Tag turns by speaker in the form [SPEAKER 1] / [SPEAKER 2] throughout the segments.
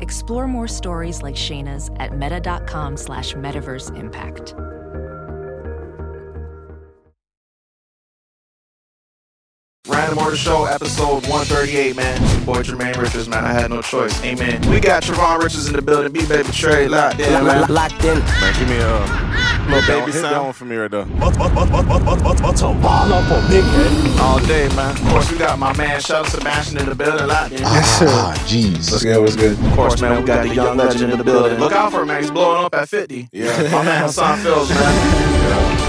[SPEAKER 1] Explore more stories like Shayna's at meta.com slash metaverse impact.
[SPEAKER 2] Random Order Show, episode 138, man. It's your boy Jermaine Richards, man. I had no choice. Amen. We got Trevon Richards in the building. B baby Trey locked in, man.
[SPEAKER 3] Locked in.
[SPEAKER 4] Man, give me a uh,
[SPEAKER 2] Little baby
[SPEAKER 4] hit that one
[SPEAKER 2] sound
[SPEAKER 4] for me right there.
[SPEAKER 2] all day, man. Of course, we got my man Shove Sebastian in the building locked in. Of
[SPEAKER 3] Ah, jeez.
[SPEAKER 2] good, what's good? Of course, man, we got the young legend in the building. Look out for him, man. He's blowing up at 50.
[SPEAKER 4] Yeah.
[SPEAKER 2] My man Hassan Fields, man.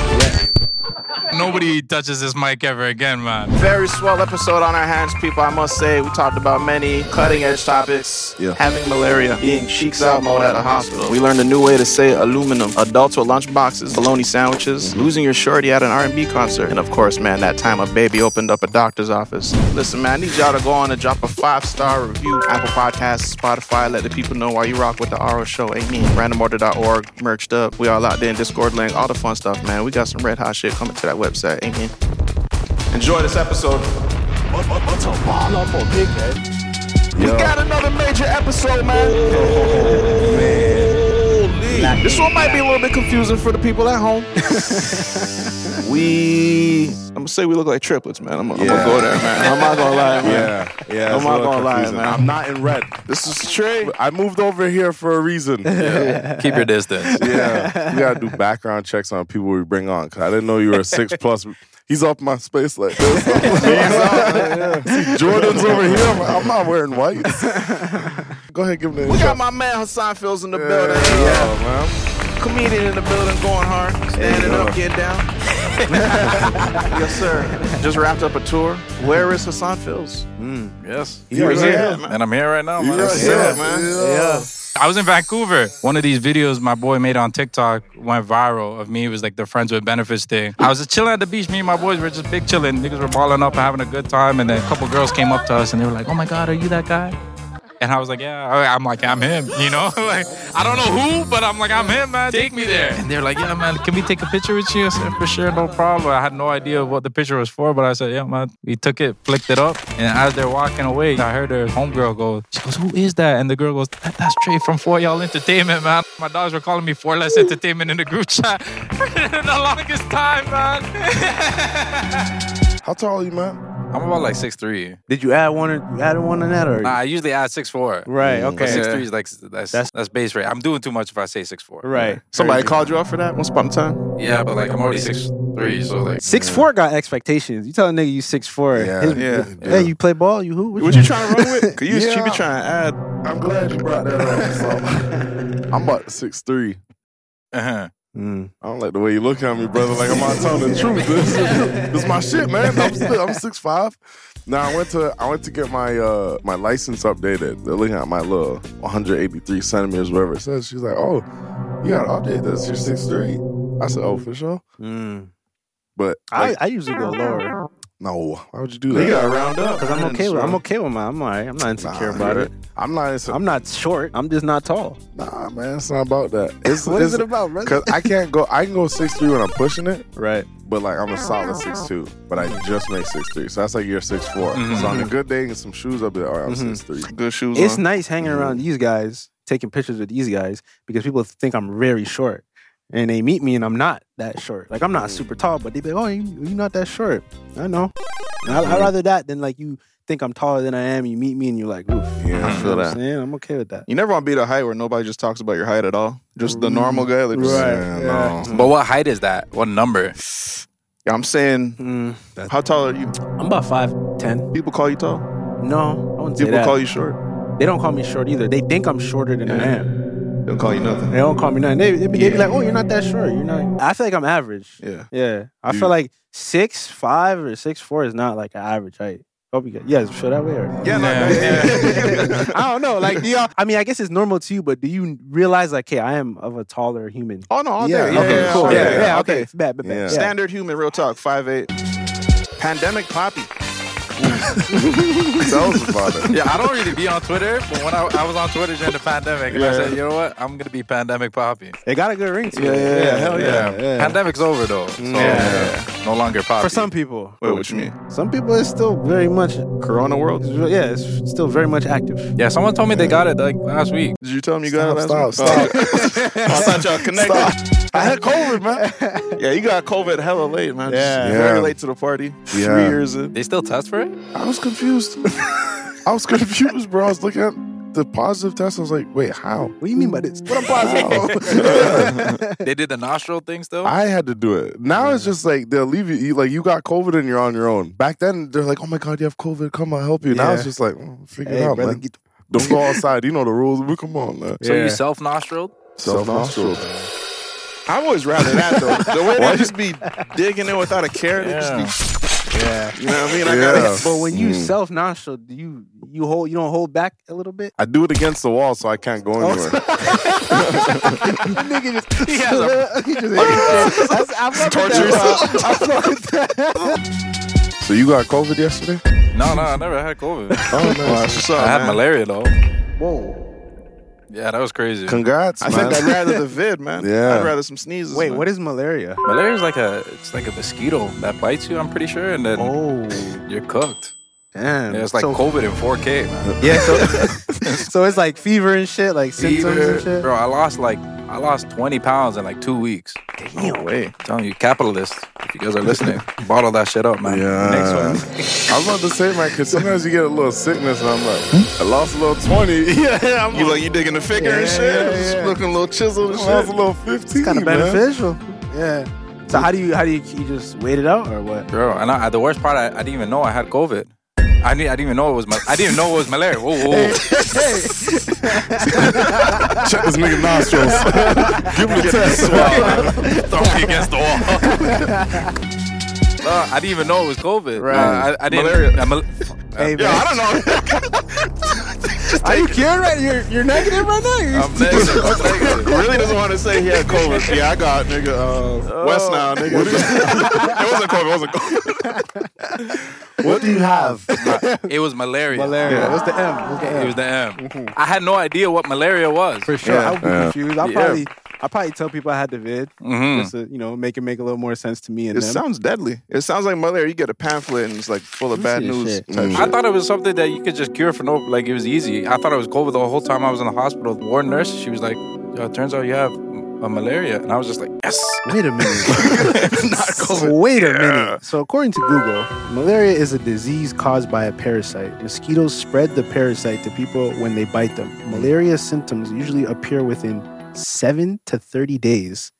[SPEAKER 5] Nobody touches this mic ever again, man.
[SPEAKER 2] Very swell episode on our hands, people. I must say, we talked about many cutting edge topics.
[SPEAKER 4] Yeah.
[SPEAKER 2] Having malaria, being cheeks out mode at a hospital. We learned a new way to say aluminum. Adults with lunch boxes, bologna sandwiches, losing your shorty at an R&B concert, and of course, man, that time a baby opened up a doctor's office. Listen, man, I need y'all to go on and drop a five star review, Apple Podcasts, Spotify. Let the people know why you rock with the RO Show. Amen. Randomorder.org, merged up. We all out there in Discord link, all the fun stuff, man. We got some red hot shit coming to that website. Amen. Enjoy this episode. We got another major episode, man. Oh, Holy. This one might be a little bit confusing for the people at home. we, I'm gonna say we look like triplets, man. I'm, gonna- I'm
[SPEAKER 4] Yeah.
[SPEAKER 2] gonna go there, man. I'm not gonna lie, man.
[SPEAKER 4] Yeah, yeah.
[SPEAKER 2] I'm
[SPEAKER 4] it's a
[SPEAKER 2] not
[SPEAKER 4] little
[SPEAKER 2] gonna lie,
[SPEAKER 4] confusing.
[SPEAKER 2] man.
[SPEAKER 4] I'm not in red.
[SPEAKER 2] This is Trey.
[SPEAKER 4] I moved over here for a reason. Yeah,
[SPEAKER 5] Keep your distance.
[SPEAKER 4] we gotta do background checks on people we bring on. Cause I didn't know you were a six plus. He's up my space like this. See, Jordan's over here. I'm, like, I'm not wearing whites. Go ahead, give him the.
[SPEAKER 2] We got
[SPEAKER 4] intro.
[SPEAKER 2] my man Hassan Fields in the
[SPEAKER 4] yeah,
[SPEAKER 2] building.
[SPEAKER 4] man.
[SPEAKER 2] Comedian in the building, going hard, standing
[SPEAKER 4] go.
[SPEAKER 2] up, get down. yes, sir. Just wrapped up a tour. Where is Hassan Fields?
[SPEAKER 5] Yes.
[SPEAKER 4] Yeah,
[SPEAKER 2] was here.
[SPEAKER 4] yeah,
[SPEAKER 5] And I'm here right now, man.
[SPEAKER 4] yeah,
[SPEAKER 2] it, man.
[SPEAKER 4] yeah.
[SPEAKER 5] I was in Vancouver. One of these videos my boy made on TikTok went viral of me. It was like the friends with benefits thing. I was just chilling at the beach. Me and my boys were just big chilling. Niggas were balling up and having a good time. And then a couple girls came up to us and they were like, "Oh my God, are you that guy?" And I was like, "Yeah." I- I'm like, "I'm him," you know. like I don't know who, but I'm like, "I'm him, man. Take me there." And they're like, "Yeah, man. Can we take a picture with you?" I said, "For sure, no problem." I had no idea what the picture was for, but I said, "Yeah, man." We took it, flicked it up, and as they're walking away, I heard her homegirl go, "She goes, who is that?" And the girl goes, that, "That's Trey from Four Y'all Entertainment, man." My dogs were calling me Four Less Entertainment in the group chat for the longest time, man.
[SPEAKER 4] How tall are you, man?
[SPEAKER 5] I'm about like six three.
[SPEAKER 6] Did you add one? Or, you added one in that or?
[SPEAKER 5] I usually add six four.
[SPEAKER 6] right. Okay.
[SPEAKER 5] Six three is like that's, that's base rate. I'm doing too much if I say six four.
[SPEAKER 6] Right.
[SPEAKER 2] Somebody called you up for that once upon a time?
[SPEAKER 5] Yeah, but like I'm already six three, so like
[SPEAKER 6] Six four got expectations. You tell a nigga you six four.
[SPEAKER 4] Yeah,
[SPEAKER 2] yeah.
[SPEAKER 6] Hey, you play ball? You who? What
[SPEAKER 2] What you trying to run with? Cause you,
[SPEAKER 4] Yeah.
[SPEAKER 2] you be trying to add.
[SPEAKER 4] I'm glad you brought that up. so. I'm about six three.
[SPEAKER 5] uh-huh.
[SPEAKER 6] Mm.
[SPEAKER 4] I don't like the way you look at me, brother. Like I'm not telling the truth. This, this is my shit, man. I'm still, I'm six five. Now I went to I went to get my uh my license updated. They're looking at my little 183 centimeters, whatever it says. She's like, oh, you gotta update this. You're six three. I said, oh, for sure.
[SPEAKER 6] Mm.
[SPEAKER 4] But
[SPEAKER 6] I,
[SPEAKER 4] like,
[SPEAKER 6] I usually go lower
[SPEAKER 4] no, why would you do that?
[SPEAKER 2] You got to round up.
[SPEAKER 6] because I'm okay with I'm okay with mine. I'm alright. I'm not insecure
[SPEAKER 4] Nah,
[SPEAKER 6] about it.
[SPEAKER 4] I'm not. Into,
[SPEAKER 6] I'm not short. I'm just not tall.
[SPEAKER 4] nah, man. It's not about that. It's,
[SPEAKER 6] What is
[SPEAKER 4] it's-
[SPEAKER 6] it about, brother?
[SPEAKER 4] Cause I can't go. I can go six three when I'm pushing it.
[SPEAKER 6] Right.
[SPEAKER 4] but like I'm a solid six two, but I just made six three, so that's like you're six So on a good day and some shoes, I'll be like, all right, I'm
[SPEAKER 6] Mhm.
[SPEAKER 4] six three.
[SPEAKER 2] Mm-hmm. Good shoes
[SPEAKER 6] It's
[SPEAKER 2] on.
[SPEAKER 6] nice hanging around these guys, taking pictures with these guys because people think I'm very short. And they meet me and I'm not that short. Like I'm not super tall, but they be like, "Oh, you, you're not that short." I know. And I, I'd rather that than like you think I'm taller than I am. You meet me and you're like, "Oof."
[SPEAKER 4] Yeah,
[SPEAKER 2] I
[SPEAKER 6] You know
[SPEAKER 2] feel
[SPEAKER 6] what I'm
[SPEAKER 2] that.
[SPEAKER 6] saying? I'm okay with that.
[SPEAKER 2] You never want to be the height where nobody just talks about your height at all. Just the normal guy. That just,
[SPEAKER 6] Right.
[SPEAKER 4] Yeah,
[SPEAKER 6] yeah.
[SPEAKER 4] no.
[SPEAKER 5] But what height is that? What number?
[SPEAKER 2] Yeah, I'm saying,
[SPEAKER 6] Mm,
[SPEAKER 2] how tall are you?
[SPEAKER 6] I'm about five ten.
[SPEAKER 2] People call you tall.
[SPEAKER 6] No, I wouldn't say
[SPEAKER 2] People
[SPEAKER 6] that.
[SPEAKER 2] call you short.
[SPEAKER 6] they don't call me short either. They think I'm shorter than I am.
[SPEAKER 2] They don't call you nothing.
[SPEAKER 6] They don't call me nothing. They, they, be, they be like, "Oh, you're not that short. You're not." I feel like I'm average.
[SPEAKER 2] Yeah.
[SPEAKER 6] Yeah, I
[SPEAKER 4] Do
[SPEAKER 6] feel
[SPEAKER 4] you-
[SPEAKER 6] like six five or six four is not like an average height. Hope you guys. Yeah, feel that way or?
[SPEAKER 4] Yeah, no,
[SPEAKER 5] Yeah,
[SPEAKER 4] yeah.
[SPEAKER 6] I don't know. Like, do y'all? I mean, I guess it's normal to you, but do you realize, like, hey, I am of a taller human?
[SPEAKER 2] Oh no, all
[SPEAKER 4] Yeah,
[SPEAKER 2] day.
[SPEAKER 6] okay,
[SPEAKER 4] yeah,
[SPEAKER 6] cool.
[SPEAKER 4] yeah,
[SPEAKER 6] Yeah,
[SPEAKER 4] yeah,
[SPEAKER 6] yeah,
[SPEAKER 4] yeah,
[SPEAKER 6] okay. Bad, bad, bad.
[SPEAKER 4] Yeah.
[SPEAKER 6] Yeah.
[SPEAKER 2] Standard human, real talk, five eight. Pandemic poppy.
[SPEAKER 4] Tell us about it.
[SPEAKER 5] Yeah, I don't really be on Twitter, but when I, I was on Twitter during the pandemic, and I
[SPEAKER 4] Yeah.
[SPEAKER 5] said, you know what, I'm gonna be pandemic poppy.
[SPEAKER 6] It got a good ring to it.
[SPEAKER 5] Oh, Pandemic's over though, so
[SPEAKER 2] Yeah.
[SPEAKER 5] no longer poppy.
[SPEAKER 6] For some people,
[SPEAKER 2] Wait, what you mean?
[SPEAKER 6] some people it's still very much.
[SPEAKER 2] Corona
[SPEAKER 6] it's
[SPEAKER 2] world?
[SPEAKER 6] re- Yeah, it's still very much active.
[SPEAKER 5] yeah, someone told me they got it like last week.
[SPEAKER 2] Did you tell him you got it last
[SPEAKER 4] Stop,
[SPEAKER 2] week? Oh. I thought y'all connected.
[SPEAKER 4] I had COVID, man.
[SPEAKER 2] Yeah, you got COVID hella late, man. Just
[SPEAKER 6] Yeah.
[SPEAKER 4] Yeah.
[SPEAKER 2] Very late to the party. Three
[SPEAKER 4] Yeah.
[SPEAKER 2] years in.
[SPEAKER 5] They still test for it?
[SPEAKER 4] I was confused. I was confused, bro. I was looking at the positive test. I was like, wait, how?
[SPEAKER 6] What do you mean by this? What I'm
[SPEAKER 5] They did the nostril thing still.
[SPEAKER 4] I had to do it. Now it's just like they'll leave you, you. Like you got COVID and you're on your own. Back then they're like, "Oh my God, you have COVID. Come on, help you." Now
[SPEAKER 6] Yeah.
[SPEAKER 4] it's just like, mm, figure it
[SPEAKER 6] Hey,
[SPEAKER 4] out,
[SPEAKER 6] brother,
[SPEAKER 4] man.
[SPEAKER 6] get
[SPEAKER 4] Don't go outside. You know the rules. We come on, man.
[SPEAKER 5] so
[SPEAKER 6] Yeah.
[SPEAKER 5] you self nostriled?
[SPEAKER 4] Self nostril.
[SPEAKER 2] I always rather that though. The way they just be digging in without a care, they just be,
[SPEAKER 5] Yeah.
[SPEAKER 2] you know what I mean? I
[SPEAKER 4] Yeah.
[SPEAKER 6] But when you
[SPEAKER 4] Mm.
[SPEAKER 6] self nostril, do you you hold you don't hold back a little bit?
[SPEAKER 4] I do it against the wall, so I can't go anywhere.
[SPEAKER 6] Nigga just,
[SPEAKER 5] He has a-
[SPEAKER 6] He just- That's- I fuck with that, bro. I fuck with that.
[SPEAKER 4] so you got COVID yesterday?
[SPEAKER 5] No, no, I never had COVID.
[SPEAKER 4] Oh no!
[SPEAKER 2] That's what's up,
[SPEAKER 5] I had
[SPEAKER 2] man.
[SPEAKER 5] malaria though.
[SPEAKER 6] Whoa.
[SPEAKER 5] Yeah, that was crazy.
[SPEAKER 4] Congrats,
[SPEAKER 2] I
[SPEAKER 4] man.
[SPEAKER 2] said I'd rather the vid, man.
[SPEAKER 4] Yeah.
[SPEAKER 2] I'd rather some sneezes.
[SPEAKER 6] Wait,
[SPEAKER 2] man.
[SPEAKER 6] what is malaria?
[SPEAKER 5] Malaria is like a it's like a mosquito that bites you. I'm pretty sure, and then
[SPEAKER 6] Oh,
[SPEAKER 5] you're cooked.
[SPEAKER 6] damn.
[SPEAKER 5] Yeah, it's like
[SPEAKER 6] so,
[SPEAKER 5] COVID in 4K, man.
[SPEAKER 6] Yeah, so, so it's like fever and shit, like symptoms
[SPEAKER 5] Fever.
[SPEAKER 6] and shit.
[SPEAKER 5] Bro, I lost like I lost 20 pounds in like two weeks.
[SPEAKER 6] Damn.
[SPEAKER 5] Wait, telling you, capitalist. If you guys are listening, bottle that shit up, man.
[SPEAKER 4] Yeah.
[SPEAKER 5] Next one.
[SPEAKER 4] I was about to say, man, because sometimes you get a little sickness, and I'm like, I lost a little twenty. yeah, yeah, I'm
[SPEAKER 2] You like you digging the finger and
[SPEAKER 4] Yeah,
[SPEAKER 2] shit,
[SPEAKER 4] yeah,
[SPEAKER 2] Just
[SPEAKER 4] yeah.
[SPEAKER 2] looking a little chiseled and
[SPEAKER 4] I lost a
[SPEAKER 2] shit.
[SPEAKER 4] little fifteen.
[SPEAKER 6] It's kind of
[SPEAKER 4] man.
[SPEAKER 6] beneficial. Yeah. So how do you how do you, you just wait it out or what?
[SPEAKER 5] Bro, and I, the worst part, I, I didn't even know I had COVID. I didn't, I didn't even know it was mal- I didn't even know it was malaria. Whoa, whoa, whoa.
[SPEAKER 4] Check this nigga nostrils. Give him a test.
[SPEAKER 5] Throw me against the wall. no, I didn't even know it was COVID.
[SPEAKER 2] Right.
[SPEAKER 5] Uh, I, I didn't.
[SPEAKER 2] Malaria.
[SPEAKER 5] uh, mal-
[SPEAKER 6] Hey,
[SPEAKER 2] Yo,
[SPEAKER 6] man.
[SPEAKER 2] I don't know.
[SPEAKER 6] Are you cured right? You're you're negative right now. You're
[SPEAKER 5] I'm negative. I'm negative.
[SPEAKER 2] really doesn't want to say he had COVID. Yeah, I got nigga
[SPEAKER 4] Oh.
[SPEAKER 2] uh, West now, nigga. it wasn't COVID. It wasn't COVID.
[SPEAKER 6] what do you have?
[SPEAKER 5] It was malaria.
[SPEAKER 6] malaria. What's the M? What's the M?
[SPEAKER 5] It was the M.
[SPEAKER 6] Mm-hmm.
[SPEAKER 5] I had no idea what malaria was.
[SPEAKER 6] For sure.
[SPEAKER 4] Yeah,
[SPEAKER 6] I would be
[SPEAKER 4] yeah.
[SPEAKER 6] confused. I
[SPEAKER 5] Yeah.
[SPEAKER 6] probably I probably tell people I had the vid
[SPEAKER 5] Mhm.
[SPEAKER 6] just to you know make it make a little more sense to me and
[SPEAKER 2] It
[SPEAKER 6] them.
[SPEAKER 2] sounds deadly. It sounds like malaria. You get a pamphlet and it's like full of bad
[SPEAKER 6] see
[SPEAKER 2] news
[SPEAKER 6] shit. Oh,
[SPEAKER 2] type
[SPEAKER 5] I
[SPEAKER 2] shit.
[SPEAKER 5] thought it was something that you could just cure for no, like it was easy. I thought it was COVID the whole time I was in the hospital. The ward nurse, she was like, Yo, it turns out you have a malaria. And I was just like, yes.
[SPEAKER 6] Wait a minute. So Wait a minute. So according to Google, malaria is a disease caused by a parasite. Mosquitoes spread the parasite to people when they bite them. Malaria symptoms usually appear within 7 to 30 days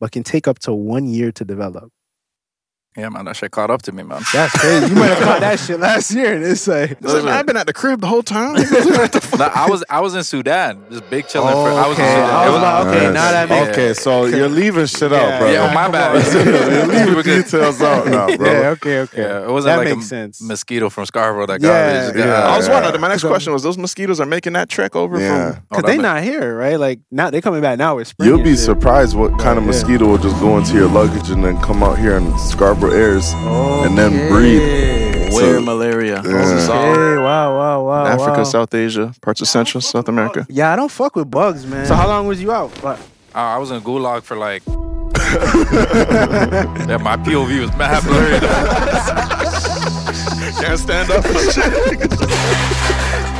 [SPEAKER 6] but can take up to 1 year to develop.
[SPEAKER 5] Yeah, man, that shit caught up to me, man.
[SPEAKER 6] That's crazy. You might have caught that shit last year and it's like
[SPEAKER 2] It's like, man, I've been at the crib the whole time.
[SPEAKER 5] No, I was I was in Sudan, just big chilling. for, I was in
[SPEAKER 6] Okay,
[SPEAKER 5] Sudan.
[SPEAKER 6] I
[SPEAKER 5] It
[SPEAKER 6] was
[SPEAKER 5] was-
[SPEAKER 6] about- okay, now that makes-
[SPEAKER 4] Okay, so Oh, you're leaving shit out, bro.
[SPEAKER 5] yeah, oh, my
[SPEAKER 4] you're
[SPEAKER 5] bad.
[SPEAKER 4] leaving
[SPEAKER 5] People could-
[SPEAKER 4] details out now, bro.
[SPEAKER 6] Yeah, okay, okay.
[SPEAKER 5] yeah, it wasn't
[SPEAKER 6] that
[SPEAKER 5] like a
[SPEAKER 6] makes sense.
[SPEAKER 5] mosquito from Scarborough that got
[SPEAKER 6] Yeah,
[SPEAKER 5] me. It just got-
[SPEAKER 4] yeah.
[SPEAKER 2] I was
[SPEAKER 4] Yeah.
[SPEAKER 2] wondering. My next question was: Those mosquitoes are making that trek over
[SPEAKER 4] Yeah.
[SPEAKER 2] from.
[SPEAKER 5] Oh,
[SPEAKER 6] Cause
[SPEAKER 5] that
[SPEAKER 6] they
[SPEAKER 5] ma-
[SPEAKER 6] not here, right? Like now they coming back now. It's spring.
[SPEAKER 4] You'll
[SPEAKER 6] and
[SPEAKER 4] be
[SPEAKER 6] shit.
[SPEAKER 4] surprised what kind of
[SPEAKER 6] Yeah.
[SPEAKER 4] mosquito will just go into your luggage and then come out here in Scarborough airs and then
[SPEAKER 6] Okay.
[SPEAKER 4] breed.
[SPEAKER 2] Where
[SPEAKER 4] So,
[SPEAKER 2] malaria?
[SPEAKER 4] Yeah.
[SPEAKER 2] all
[SPEAKER 6] Hey, wow, wow,
[SPEAKER 5] Oh,
[SPEAKER 6] wow.
[SPEAKER 2] Africa,
[SPEAKER 6] wow.
[SPEAKER 2] South Asia, parts of Central, South America.
[SPEAKER 6] Yeah, I don't fuck with bugs, man. So how long was you out? But
[SPEAKER 5] I, I was in gulag for like. yeah, my POV was mad blurry.
[SPEAKER 2] Can't stand up.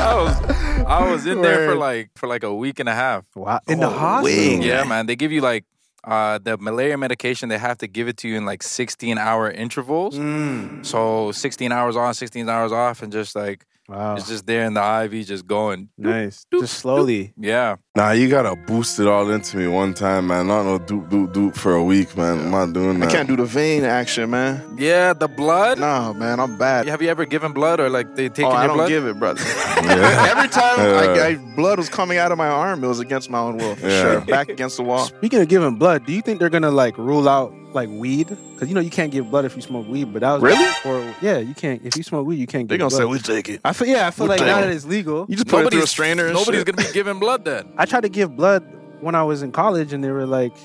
[SPEAKER 5] I was I was in there for like for like a week and a half.
[SPEAKER 6] wow,
[SPEAKER 2] Oh,
[SPEAKER 6] in the hospital.
[SPEAKER 5] Yeah, man. They give you like uh, the malaria medication. They have to give it to you in like 16 hour intervals.
[SPEAKER 6] Mm.
[SPEAKER 5] So 16 hours on, 16 hours off, and just like
[SPEAKER 6] Wow.
[SPEAKER 5] it's just there in the IV, just going.
[SPEAKER 6] nice. Just slowly.
[SPEAKER 5] Yeah,
[SPEAKER 4] nah, you gotta boost it all into me one time, man. Not no doop doop doop for a week, man. I'm not doing
[SPEAKER 2] I
[SPEAKER 4] that.
[SPEAKER 2] can't do the vein action, man.
[SPEAKER 5] yeah. The blood.
[SPEAKER 2] Nah, man, I'm bad.
[SPEAKER 5] Have you ever given blood or like they take
[SPEAKER 2] oh,
[SPEAKER 5] your
[SPEAKER 2] I don't
[SPEAKER 5] blood?
[SPEAKER 2] give it, brother.
[SPEAKER 4] Yeah.
[SPEAKER 2] Every time
[SPEAKER 4] Yeah.
[SPEAKER 2] I, I, blood was coming out of my arm, it was against my own will.
[SPEAKER 4] Yeah.
[SPEAKER 2] Straight back against the wall.
[SPEAKER 6] Speaking of giving blood, do you think they're gonna like rule out like weed because you know you can't give blood if you smoke weed. But that was
[SPEAKER 2] Really?
[SPEAKER 6] Or yeah, you can't if you smoke weed, you can't.
[SPEAKER 2] They
[SPEAKER 6] give
[SPEAKER 2] gonna say
[SPEAKER 6] blood.
[SPEAKER 2] we take it.
[SPEAKER 6] I feel yeah, I feel
[SPEAKER 2] We'll
[SPEAKER 6] like
[SPEAKER 2] take
[SPEAKER 6] now
[SPEAKER 2] it.
[SPEAKER 6] that it's legal,
[SPEAKER 2] You just put it through a
[SPEAKER 7] Nobody's-
[SPEAKER 2] strainer. and
[SPEAKER 7] Nobody's
[SPEAKER 2] shit.
[SPEAKER 7] gonna be giving blood then.
[SPEAKER 6] I tried to give blood when I was in college, and they were like,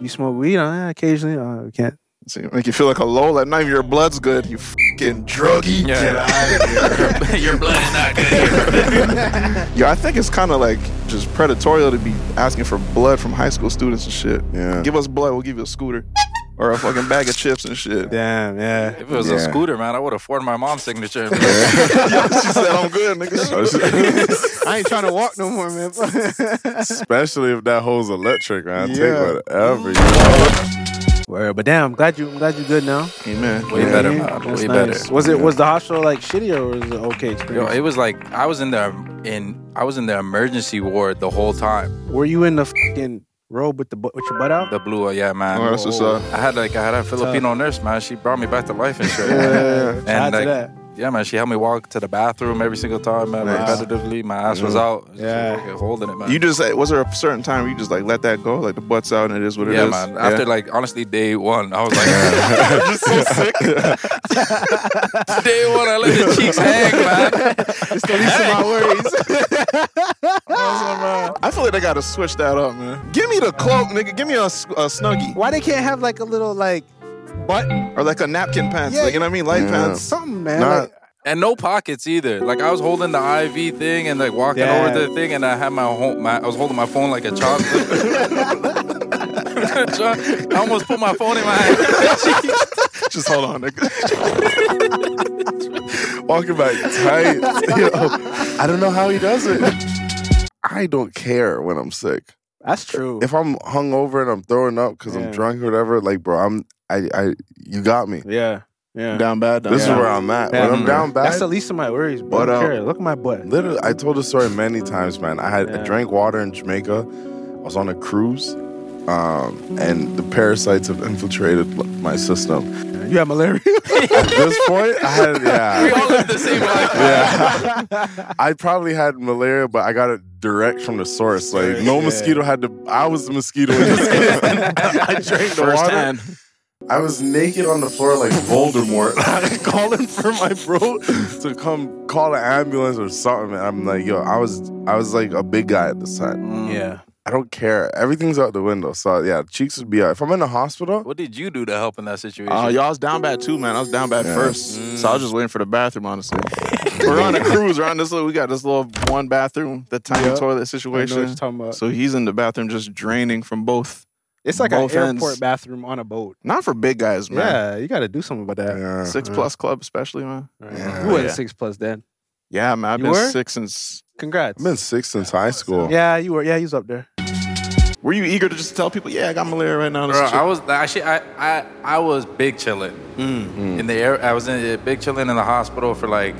[SPEAKER 6] "You smoke weed uh, occasionally? Uh, we can't."
[SPEAKER 2] See, make you feel like a lol. Like none of your blood's good. You fucking druggy.
[SPEAKER 5] Yeah.
[SPEAKER 2] Get out of here.
[SPEAKER 7] Your blood is not good.
[SPEAKER 2] yeah, I think it's kind of like just predatorial to be asking for blood from high school students and shit. Yeah. Give us blood, we'll give you a scooter or a fucking bag of chips and shit.
[SPEAKER 6] Damn, yeah.
[SPEAKER 5] If it was
[SPEAKER 2] Yeah.
[SPEAKER 5] a scooter, man, I would have forged my mom's signature.
[SPEAKER 2] she said, "I'm good, nigga."
[SPEAKER 6] I ain't trying to walk no more, man.
[SPEAKER 4] Especially if that hole's electric, man.
[SPEAKER 6] Yeah.
[SPEAKER 4] Take whatever. You want.
[SPEAKER 6] Word, but damn, I'm glad you, I'm glad you good now.
[SPEAKER 2] Amen.
[SPEAKER 5] Way
[SPEAKER 6] Yeah,
[SPEAKER 5] better,
[SPEAKER 6] yeah,
[SPEAKER 5] man.
[SPEAKER 6] that's nice.
[SPEAKER 5] Way better.
[SPEAKER 6] Was it was the hospital like shitty or was it okay
[SPEAKER 5] Yo,
[SPEAKER 6] experience?
[SPEAKER 5] it was like I was in the in I was in the emergency ward the whole time.
[SPEAKER 6] Were you in the fucking robe with the butt with your butt out?
[SPEAKER 5] The blue, uh, yeah, man.
[SPEAKER 2] Oh, that's what's up.
[SPEAKER 5] I had like I had a Filipino nurse, man. She brought me back to life and shit.
[SPEAKER 6] yeah, yeah.
[SPEAKER 5] And
[SPEAKER 6] Shout out
[SPEAKER 5] like,
[SPEAKER 6] to that.
[SPEAKER 5] yeah, man, she helped me walk to the bathroom every single time, man.
[SPEAKER 2] Nice.
[SPEAKER 5] Repetitively, my ass was out. Just
[SPEAKER 6] Yeah.
[SPEAKER 5] fucking holding it, man.
[SPEAKER 2] You just like, was there a certain time where you just like let that go, like the butt's out and it is what it is.
[SPEAKER 5] yeah, man. After like honestly, day one, I was like,
[SPEAKER 2] just so sick.
[SPEAKER 5] day one, I let the cheeks hang, man.
[SPEAKER 6] It's the least of my worries.
[SPEAKER 2] I feel like they gotta switch that up, man. Give me the cloak, nigga. Give me a, s- a snuggie
[SPEAKER 6] Why they can't have like a little like button
[SPEAKER 2] or like a napkin pants.
[SPEAKER 6] Yeah.
[SPEAKER 2] like, you know what I mean? Light pants.
[SPEAKER 6] something, man?
[SPEAKER 2] Nah.
[SPEAKER 6] Like,
[SPEAKER 5] and no pockets either. Like I was holding the IV thing and like walking
[SPEAKER 6] Yeah.
[SPEAKER 5] over the thing, and I had my home. My, I was holding my phone like a child. I almost put my phone in my hand.
[SPEAKER 2] Just hold on, nigga. Walking back tight. Yo, I don't know how he does it.
[SPEAKER 4] I don't care when I'm sick.
[SPEAKER 6] that's true.
[SPEAKER 4] If I'm hungover and I'm throwing up because
[SPEAKER 6] Yeah.
[SPEAKER 4] I'm drunk or whatever, like bro, I'm I I you got me.
[SPEAKER 6] yeah, yeah.
[SPEAKER 2] Down bad. Down
[SPEAKER 4] This
[SPEAKER 2] bad.
[SPEAKER 4] is where I'm at.
[SPEAKER 6] Yeah.
[SPEAKER 4] When I'm down bad,
[SPEAKER 6] That's the least of my worries, bro.
[SPEAKER 4] But,
[SPEAKER 6] I don't
[SPEAKER 4] uh,
[SPEAKER 6] care. Look at my butt.
[SPEAKER 4] Literally, I told the story many times, man. I had
[SPEAKER 6] Yeah.
[SPEAKER 4] I drank water in Jamaica. I was on a cruise, um, and the parasites have infiltrated l- my system.
[SPEAKER 6] You have malaria.
[SPEAKER 4] At this point, I had
[SPEAKER 5] we
[SPEAKER 4] yeah,
[SPEAKER 5] all live the same life.
[SPEAKER 4] yeah. I probably had malaria, but I got it direct from the source. Like no
[SPEAKER 6] Yeah.
[SPEAKER 4] mosquito had to. I was the mosquito. In this game. I drank the water.
[SPEAKER 5] Firsthand.
[SPEAKER 4] I was naked on the floor like Voldemort, calling for my bro to come call an ambulance or something. And I'm like, yo, I was I was like a big guy at this time.
[SPEAKER 2] Mm.
[SPEAKER 6] yeah.
[SPEAKER 4] I don't care. Everything's out the window. So yeah, cheeks would be out. If I'm in the hospital,
[SPEAKER 5] What did you do to help in that situation?
[SPEAKER 2] Oh, y'all was down bad too, man. I was down bad
[SPEAKER 4] Yeah.
[SPEAKER 2] first, so I was just waiting for the bathroom. Honestly, we're on a cruise. We're on this little. We got this little one bathroom, the tiny
[SPEAKER 6] Yeah.
[SPEAKER 2] toilet
[SPEAKER 6] I know what you're
[SPEAKER 2] situation.
[SPEAKER 6] talking about.
[SPEAKER 2] So he's in the bathroom, just draining from both.
[SPEAKER 6] it's like an
[SPEAKER 2] both ends.
[SPEAKER 6] airport bathroom on a boat.
[SPEAKER 2] Not for big guys, man.
[SPEAKER 6] Yeah, you got to do something about that.
[SPEAKER 4] yeah,
[SPEAKER 2] Six
[SPEAKER 6] Yeah. Uh-huh.
[SPEAKER 2] plus club, especially, man.
[SPEAKER 6] Right.
[SPEAKER 4] Yeah.
[SPEAKER 6] You wasn't
[SPEAKER 2] Yeah.
[SPEAKER 6] six plus then.
[SPEAKER 2] Yeah, man. I've
[SPEAKER 6] You
[SPEAKER 2] been
[SPEAKER 6] were?
[SPEAKER 2] six since.
[SPEAKER 6] Congrats.
[SPEAKER 4] I've been sick since high school.
[SPEAKER 6] Yeah, you were. Yeah, you was up there.
[SPEAKER 2] Were you eager to just tell people, yeah, I got malaria right now?
[SPEAKER 5] Bro,
[SPEAKER 2] Let's
[SPEAKER 5] I
[SPEAKER 2] chill."
[SPEAKER 5] was actually I I, I was big chilling
[SPEAKER 2] Mm-hmm.
[SPEAKER 5] in the air. I was in big chilling in the hospital for like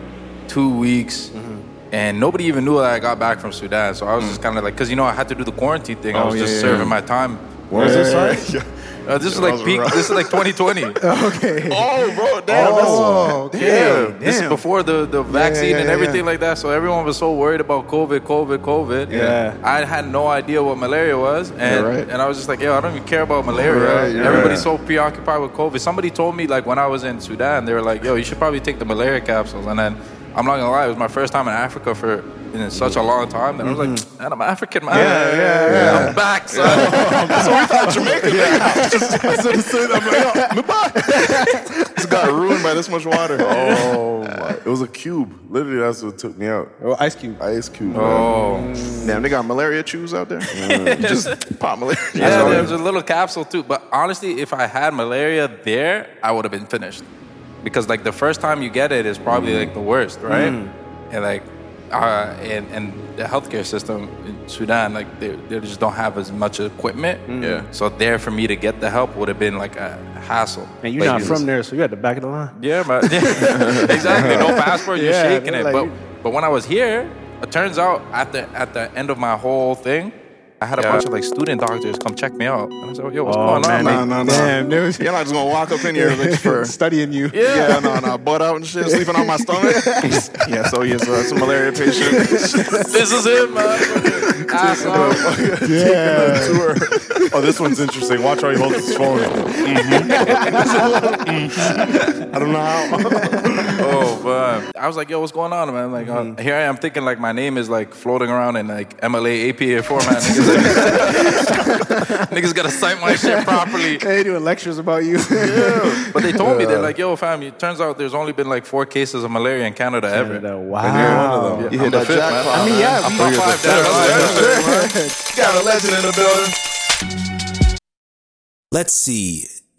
[SPEAKER 5] two weeks,
[SPEAKER 2] Mm-hmm.
[SPEAKER 5] and nobody even knew that I got back from Sudan. So I was just kind of like, because you know I had to do the quarantine thing. I
[SPEAKER 2] Mm. Oh,
[SPEAKER 5] was
[SPEAKER 2] yeah,
[SPEAKER 5] just
[SPEAKER 2] yeah,
[SPEAKER 5] serving
[SPEAKER 2] yeah.
[SPEAKER 5] my time.
[SPEAKER 4] What was this like?
[SPEAKER 5] Uh, this is like
[SPEAKER 4] was
[SPEAKER 5] peak.
[SPEAKER 4] rough.
[SPEAKER 5] This is like 2020.
[SPEAKER 6] Okay.
[SPEAKER 2] Oh, bro, damn.
[SPEAKER 4] Oh,
[SPEAKER 2] that's-
[SPEAKER 4] damn.
[SPEAKER 5] This is before the, the vaccine
[SPEAKER 4] yeah,
[SPEAKER 5] and
[SPEAKER 4] yeah,
[SPEAKER 5] everything like that. So everyone was so worried about COVID, COVID, COVID.
[SPEAKER 6] Yeah.
[SPEAKER 5] I had no idea what malaria was. And,
[SPEAKER 2] right.
[SPEAKER 5] and I was just like, yo, I don't even care about malaria.
[SPEAKER 2] Right, yeah.
[SPEAKER 5] Everybody's so preoccupied with COVID. Somebody told me, like, when I was in Sudan, they were like, yo, you should probably take the malaria capsules. And then I'm not going to lie, it was my first time in Africa for in such a long time. And I was like, man, I'm African, man. Yeah,
[SPEAKER 4] yeah, yeah.
[SPEAKER 5] I'm back, son.
[SPEAKER 2] It's got ruined by this much water.
[SPEAKER 4] Oh my! It was a cube. Literally, that's what took me out.
[SPEAKER 6] Oh, Ice Cube.
[SPEAKER 4] Ice cube.
[SPEAKER 5] Oh.
[SPEAKER 2] Damn, they got malaria chews out there. You just pop malaria.
[SPEAKER 5] Yeah, there's a little capsule too. But honestly, if I had malaria there, I would have been finished. Because like the first time you get it is probably like the worst, right? And like, uh, and and the healthcare system in Sudan, like they, they just don't have as much equipment.
[SPEAKER 2] Yeah.
[SPEAKER 5] So there for me to get the help would have been like a hassle.
[SPEAKER 6] And you're
[SPEAKER 5] Like,
[SPEAKER 6] not
[SPEAKER 5] it's-
[SPEAKER 6] from there, so you at the back of the line.
[SPEAKER 5] yeah, man. exactly. No passport. You're
[SPEAKER 6] Yeah,
[SPEAKER 5] shaking
[SPEAKER 6] they're like-
[SPEAKER 5] it. but but when I was here, it turns out at the at the end of my whole thing, I had a bunch of like student doctors come check me out, and I was like, "Yo, what's going on?"
[SPEAKER 2] man, nah, nah, nah.
[SPEAKER 6] Damn, there was
[SPEAKER 2] You're not just gonna walk up in here like for
[SPEAKER 6] studying you.
[SPEAKER 2] yeah, no, no, butt out and shit, sleeping on my stomach. yeah, so yes, uh, it's a malaria patient.
[SPEAKER 5] this is it, man. Ah, I
[SPEAKER 4] Taking a tour. Oh, this one's interesting. Watch how he holds his phone. I don't know how.
[SPEAKER 5] oh, but I was like, yo, what's going on, man? Like, uh, here I am thinking like my name is like floating around in like MLA APA format. Niggas, niggas gotta cite my shit properly.
[SPEAKER 6] They doing lectures about you.
[SPEAKER 5] But they told me they're like, yo, fam. It turns out there's only been like four cases of malaria in Canada, ever.
[SPEAKER 6] wow.
[SPEAKER 5] Yeah,
[SPEAKER 8] You
[SPEAKER 5] I'm
[SPEAKER 8] hit
[SPEAKER 5] the
[SPEAKER 8] that
[SPEAKER 5] fifth, man.
[SPEAKER 8] jackpot.
[SPEAKER 5] I mean,
[SPEAKER 8] man.
[SPEAKER 6] yeah, we-
[SPEAKER 8] figured
[SPEAKER 5] Top
[SPEAKER 8] the
[SPEAKER 5] five down.
[SPEAKER 8] fifth, man. Got a legend in the building.
[SPEAKER 9] Let's see.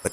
[SPEAKER 9] But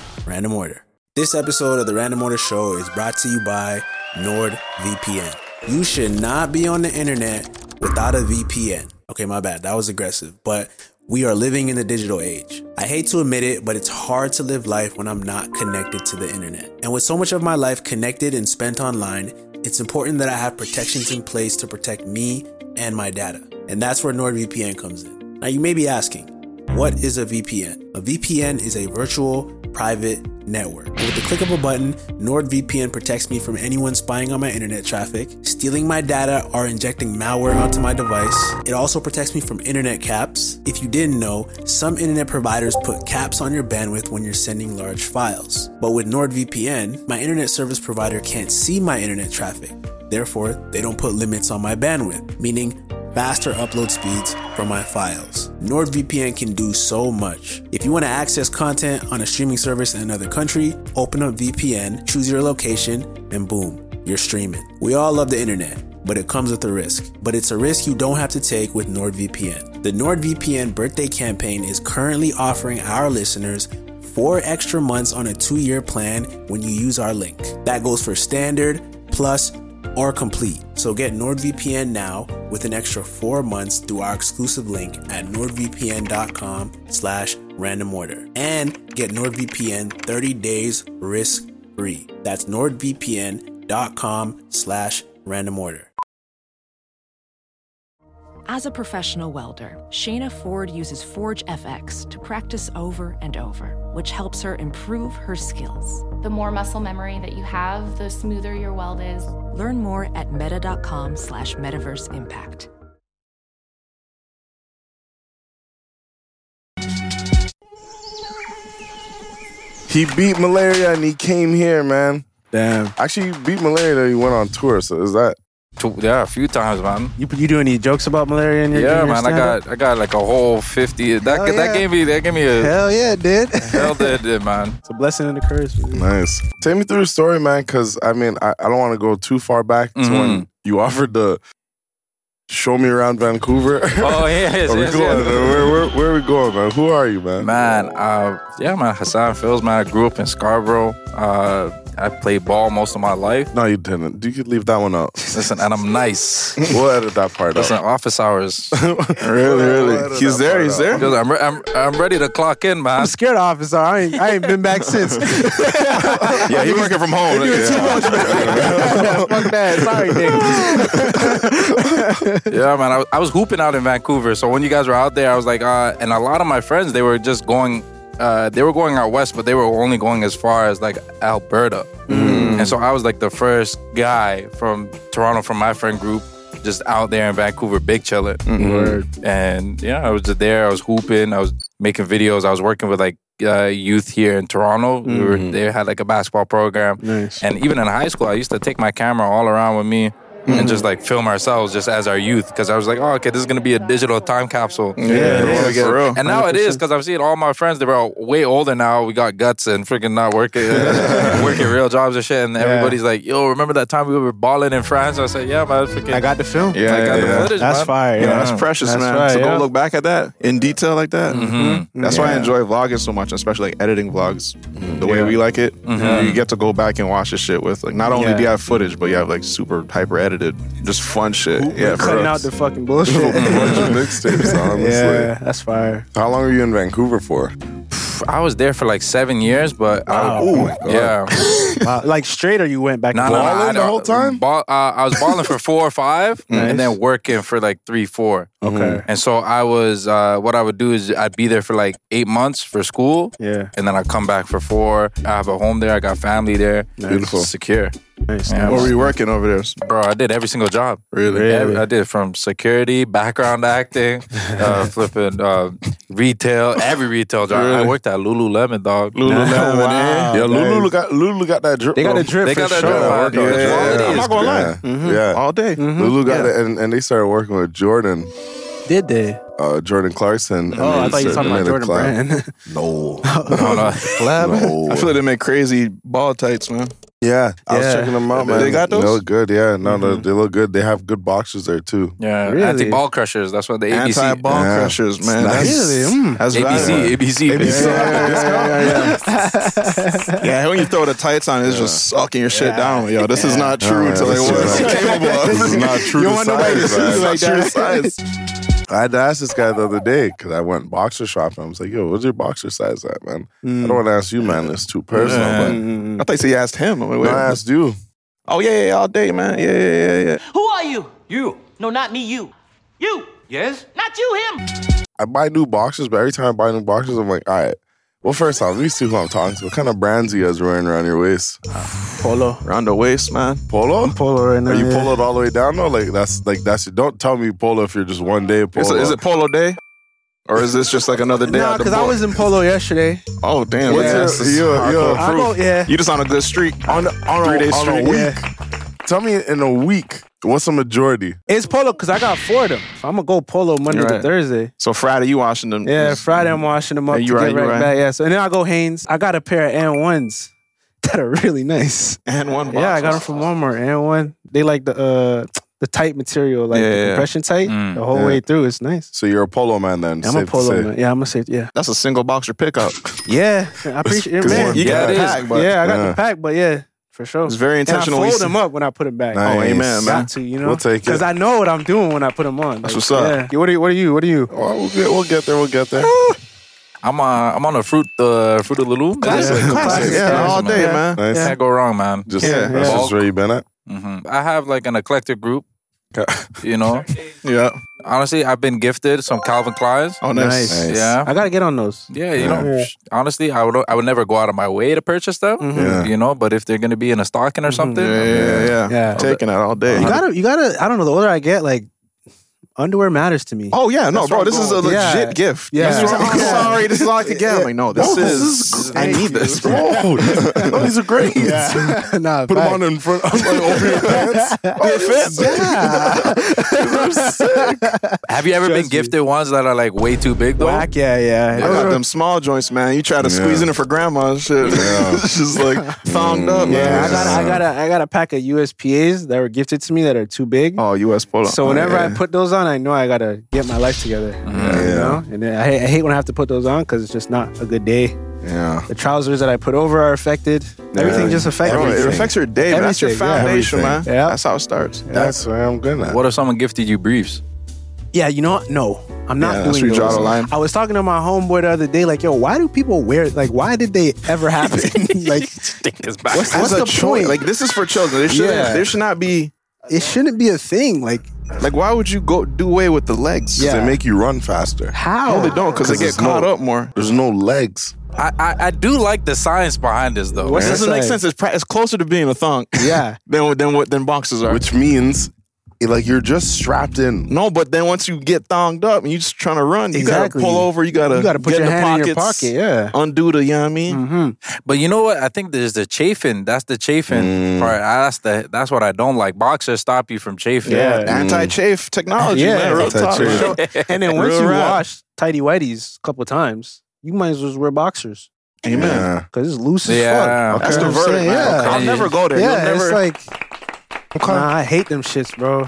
[SPEAKER 9] Random Order. This episode of the Random Order Show is brought to you by NordVPN. You should not be on the internet without a VPN. Okay, my bad. That was aggressive, but we are living in the digital age. I hate to admit it, but it's hard to live life when I'm not connected to the internet. And with so much of my life connected and spent online, it's important that I have protections in place to protect me and my data. And that's where NordVPN comes in. Now, you may be asking, what is a VPN? A VPN is a virtual private network. With the click of a button, NordVPN protects me from anyone spying on my internet traffic, stealing my data, or injecting malware onto my device. It also protects me from internet caps. If you didn't know, some internet providers put caps on your bandwidth when you're sending large files. But with NordVPN, my internet service provider can't see my internet traffic. Therefore, they don't put limits on my bandwidth, meaning faster upload speeds for my files. NordVPN can do so much. If you want to access content on a streaming service in another country, open up VPN, choose your location, and boom, you're streaming. We all love the internet, but it comes with a risk. But it's a risk you don't have to take with NordVPN. The NordVPN birthday campaign is currently offering our listeners four extra months on a two year plan when you use our link. That goes for standard, plus, or complete. So get NordVPN now with an extra four months through our exclusive link at nordvpn.com slash random order. And get NordVPN 30 days risk free. That's nordvpn.com slash random order.
[SPEAKER 1] As a professional welder, Shayna Ford uses Forge FX to practice over and over, which helps her improve her skills.
[SPEAKER 10] The more muscle memory that you have, the smoother your weld is.
[SPEAKER 1] Learn more at meta.com slash metaverse impact.
[SPEAKER 4] He beat malaria and he came here, man.
[SPEAKER 6] Damn.
[SPEAKER 4] Actually, he beat malaria that he went on tour. So is that?
[SPEAKER 5] Two- Yeah, a few times, man.
[SPEAKER 6] You you do any jokes about malaria in your
[SPEAKER 5] Yeah,
[SPEAKER 6] in your
[SPEAKER 5] man. I
[SPEAKER 6] stand-up?
[SPEAKER 5] got I got like a whole fifty. That
[SPEAKER 6] Hell
[SPEAKER 5] that
[SPEAKER 6] yeah.
[SPEAKER 5] gave me that gave me a
[SPEAKER 6] Hell yeah, it did. it's
[SPEAKER 5] hell that did, man.
[SPEAKER 6] a blessing and a curse. man.
[SPEAKER 4] Nice. Take me through the story, man, because I mean, I, I don't want to go too far back to when you offered the show me around Vancouver.
[SPEAKER 5] Oh yeah, yes,
[SPEAKER 4] are we
[SPEAKER 5] yes,
[SPEAKER 4] going?
[SPEAKER 5] yes.
[SPEAKER 4] Where, where, where are we going, man? Who are you, man?
[SPEAKER 5] Man, uh, yeah, man, Hassan Fields, man. I grew up in Scarborough. Uh, I played ball most of my life.
[SPEAKER 4] No, you didn't. You could leave that one out.
[SPEAKER 5] Listen, and I'm nice.
[SPEAKER 4] we'll edit that part
[SPEAKER 5] Listen,
[SPEAKER 4] out.
[SPEAKER 5] office hours. Because
[SPEAKER 4] really, really. He's there. He's there.
[SPEAKER 5] I'm, re- I'm, I'm ready to clock in, man.
[SPEAKER 6] I'm scared, officer. I ain't, I ain't been back since.
[SPEAKER 4] Yeah, he working from home.
[SPEAKER 6] Fuck that. Sorry, nigga.
[SPEAKER 5] Yeah, man. I was, I was hooping out in Vancouver. So when you guys were out there, I was like, uh, and a lot of my friends, they were just going, uh, they were going out west, but they were only going as far as like Alberta. And so I was like the first guy from Toronto, from my friend group, just out there in Vancouver, big chillin'. And yeah, I was just there. I was hooping. I was making videos. I was working with like uh, youth here in Toronto. We were, they had like a basketball program,
[SPEAKER 6] Mm-hmm. Nice.
[SPEAKER 5] and even in high school, I used to take my camera all around with me.
[SPEAKER 6] Mm-hmm.
[SPEAKER 5] And just like film ourselves just as our youth because I was like, oh, okay, this is gonna be a digital time capsule.
[SPEAKER 2] Yeah,
[SPEAKER 5] And
[SPEAKER 2] yeah, for real.
[SPEAKER 5] And now it is because I'm seeing all my friends, they're all way older now. We got guts and freaking not working, working real jobs and shit. And everybody's like, yo, remember that time we were balling in France? I said, yeah, man, freaking.
[SPEAKER 6] I got the film.
[SPEAKER 2] Yeah,
[SPEAKER 5] I got
[SPEAKER 2] yeah,
[SPEAKER 5] the
[SPEAKER 2] yeah.
[SPEAKER 5] footage.
[SPEAKER 6] That's
[SPEAKER 5] man.
[SPEAKER 6] fire.
[SPEAKER 2] You know,
[SPEAKER 6] yeah.
[SPEAKER 2] that's precious,
[SPEAKER 6] That's
[SPEAKER 2] man.
[SPEAKER 6] right,
[SPEAKER 2] to
[SPEAKER 6] yeah. Mm-hmm.
[SPEAKER 2] go look back at that in detail like that. Mm-hmm. That's why I
[SPEAKER 6] Yeah. Mm-hmm.
[SPEAKER 2] enjoy vlogging so much, especially like editing vlogs the way we like it. You get to go back and watch the shit with like not only do you
[SPEAKER 6] Yeah.
[SPEAKER 2] have footage, but you have like super hyper edited, just fun shit. yeah, for
[SPEAKER 6] Cutting
[SPEAKER 2] real.
[SPEAKER 6] out the fucking bullshit.
[SPEAKER 2] mixtapes, honestly.
[SPEAKER 6] yeah, that's fire.
[SPEAKER 4] How long are you in Vancouver for?
[SPEAKER 5] I was there for like seven years, but I,
[SPEAKER 6] Wow.
[SPEAKER 5] yeah,
[SPEAKER 6] Wow. Like straight or you went back
[SPEAKER 5] No,
[SPEAKER 6] and
[SPEAKER 5] no, no,
[SPEAKER 6] forth?
[SPEAKER 5] I-
[SPEAKER 4] the whole time?
[SPEAKER 5] Ball, uh, I was balling for four or five, and then working for like three, four.
[SPEAKER 6] Okay.
[SPEAKER 5] And so I was, uh, what I would do is I'd be there for like eight months for school,
[SPEAKER 6] Yeah.
[SPEAKER 5] and then I come back for four. I have a home there. I got family there.
[SPEAKER 2] Beautiful.
[SPEAKER 5] secure,
[SPEAKER 6] Nice.
[SPEAKER 5] Yeah.
[SPEAKER 2] Where were you working over there?
[SPEAKER 5] bro. I did every single job.
[SPEAKER 2] Really?
[SPEAKER 5] Ev- I did from security, background acting, uh, flipping uh, retail, every retail job. I worked at Lululemon, dog.
[SPEAKER 2] Lululemon,
[SPEAKER 6] Wow.
[SPEAKER 2] eh?
[SPEAKER 4] yeah,
[SPEAKER 6] that
[SPEAKER 4] Lulu
[SPEAKER 6] is-
[SPEAKER 4] got Lulu got that drip.
[SPEAKER 6] They got
[SPEAKER 4] bro.
[SPEAKER 6] the drip
[SPEAKER 5] They
[SPEAKER 6] for
[SPEAKER 5] got that
[SPEAKER 6] sure.
[SPEAKER 5] drip.
[SPEAKER 2] Yeah,
[SPEAKER 5] work
[SPEAKER 2] yeah,
[SPEAKER 5] on it.
[SPEAKER 2] yeah,
[SPEAKER 5] Quality
[SPEAKER 2] yeah.
[SPEAKER 5] is
[SPEAKER 2] I'm not gonna Mm-hmm.
[SPEAKER 4] Yeah, yeah.
[SPEAKER 2] All day.
[SPEAKER 6] Mm-hmm.
[SPEAKER 4] Lulu got it, and, and they started working with Jordan,
[SPEAKER 6] Did they?
[SPEAKER 4] uh, Jordan Clarkson. and
[SPEAKER 6] Oh, I
[SPEAKER 4] they
[SPEAKER 6] thought you were
[SPEAKER 4] started-
[SPEAKER 6] talking about
[SPEAKER 4] they made a
[SPEAKER 6] Jordan
[SPEAKER 4] collab.
[SPEAKER 6] Brand. Oh,
[SPEAKER 4] No,
[SPEAKER 5] Hold on.
[SPEAKER 4] no.
[SPEAKER 2] I feel like they make crazy ball tights, man.
[SPEAKER 4] Yeah, I was
[SPEAKER 6] Yeah.
[SPEAKER 4] checking them out,
[SPEAKER 2] They-
[SPEAKER 4] man.
[SPEAKER 2] they got those?
[SPEAKER 4] They look good. Yeah, no, no,
[SPEAKER 6] Mm-hmm.
[SPEAKER 4] they look good. They have good boxers there too.
[SPEAKER 5] Yeah,
[SPEAKER 6] Really?
[SPEAKER 5] anti ball crushers. That's what the ABC.
[SPEAKER 2] Anti ball
[SPEAKER 4] Yeah.
[SPEAKER 2] crushers, man.
[SPEAKER 4] Nice.
[SPEAKER 2] That's,
[SPEAKER 6] Really? Mm.
[SPEAKER 2] that's valuable.
[SPEAKER 5] ABC, ABC,
[SPEAKER 2] Yeah,
[SPEAKER 5] ABC.
[SPEAKER 2] yeah, yeah, yeah, yeah. Yeah, when you throw the tights on, it's just sucking your shit down. Yo, this is not true
[SPEAKER 4] Yeah,
[SPEAKER 2] to like
[SPEAKER 4] this
[SPEAKER 2] what
[SPEAKER 4] is
[SPEAKER 2] it's
[SPEAKER 4] not-
[SPEAKER 2] capable of.
[SPEAKER 4] This is not true
[SPEAKER 2] You
[SPEAKER 4] to
[SPEAKER 2] don't want nobody to
[SPEAKER 4] size, man.
[SPEAKER 2] see you like
[SPEAKER 4] It's not true
[SPEAKER 2] that.
[SPEAKER 4] to I had to ask this guy the other day because I went boxer shopping. I was like, "Yo, what's your boxer size at, man?" I
[SPEAKER 6] Mm.
[SPEAKER 4] don't want to ask you, man. It's too personal.
[SPEAKER 2] I thought you asked him. I'm like, wait,
[SPEAKER 4] But I asked you.
[SPEAKER 2] oh yeah, yeah, yeah, all day, man. Yeah, yeah, yeah, yeah.
[SPEAKER 11] Who are you? You. No, not me, you. You. Yes? Not you, him.
[SPEAKER 4] I buy new boxers, but every time I buy new boxers, I'm like, all right. Well, first off, let me see who I'm talking to. What kind of brands you guys wearing around your waist?
[SPEAKER 6] Polo.
[SPEAKER 2] Around the waist, man.
[SPEAKER 4] Polo?
[SPEAKER 6] Polo right now.
[SPEAKER 4] Are you
[SPEAKER 6] yeah.
[SPEAKER 4] poloed all the way down though? Like that's like that's don't tell me polo if you're just one day polo.
[SPEAKER 2] Is it, is it polo day, or is this just like another day?
[SPEAKER 6] Nah,
[SPEAKER 2] out the
[SPEAKER 6] because I
[SPEAKER 2] boat?
[SPEAKER 6] was in polo yesterday.
[SPEAKER 2] Oh damn,
[SPEAKER 4] Yeah,
[SPEAKER 2] this is
[SPEAKER 4] you- you-
[SPEAKER 2] hardcore
[SPEAKER 4] I
[SPEAKER 6] I
[SPEAKER 2] proof.
[SPEAKER 6] go, yeah.
[SPEAKER 2] You just on a good streak.
[SPEAKER 4] on, on,
[SPEAKER 2] Three
[SPEAKER 4] a,
[SPEAKER 2] days
[SPEAKER 4] on a
[SPEAKER 2] straight,
[SPEAKER 4] week?
[SPEAKER 6] yeah.
[SPEAKER 4] Tell me in a week what's the majority?
[SPEAKER 6] It's polo because I got four of them. So I'm going to go polo Monday
[SPEAKER 2] You're
[SPEAKER 6] to
[SPEAKER 2] right.
[SPEAKER 6] Thursday.
[SPEAKER 2] So Friday, you Washington.
[SPEAKER 6] Yeah, Friday I'm washing them up
[SPEAKER 2] Yeah, you
[SPEAKER 6] to
[SPEAKER 2] right,
[SPEAKER 6] get
[SPEAKER 2] you
[SPEAKER 6] right,
[SPEAKER 2] right.
[SPEAKER 6] back. Yeah, so and then I go Hanes. I got a pair of N1s that are really nice.
[SPEAKER 2] and one.
[SPEAKER 6] Yeah,
[SPEAKER 2] box.
[SPEAKER 6] I got them from Walmart. And one, they like the uh the tight material, like
[SPEAKER 2] Yeah,
[SPEAKER 6] the
[SPEAKER 2] yeah, yeah.
[SPEAKER 6] compression tight, the whole way through. It's nice.
[SPEAKER 4] So you're a polo man then.
[SPEAKER 6] I'm
[SPEAKER 4] safe
[SPEAKER 6] a
[SPEAKER 4] to
[SPEAKER 6] polo
[SPEAKER 4] say.
[SPEAKER 6] man. Yeah, I'm a safe. Yeah,
[SPEAKER 2] That's a single boxer pickup.
[SPEAKER 6] yeah. I appreciate it,
[SPEAKER 4] 'Cause
[SPEAKER 6] man.
[SPEAKER 4] you
[SPEAKER 5] got
[SPEAKER 6] yeah,
[SPEAKER 5] the
[SPEAKER 6] it is.
[SPEAKER 2] pack, but-
[SPEAKER 6] yeah, I got
[SPEAKER 4] Yeah.
[SPEAKER 6] the pack, but yeah, for sure.
[SPEAKER 2] It's very intentional.
[SPEAKER 6] And I
[SPEAKER 2] We
[SPEAKER 6] fold
[SPEAKER 2] see-
[SPEAKER 6] them up when I put them back.
[SPEAKER 4] Nice.
[SPEAKER 2] Oh, amen, man.
[SPEAKER 6] Got to, you know.
[SPEAKER 4] We'll take it.
[SPEAKER 6] Because I know what I'm doing when I put them on.
[SPEAKER 2] That's
[SPEAKER 6] Like,
[SPEAKER 2] what's up.
[SPEAKER 6] Yeah. Yeah, What are you? What are you? What are you?
[SPEAKER 4] Oh, we'll, get, we'll get there. We'll get there.
[SPEAKER 5] I'm uh, I'm on a fruit uh, fruit of the loom.
[SPEAKER 2] Classic,
[SPEAKER 5] Yeah.
[SPEAKER 2] classic, yeah,
[SPEAKER 5] Classic,
[SPEAKER 2] all day, man.
[SPEAKER 4] Nice.
[SPEAKER 5] Can't go wrong, man.
[SPEAKER 4] Just
[SPEAKER 2] Yeah,
[SPEAKER 4] that's
[SPEAKER 2] yeah.
[SPEAKER 4] just where you been at.
[SPEAKER 5] Mhm. I have like an eclectic group. You know,
[SPEAKER 2] Yeah.
[SPEAKER 5] honestly, I've been gifted some Calvin Kleins.
[SPEAKER 2] Oh,
[SPEAKER 6] Nice.
[SPEAKER 2] nice.
[SPEAKER 5] Yeah.
[SPEAKER 6] I gotta get on those.
[SPEAKER 5] Yeah, you know, honestly, I would I would never go out of my way to purchase them.
[SPEAKER 4] Yeah.
[SPEAKER 5] You know, but if they're gonna be in a stocking or something,
[SPEAKER 2] Mm-hmm. Yeah, yeah, yeah. Uh-huh.
[SPEAKER 6] Yeah.
[SPEAKER 2] Taking it all day.
[SPEAKER 6] You gotta. You gotta. I don't know. The older I get, like underwear matters to me.
[SPEAKER 2] Oh yeah, no, bro.
[SPEAKER 5] where
[SPEAKER 2] This
[SPEAKER 5] I'm
[SPEAKER 2] is a legit
[SPEAKER 6] going. Yeah.
[SPEAKER 2] gift.
[SPEAKER 6] Yeah.
[SPEAKER 2] This is- I'm
[SPEAKER 6] Yeah.
[SPEAKER 2] sorry, this is all I could get. I'm like, no, this
[SPEAKER 4] Oh, this
[SPEAKER 2] is.
[SPEAKER 4] is
[SPEAKER 2] I need this. bro.
[SPEAKER 4] Oh, these are great.
[SPEAKER 6] nah,
[SPEAKER 4] Put
[SPEAKER 6] fact.
[SPEAKER 4] them on in front. I'm like, open your pants.
[SPEAKER 6] Yeah.
[SPEAKER 4] Oh,
[SPEAKER 5] have you ever been
[SPEAKER 6] Trust me.
[SPEAKER 5] gifted ones that are like way too big though?
[SPEAKER 6] Whack, yeah, yeah.
[SPEAKER 2] I got them small joints, man. You try to squeeze
[SPEAKER 4] Yeah.
[SPEAKER 2] in it for grandma and shit.
[SPEAKER 4] Yeah.
[SPEAKER 2] it's just like thonged up.
[SPEAKER 6] Yeah,
[SPEAKER 2] man.
[SPEAKER 6] I got, I got, a, I got a pack of USPA's that were gifted to me that are too big.
[SPEAKER 2] Oh, U.S. polo.
[SPEAKER 6] so whenever
[SPEAKER 2] yeah.
[SPEAKER 6] I put those on, I know I gotta get my life together. You know, and then I, I hate when I have to put those on because it's just not a good day.
[SPEAKER 4] Yeah.
[SPEAKER 6] The trousers that I put over are affected. Everything just affects.
[SPEAKER 2] Bro, it affects your day. man. That's your
[SPEAKER 6] Everything, yeah.
[SPEAKER 2] foundation, man.
[SPEAKER 6] Everything. Yeah.
[SPEAKER 2] That's how it starts.
[SPEAKER 4] That's where I'm good at.
[SPEAKER 5] What if someone gifted you briefs?
[SPEAKER 6] Yeah, you know what? No, I'm not
[SPEAKER 2] Yeah, that's
[SPEAKER 6] doing
[SPEAKER 2] where you
[SPEAKER 6] those.
[SPEAKER 2] draw the line.
[SPEAKER 6] I was talking to my homeboy the other day, like, yo, why do people wear? Like, why did they ever happen? like, what's, what's
[SPEAKER 2] As a
[SPEAKER 6] the
[SPEAKER 2] choi-
[SPEAKER 6] point?
[SPEAKER 2] Like
[SPEAKER 6] Like,
[SPEAKER 2] this is for children. There should
[SPEAKER 6] Yeah.
[SPEAKER 2] there should not be
[SPEAKER 6] it shouldn't be a thing. Like,
[SPEAKER 2] like why would you go do away with the legs?
[SPEAKER 6] Yeah.
[SPEAKER 4] They make you run faster.
[SPEAKER 6] how?
[SPEAKER 2] No, they don't because they
[SPEAKER 4] 'Cause
[SPEAKER 2] get
[SPEAKER 4] it's
[SPEAKER 2] caught
[SPEAKER 4] no-
[SPEAKER 2] up more.
[SPEAKER 4] There's no legs.
[SPEAKER 5] I, I, I do like the science behind this though.
[SPEAKER 6] What's
[SPEAKER 2] It doesn't
[SPEAKER 6] the
[SPEAKER 2] make
[SPEAKER 6] side?
[SPEAKER 2] sense. It's, pra- it's closer to being a thong
[SPEAKER 6] Yeah.
[SPEAKER 2] than than what than boxes are.
[SPEAKER 4] Which means Like you're just strapped in. No, but then once you get thonged up and you're just trying to run,
[SPEAKER 6] Exactly.
[SPEAKER 4] you gotta pull over. You gotta
[SPEAKER 6] You gotta put
[SPEAKER 4] get
[SPEAKER 6] your
[SPEAKER 4] in the
[SPEAKER 6] hand in your
[SPEAKER 4] pockets, Mm-hmm.
[SPEAKER 6] pocket, yeah. Mm-hmm.
[SPEAKER 4] undo the. You know what I mean?
[SPEAKER 5] But you know what? I think there's the chafing. That's the chafing
[SPEAKER 2] Mm.
[SPEAKER 5] part. That's the that's what I don't like. Boxers stop you from chafing.
[SPEAKER 6] Yeah.
[SPEAKER 4] Anti-chafe
[SPEAKER 2] Oh,
[SPEAKER 4] technology,
[SPEAKER 6] Yeah,
[SPEAKER 4] man. Real talk.
[SPEAKER 6] So-
[SPEAKER 4] man.
[SPEAKER 6] and then once
[SPEAKER 4] Real
[SPEAKER 6] you
[SPEAKER 4] rap.
[SPEAKER 6] wash tighty whities a couple times, you might as well just wear boxers
[SPEAKER 4] Amen.
[SPEAKER 6] because it's loose as
[SPEAKER 5] Yeah.
[SPEAKER 6] fuck.
[SPEAKER 5] That's
[SPEAKER 6] You
[SPEAKER 4] the
[SPEAKER 6] know what I'm
[SPEAKER 4] verdict,
[SPEAKER 6] saying?
[SPEAKER 4] man.
[SPEAKER 6] Yeah,
[SPEAKER 4] I'll never go there.
[SPEAKER 6] yeah.
[SPEAKER 4] You'll
[SPEAKER 6] It's
[SPEAKER 4] never-
[SPEAKER 6] like, nah, I hate them shits, bro.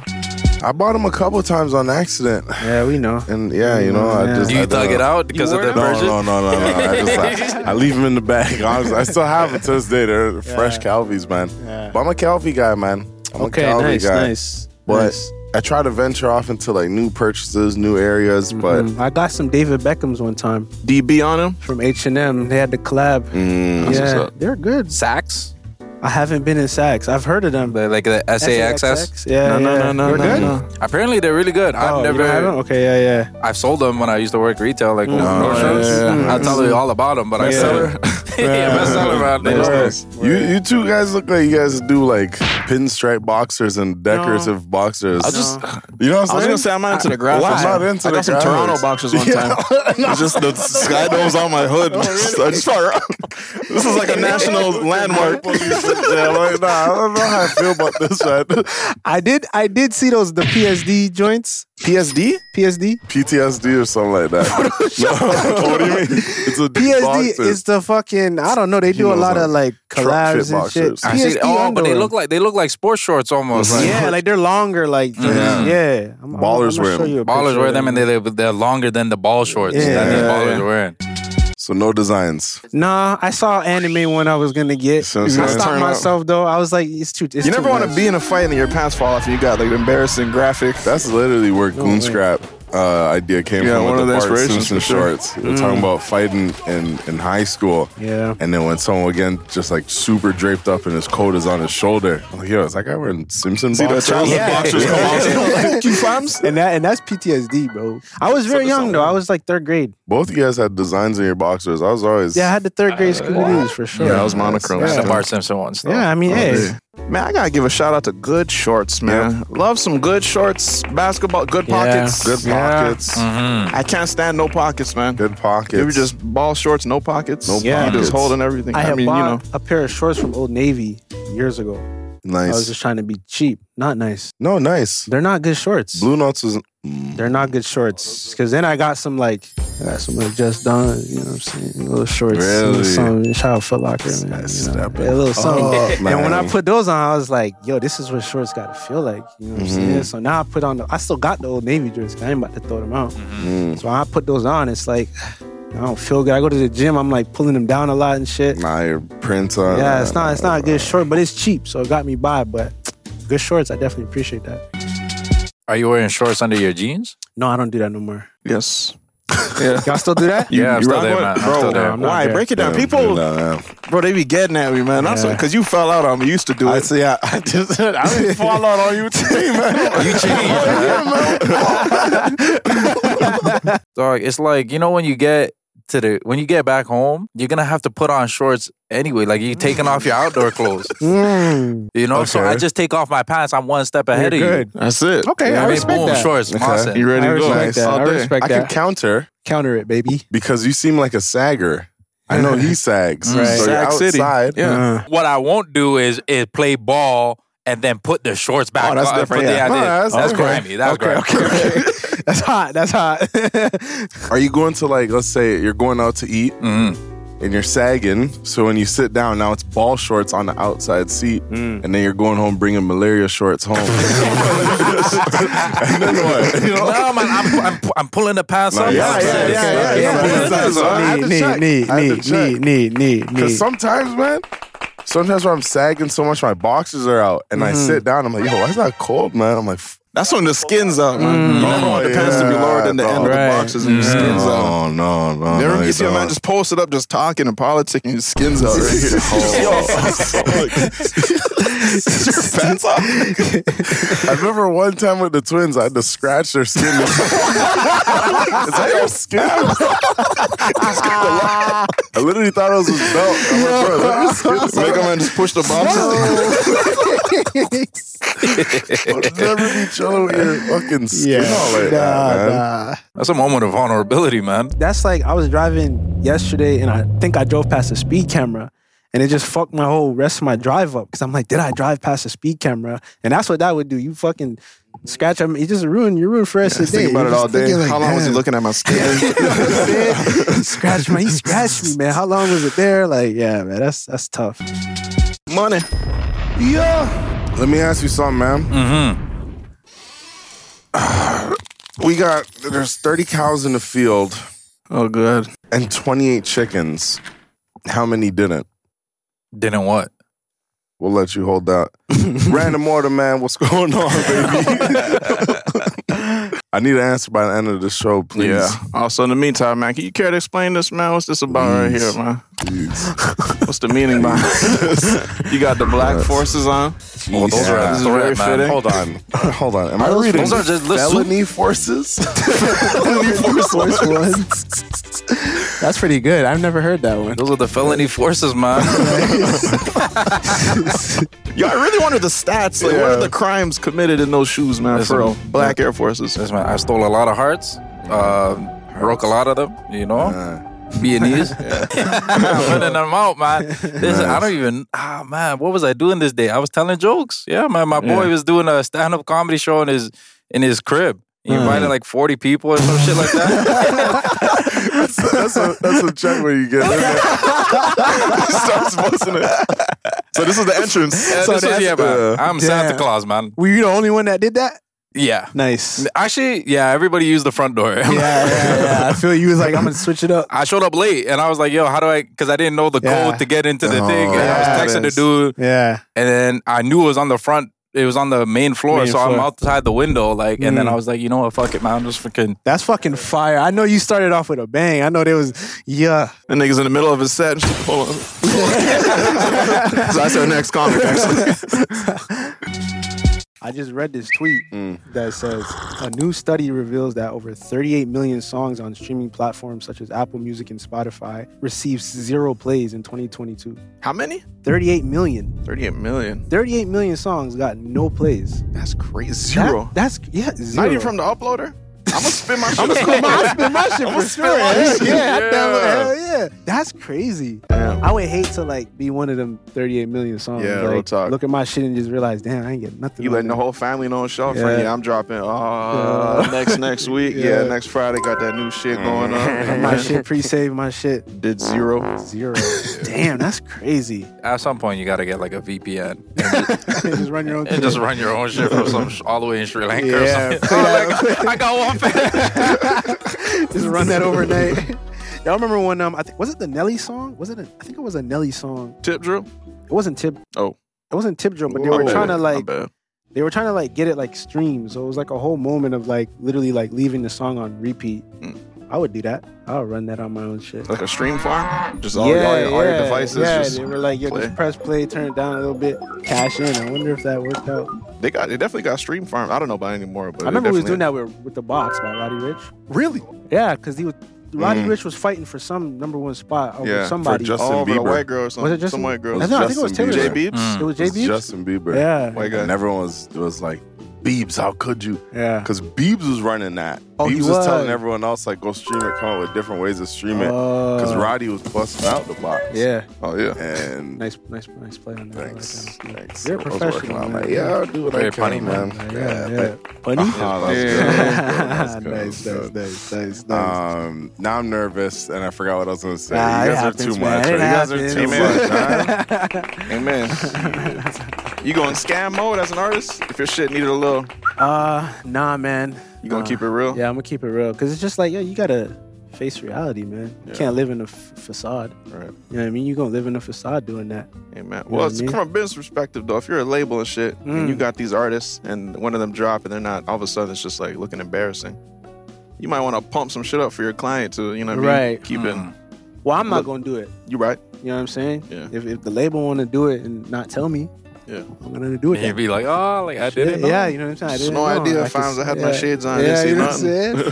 [SPEAKER 4] I bought him a couple times on accident,
[SPEAKER 6] Yeah, we know.
[SPEAKER 4] and yeah, you know, I
[SPEAKER 6] Yeah.
[SPEAKER 4] just
[SPEAKER 5] Do you
[SPEAKER 4] I
[SPEAKER 5] thug
[SPEAKER 4] don't
[SPEAKER 5] it
[SPEAKER 4] know.
[SPEAKER 5] out because of
[SPEAKER 4] No,
[SPEAKER 5] the version?
[SPEAKER 4] no, no, no, no. I just I, I leave them in the bag. Honestly, I still have it to this day. They're fresh Calvies, man.
[SPEAKER 6] Yeah.
[SPEAKER 4] But I'm a Calvi guy, man. I'm
[SPEAKER 6] Okay,
[SPEAKER 4] a Calvi
[SPEAKER 6] nice,
[SPEAKER 4] guy.
[SPEAKER 6] nice.
[SPEAKER 4] But
[SPEAKER 6] nice.
[SPEAKER 4] I try to venture off into like new purchases, new areas. But
[SPEAKER 6] Mm, I got some David Beckham's one time
[SPEAKER 2] DB on him.
[SPEAKER 6] from H and M. They had the collab.
[SPEAKER 4] Mm, that's what's
[SPEAKER 6] yeah,
[SPEAKER 4] up.
[SPEAKER 6] they're good.
[SPEAKER 5] Sacks?
[SPEAKER 6] I haven't been in Saks. I've heard of them.
[SPEAKER 5] The- like the SAXS?
[SPEAKER 6] SAXS? Yeah,
[SPEAKER 2] No, no,
[SPEAKER 6] yeah.
[SPEAKER 2] no, no,
[SPEAKER 6] They're
[SPEAKER 2] no,
[SPEAKER 6] good?
[SPEAKER 2] no.
[SPEAKER 5] Apparently they're really good.
[SPEAKER 6] Oh, you
[SPEAKER 5] I've
[SPEAKER 6] don't have Mm. 'em?
[SPEAKER 5] never
[SPEAKER 6] Okay, yeah, yeah.
[SPEAKER 5] I've sold them when I used to work retail, like
[SPEAKER 6] Oh,
[SPEAKER 5] no,
[SPEAKER 4] yeah, yeah.
[SPEAKER 5] I'll tell you all about them, but I
[SPEAKER 4] Bestseller?
[SPEAKER 5] yeah, bestseller man. They
[SPEAKER 4] Word.
[SPEAKER 5] just-
[SPEAKER 4] You, you two guys look like you guys do like pinstripe boxers and decorative boxers. I
[SPEAKER 2] just-
[SPEAKER 4] you know what I'm saying?
[SPEAKER 2] I was gonna say I'm not into the graphics.
[SPEAKER 4] I'm not into
[SPEAKER 2] I
[SPEAKER 4] the
[SPEAKER 2] got some
[SPEAKER 4] graphics.
[SPEAKER 2] Toronto boxers one time.
[SPEAKER 4] Yeah.
[SPEAKER 2] It's just the sky domes on my hood. I just started. This is like a national landmark.
[SPEAKER 4] yeah, like, nah, I don't know how I feel about this, man.
[SPEAKER 6] I did. I did see those the PSD joints.
[SPEAKER 4] PSD?
[SPEAKER 6] PSD.
[SPEAKER 4] PTSD or something like that. No, what do you mean? It's a
[SPEAKER 6] PSD
[SPEAKER 4] boxer.
[SPEAKER 6] is the fucking. I don't know. They do a
[SPEAKER 4] knows
[SPEAKER 6] lot
[SPEAKER 4] them.
[SPEAKER 6] of like
[SPEAKER 4] Truck
[SPEAKER 6] collabs
[SPEAKER 4] fit
[SPEAKER 6] and shit.
[SPEAKER 4] boxers. I
[SPEAKER 5] I see-
[SPEAKER 6] PSD
[SPEAKER 5] oh, but they
[SPEAKER 6] underwear.
[SPEAKER 5] look like they look like sports shorts almost. like-
[SPEAKER 6] yeah, like they're longer. Like yeah, I'm, I'm- I'm
[SPEAKER 4] Ballers
[SPEAKER 6] gonna
[SPEAKER 4] wear
[SPEAKER 6] show
[SPEAKER 4] them.
[SPEAKER 6] you a
[SPEAKER 5] Ballers
[SPEAKER 6] picture
[SPEAKER 5] wear
[SPEAKER 6] of
[SPEAKER 5] them and they, they're longer than the ball shorts that these
[SPEAKER 6] Yeah.
[SPEAKER 5] ballers are wearing.
[SPEAKER 4] so no designs.
[SPEAKER 6] Nah, I saw anime one I was gonna get.
[SPEAKER 4] So
[SPEAKER 6] I
[SPEAKER 4] it's gonna
[SPEAKER 6] stopped
[SPEAKER 4] turn up.
[SPEAKER 6] myself though. I was like, it's too. It's
[SPEAKER 2] You never
[SPEAKER 6] want
[SPEAKER 2] want to be in a fight and your pants fall off and you got like embarrassing graphic.
[SPEAKER 4] That's literally where Goon
[SPEAKER 6] way.
[SPEAKER 4] Scrap uh, idea came
[SPEAKER 2] Yeah,
[SPEAKER 4] from.
[SPEAKER 2] one
[SPEAKER 4] with
[SPEAKER 2] of the
[SPEAKER 4] the Bart
[SPEAKER 2] inspirations
[SPEAKER 4] Simpson
[SPEAKER 2] for sure.
[SPEAKER 4] shorts. They're talking about fighting in, in high school.
[SPEAKER 6] Mm. Yeah.
[SPEAKER 4] And then when someone again just like super draped up and his coat is on his shoulder, I'm like, yo, is that guy wearing Simpson
[SPEAKER 2] See those
[SPEAKER 4] boxers?
[SPEAKER 2] trousers
[SPEAKER 4] Yeah.
[SPEAKER 2] boxers come off. Fuck you, fams.
[SPEAKER 6] And that and that's PTSD, bro. I was very young though. I was like third grade.
[SPEAKER 4] Both of you guys had designs in your boxers. I was always
[SPEAKER 6] Yeah, I had the third grade Scooby Doo's for sure.
[SPEAKER 2] Yeah, that was monochrome.
[SPEAKER 5] That's the
[SPEAKER 2] Yeah.
[SPEAKER 5] Bart Simpson ones. Though.
[SPEAKER 6] Yeah, I mean, hey,
[SPEAKER 2] Man, I gotta give a shout out to good shorts, man. Love some good shorts, basketball, good pockets.
[SPEAKER 4] good pockets.
[SPEAKER 2] I can't stand no pockets, man.
[SPEAKER 4] Good pockets.
[SPEAKER 2] You were just ball shorts, no pockets.
[SPEAKER 4] No
[SPEAKER 2] You
[SPEAKER 4] pockets.
[SPEAKER 2] just holding everything.
[SPEAKER 6] I
[SPEAKER 2] I,
[SPEAKER 6] had
[SPEAKER 2] mean, you know.
[SPEAKER 6] bought a pair of shorts from Old Navy years ago. I was
[SPEAKER 4] nice.
[SPEAKER 6] just trying to be cheap, not nice.
[SPEAKER 4] no, nice.
[SPEAKER 6] They're not good shorts.
[SPEAKER 4] Blue Notes is
[SPEAKER 6] They're not good shorts. Because then I got some like, I got some like Just Done, you know what I'm saying? Little shorts.
[SPEAKER 4] Really?
[SPEAKER 6] Little something, shout out Foot Locker, man. You know,
[SPEAKER 4] stepping
[SPEAKER 6] a little something.
[SPEAKER 4] up, Oh,
[SPEAKER 6] and when I
[SPEAKER 4] man.
[SPEAKER 6] put those on, I was like, yo, this is what shorts got to feel like. You know what I'm
[SPEAKER 4] Mm-hmm.
[SPEAKER 6] saying? So now I put on, the, I still got the Old Navy shorts. I ain't about to throw them out.
[SPEAKER 4] Mm-hmm.
[SPEAKER 6] So when I put those on, it's like, I don't feel good. I go to the gym, I'm like pulling them down a lot and shit.
[SPEAKER 4] nah, your print on.
[SPEAKER 6] Yeah, it's not it's not a good short, but it's cheap, so it got me by. But good shorts, I definitely appreciate that.
[SPEAKER 5] Are you wearing shorts under your jeans?
[SPEAKER 6] No, I don't do that no more.
[SPEAKER 2] Yes. yeah.
[SPEAKER 6] Y'all still do that?
[SPEAKER 5] yeah, I'm
[SPEAKER 2] you
[SPEAKER 5] still
[SPEAKER 2] rock
[SPEAKER 5] there,
[SPEAKER 2] one?
[SPEAKER 5] man. I'm
[SPEAKER 2] Bro,
[SPEAKER 5] still there.
[SPEAKER 6] I'm not
[SPEAKER 2] why?
[SPEAKER 6] there.
[SPEAKER 2] Break it down.
[SPEAKER 4] Yeah,
[SPEAKER 2] People,
[SPEAKER 4] nah, nah.
[SPEAKER 2] bro, they be getting at me, man. I'm sorry, because you fell out on me. You used to do
[SPEAKER 4] I
[SPEAKER 2] it.
[SPEAKER 4] see. I, I just I didn't fall out on you today, man.
[SPEAKER 5] You changed. man. Dog, it's like you know when you get to the when you get back home, you're gonna have to put on shorts anyway. Like you're taking off your outdoor clothes.
[SPEAKER 6] Mm.
[SPEAKER 5] You know, so
[SPEAKER 4] Okay.
[SPEAKER 5] I just take off my pants. I'm one step ahead
[SPEAKER 6] You're
[SPEAKER 5] of
[SPEAKER 6] good.
[SPEAKER 5] you.
[SPEAKER 2] That's it.
[SPEAKER 6] Okay,
[SPEAKER 5] You know
[SPEAKER 6] I
[SPEAKER 5] what mean?
[SPEAKER 6] respect
[SPEAKER 5] Boom,
[SPEAKER 6] that.
[SPEAKER 5] shorts, mossing.
[SPEAKER 2] You ready
[SPEAKER 6] I
[SPEAKER 2] to go?
[SPEAKER 6] respect
[SPEAKER 2] Nice.
[SPEAKER 6] that.
[SPEAKER 2] All
[SPEAKER 6] I
[SPEAKER 2] day.
[SPEAKER 6] respect
[SPEAKER 4] I
[SPEAKER 6] that.
[SPEAKER 4] could counter
[SPEAKER 6] Counter it, baby.
[SPEAKER 4] because you seem like a sagger. I know he sags.
[SPEAKER 6] Right.
[SPEAKER 4] So
[SPEAKER 2] Sag
[SPEAKER 4] you're
[SPEAKER 2] City.
[SPEAKER 4] outside.
[SPEAKER 2] Yeah.
[SPEAKER 5] What I won't do is is play ball and then put the shorts back.
[SPEAKER 2] Oh, that's
[SPEAKER 5] on.
[SPEAKER 2] different,
[SPEAKER 5] Put the-
[SPEAKER 2] yeah.
[SPEAKER 5] did.
[SPEAKER 4] No,
[SPEAKER 5] that's
[SPEAKER 4] that's- okay.
[SPEAKER 5] grimy. That's grimy.
[SPEAKER 6] That's hot. That's hot.
[SPEAKER 4] Are you going to like, let's say you're going out to eat and you're sagging. So when you sit down, now it's ball shorts on the outside seat. And then you're going home bringing malaria shorts home. and then what? You know?
[SPEAKER 5] No, man, I'm, I'm, I'm pulling the pants
[SPEAKER 4] Nah,
[SPEAKER 5] up.
[SPEAKER 4] yeah,
[SPEAKER 5] I'm
[SPEAKER 4] yeah,
[SPEAKER 5] saying,
[SPEAKER 4] yeah, yeah,
[SPEAKER 5] okay.
[SPEAKER 4] yeah. I had to
[SPEAKER 6] need,
[SPEAKER 4] check.
[SPEAKER 6] need,
[SPEAKER 4] I had to
[SPEAKER 6] need,
[SPEAKER 4] check.
[SPEAKER 6] need, need, need, need.
[SPEAKER 4] Because sometimes, man, sometimes when I'm sagging so much, my boxers are out, and
[SPEAKER 6] Mm-hmm.
[SPEAKER 4] I sit down. I'm like, yo, why is that cold, man? I'm like, f-
[SPEAKER 2] That's when the skin's out, man. You never
[SPEAKER 4] Oh,
[SPEAKER 2] want the pants to be
[SPEAKER 4] yeah,
[SPEAKER 2] lower than the
[SPEAKER 4] bro.
[SPEAKER 2] end of the
[SPEAKER 6] Mm-hmm. Right. Mm-hmm.
[SPEAKER 2] boxes and your skin's out.
[SPEAKER 4] no, no, no.
[SPEAKER 2] You
[SPEAKER 4] no,
[SPEAKER 2] ever
[SPEAKER 4] you
[SPEAKER 2] you see a man
[SPEAKER 4] don't.
[SPEAKER 2] just posted up, just talking and politicking, his skin's out right here.
[SPEAKER 4] Oh, your pants off? I remember one time with the twins, I had to scratch their skin. Is that your skin? I literally thought it was his belt. I'm like, bro, is that your skin? It's
[SPEAKER 2] Make
[SPEAKER 4] like,
[SPEAKER 2] them and just push the boxes.
[SPEAKER 4] I'll never be chilling with your fucking skin
[SPEAKER 6] Yeah.
[SPEAKER 4] all like that,
[SPEAKER 6] Nah,
[SPEAKER 4] man.
[SPEAKER 6] nah.
[SPEAKER 5] That's a moment of vulnerability, man.
[SPEAKER 6] That's like I was driving yesterday and I think I drove past a speed camera and it just fucked my whole rest of my drive up because I'm like, did I drive past a speed camera? And that's what that would do. You fucking scratch I mean, it just ruined you ruined for the rest of the day.
[SPEAKER 2] Think about
[SPEAKER 6] You're
[SPEAKER 2] it all
[SPEAKER 6] just
[SPEAKER 2] day.
[SPEAKER 6] thinking like,
[SPEAKER 2] How long was he
[SPEAKER 6] damn.
[SPEAKER 2] looking at my skin?
[SPEAKER 6] You know what I'm saying? scratch my, he scratched me, man. How long was it there? Like, yeah, man, that's that's tough.
[SPEAKER 2] Money.
[SPEAKER 4] Yeah. Let me ask you something, man. Mm-hmm. We got there's 30 cows in the field
[SPEAKER 2] Oh, good.
[SPEAKER 4] and 28 chickens. How many didn't?
[SPEAKER 5] Didn't what?
[SPEAKER 4] We'll let you hold that. Random order, man. What's going on, baby? I need an answer by the end of the show, please.
[SPEAKER 2] Yeah. Also, in the meantime, man, can you care to explain this, man? What's this about right here, man?
[SPEAKER 4] Please.
[SPEAKER 2] What's the meaning behind this? You got the black forces on.
[SPEAKER 4] Well, those are-
[SPEAKER 2] This is
[SPEAKER 4] those are
[SPEAKER 2] very
[SPEAKER 5] man.
[SPEAKER 2] fitting.
[SPEAKER 4] Hold on. Hold on. Am I
[SPEAKER 6] those-
[SPEAKER 4] reading
[SPEAKER 5] those are just- let's-
[SPEAKER 4] felony forces? felony
[SPEAKER 6] Voice
[SPEAKER 4] forces.
[SPEAKER 6] ones. That's pretty good. I've never heard that one.
[SPEAKER 5] Those are the felony forces, man.
[SPEAKER 2] Yo, I really wanted the stats. Like, what
[SPEAKER 4] Yeah.
[SPEAKER 2] are the crimes committed in those shoes, man?
[SPEAKER 5] Listen,
[SPEAKER 2] for real. Black Air Forces.
[SPEAKER 5] Listen, man, I stole a lot of hearts. Uh, broke a lot of them, you know. Viennese. I'm running them out, man. Listen, I don't even. Ah, man, what was I doing this day? I was telling jokes. Yeah, man. My boy was doing a stand-up comedy show in his in his crib. He invited like 40 people or some shit like that.
[SPEAKER 4] that's a that's a check where you get
[SPEAKER 2] starts busting it. So this is the entrance.
[SPEAKER 5] Yeah, this was,
[SPEAKER 6] that's-
[SPEAKER 5] yeah, man. I'm Santa
[SPEAKER 6] Damn.
[SPEAKER 5] Claus, man.
[SPEAKER 6] Were you the only one that did that?
[SPEAKER 5] Yeah.
[SPEAKER 6] Nice.
[SPEAKER 5] Actually, yeah, everybody used the front door.
[SPEAKER 6] Yeah, yeah, yeah. I feel you was like, I'm gonna switch it up.
[SPEAKER 5] I showed up late and I was like, yo, how do I? Because I didn't know the
[SPEAKER 6] Yeah.
[SPEAKER 5] code to get into the
[SPEAKER 4] Oh,
[SPEAKER 5] thing. And I
[SPEAKER 6] yeah,
[SPEAKER 5] was texting the
[SPEAKER 4] that's-
[SPEAKER 5] dude.
[SPEAKER 6] Yeah.
[SPEAKER 5] And then I knew it was on the front. It was on the main floor,
[SPEAKER 6] Main
[SPEAKER 5] so I'm
[SPEAKER 6] floor.
[SPEAKER 5] outside the window, like, and then
[SPEAKER 6] Mm.
[SPEAKER 5] I was like, you know what, fuck it, man, I'm just freaking.
[SPEAKER 6] That's fucking fire. I know you started off with a bang. I know there was yeah.
[SPEAKER 2] The nigga's in the middle of his set. Hold on. so that's our next comic, actually.
[SPEAKER 6] I just read this tweet that says a new study reveals that over 38 million songs on streaming platforms such as Apple Music and Spotify received zero plays in 2022.
[SPEAKER 2] How many?
[SPEAKER 6] 38 million.
[SPEAKER 2] 38 million.
[SPEAKER 6] 38 million songs got no plays.
[SPEAKER 2] That's crazy.
[SPEAKER 6] That-
[SPEAKER 2] Zero.
[SPEAKER 6] that's yeah, zero.
[SPEAKER 2] Not even from the uploader? I'm going to spin my shit. I'm
[SPEAKER 6] I'ma spin my shit for sure. Hell Yeah, I thought,
[SPEAKER 2] Yeah.
[SPEAKER 6] hell yeah. That's crazy. I would hate to like be one of them 38 million songs.
[SPEAKER 2] Yeah,
[SPEAKER 6] like,
[SPEAKER 2] real talk.
[SPEAKER 6] Look at my shit and just realize, damn, I ain't getting nothing.
[SPEAKER 2] You
[SPEAKER 6] on
[SPEAKER 2] letting the
[SPEAKER 6] there.
[SPEAKER 2] whole family know on shelf
[SPEAKER 6] Yeah.
[SPEAKER 2] yeah. yeah, I'm dropping uh,
[SPEAKER 6] Yeah.
[SPEAKER 2] next next week. Yeah.
[SPEAKER 6] Yeah.
[SPEAKER 2] next Friday got that new shit going on.
[SPEAKER 6] my shit pre-save my shit
[SPEAKER 2] Did zero.
[SPEAKER 6] zero. damn, that's crazy.
[SPEAKER 5] At some point, you gotta get like a VPN
[SPEAKER 6] just run your own.
[SPEAKER 5] and just run your own shit from some sh- all the way in Sri Lanka or
[SPEAKER 6] Yeah,
[SPEAKER 5] something. Oh, like, I got one. fan.
[SPEAKER 6] just run that overnight. Y'all remember when um, I think was it the Nelly song? Was it? A, I think it was a Nelly song.
[SPEAKER 2] Tip drill?
[SPEAKER 6] It wasn't Tip.
[SPEAKER 2] Oh.
[SPEAKER 6] It wasn't Tip Drill, but they were
[SPEAKER 2] My
[SPEAKER 6] trying
[SPEAKER 2] bad.
[SPEAKER 6] to
[SPEAKER 2] My
[SPEAKER 6] like
[SPEAKER 2] bad.
[SPEAKER 6] they were trying to like get it like streamed. So it was like a whole moment of like literally like leaving the song on repeat.
[SPEAKER 2] Mm.
[SPEAKER 6] I would do that. I would run that on my own shit.
[SPEAKER 2] Like a stream farm? Just all, all, your, all your devices.
[SPEAKER 6] Yeah,
[SPEAKER 2] just,
[SPEAKER 6] they were like, yo,
[SPEAKER 2] play.
[SPEAKER 6] just press play, turn it down a little bit, cash in. I wonder if that worked out.
[SPEAKER 2] they got they definitely got stream farm. I don't know about anymore, but
[SPEAKER 6] I remember
[SPEAKER 2] they
[SPEAKER 6] we was doing
[SPEAKER 2] Oh, definitely-
[SPEAKER 6] that with, with the box by Roddy Rich.
[SPEAKER 2] Really?
[SPEAKER 6] Yeah, because he was Roddy
[SPEAKER 4] Mm.
[SPEAKER 6] Rich was fighting for some number one spot over
[SPEAKER 4] Yeah, for
[SPEAKER 6] somebody.
[SPEAKER 4] Justin
[SPEAKER 2] oh, over the
[SPEAKER 4] Bieber.
[SPEAKER 2] white girl or something.
[SPEAKER 6] was it just
[SPEAKER 2] Some white girl.
[SPEAKER 6] I, know, I think it was
[SPEAKER 4] Justin
[SPEAKER 2] J
[SPEAKER 6] Taylor.
[SPEAKER 4] Bieber.
[SPEAKER 2] Beeps?
[SPEAKER 6] It was J
[SPEAKER 4] It's
[SPEAKER 6] Beeps.
[SPEAKER 4] Justin Bieber.
[SPEAKER 6] Yeah.
[SPEAKER 4] Like,
[SPEAKER 2] God.
[SPEAKER 4] and everyone was was like, Beebs, how could you?
[SPEAKER 6] yeah.
[SPEAKER 4] Because Beebs was running that.
[SPEAKER 6] Oh, he
[SPEAKER 4] Beebs was telling
[SPEAKER 6] was.
[SPEAKER 4] everyone else, like, go stream it, come up with different ways to stream it.
[SPEAKER 6] Oh.
[SPEAKER 4] Because Roddy was busting out the box.
[SPEAKER 6] Yeah.
[SPEAKER 2] Oh yeah.
[SPEAKER 4] And
[SPEAKER 6] Nice, nice, nice play on that. I like
[SPEAKER 4] thanks.
[SPEAKER 6] that.
[SPEAKER 4] thanks.
[SPEAKER 6] You're a
[SPEAKER 4] I was
[SPEAKER 6] professional,
[SPEAKER 4] working on
[SPEAKER 6] man.
[SPEAKER 4] that. Yeah, I'll do what I
[SPEAKER 5] Very
[SPEAKER 4] can,
[SPEAKER 5] funny,
[SPEAKER 4] man.
[SPEAKER 6] Yeah,
[SPEAKER 4] but-
[SPEAKER 6] yeah. Funny.
[SPEAKER 2] Uh-huh.
[SPEAKER 4] Oh, that's
[SPEAKER 6] Ah, nice, nice,
[SPEAKER 4] good. That's good. That's good.
[SPEAKER 6] nice, nice, nice.
[SPEAKER 2] Ah.
[SPEAKER 4] Um, now I'm nervous and I forgot what I was gonna say.
[SPEAKER 6] Nah,
[SPEAKER 4] you
[SPEAKER 6] it
[SPEAKER 4] guys
[SPEAKER 6] happens,
[SPEAKER 4] are too
[SPEAKER 6] man.
[SPEAKER 4] much.
[SPEAKER 6] It
[SPEAKER 4] You guys are
[SPEAKER 6] happens.
[SPEAKER 4] too much. huh?
[SPEAKER 2] Amen. you going scam mode as an artist? If your shit needed a little,
[SPEAKER 6] Uh, nah, man.
[SPEAKER 2] you gonna
[SPEAKER 6] Nah.
[SPEAKER 2] keep it real?
[SPEAKER 6] Yeah, I'm gonna keep it real because it's just like, yo, you gotta face reality, man. You can't live in a f- facade.
[SPEAKER 2] Right.
[SPEAKER 6] You know what I mean? You gonna live in a facade doing that.
[SPEAKER 2] Amen.
[SPEAKER 6] what I
[SPEAKER 2] Well, it's
[SPEAKER 6] mean? Mm.
[SPEAKER 2] from a business perspective though. If you're a label and shit, and you got these artists, and one of them drop, and they're not, all of a sudden it's just like looking embarrassing. You might want to pump some shit up for your client to, you know, what I mean?
[SPEAKER 6] Right.
[SPEAKER 2] Keep
[SPEAKER 5] Mm.
[SPEAKER 2] it.
[SPEAKER 6] Well, I'm not
[SPEAKER 2] Look-
[SPEAKER 6] gonna do it.
[SPEAKER 2] You right?
[SPEAKER 6] You know what I'm saying?
[SPEAKER 2] Yeah.
[SPEAKER 6] If, if the label want to do it and not tell me, Yeah. I'm gonna do it.
[SPEAKER 5] He'd
[SPEAKER 6] then.
[SPEAKER 5] be like, oh, like I didn't know.
[SPEAKER 6] yeah, yeah, you know what I'm saying. I
[SPEAKER 2] It's
[SPEAKER 6] didn't
[SPEAKER 2] no
[SPEAKER 6] know.
[SPEAKER 2] idea if
[SPEAKER 6] could
[SPEAKER 2] I was- I had
[SPEAKER 6] s-
[SPEAKER 2] my shades on, I
[SPEAKER 6] Yeah,
[SPEAKER 2] didn't
[SPEAKER 6] you know what
[SPEAKER 2] see
[SPEAKER 6] I'm saying.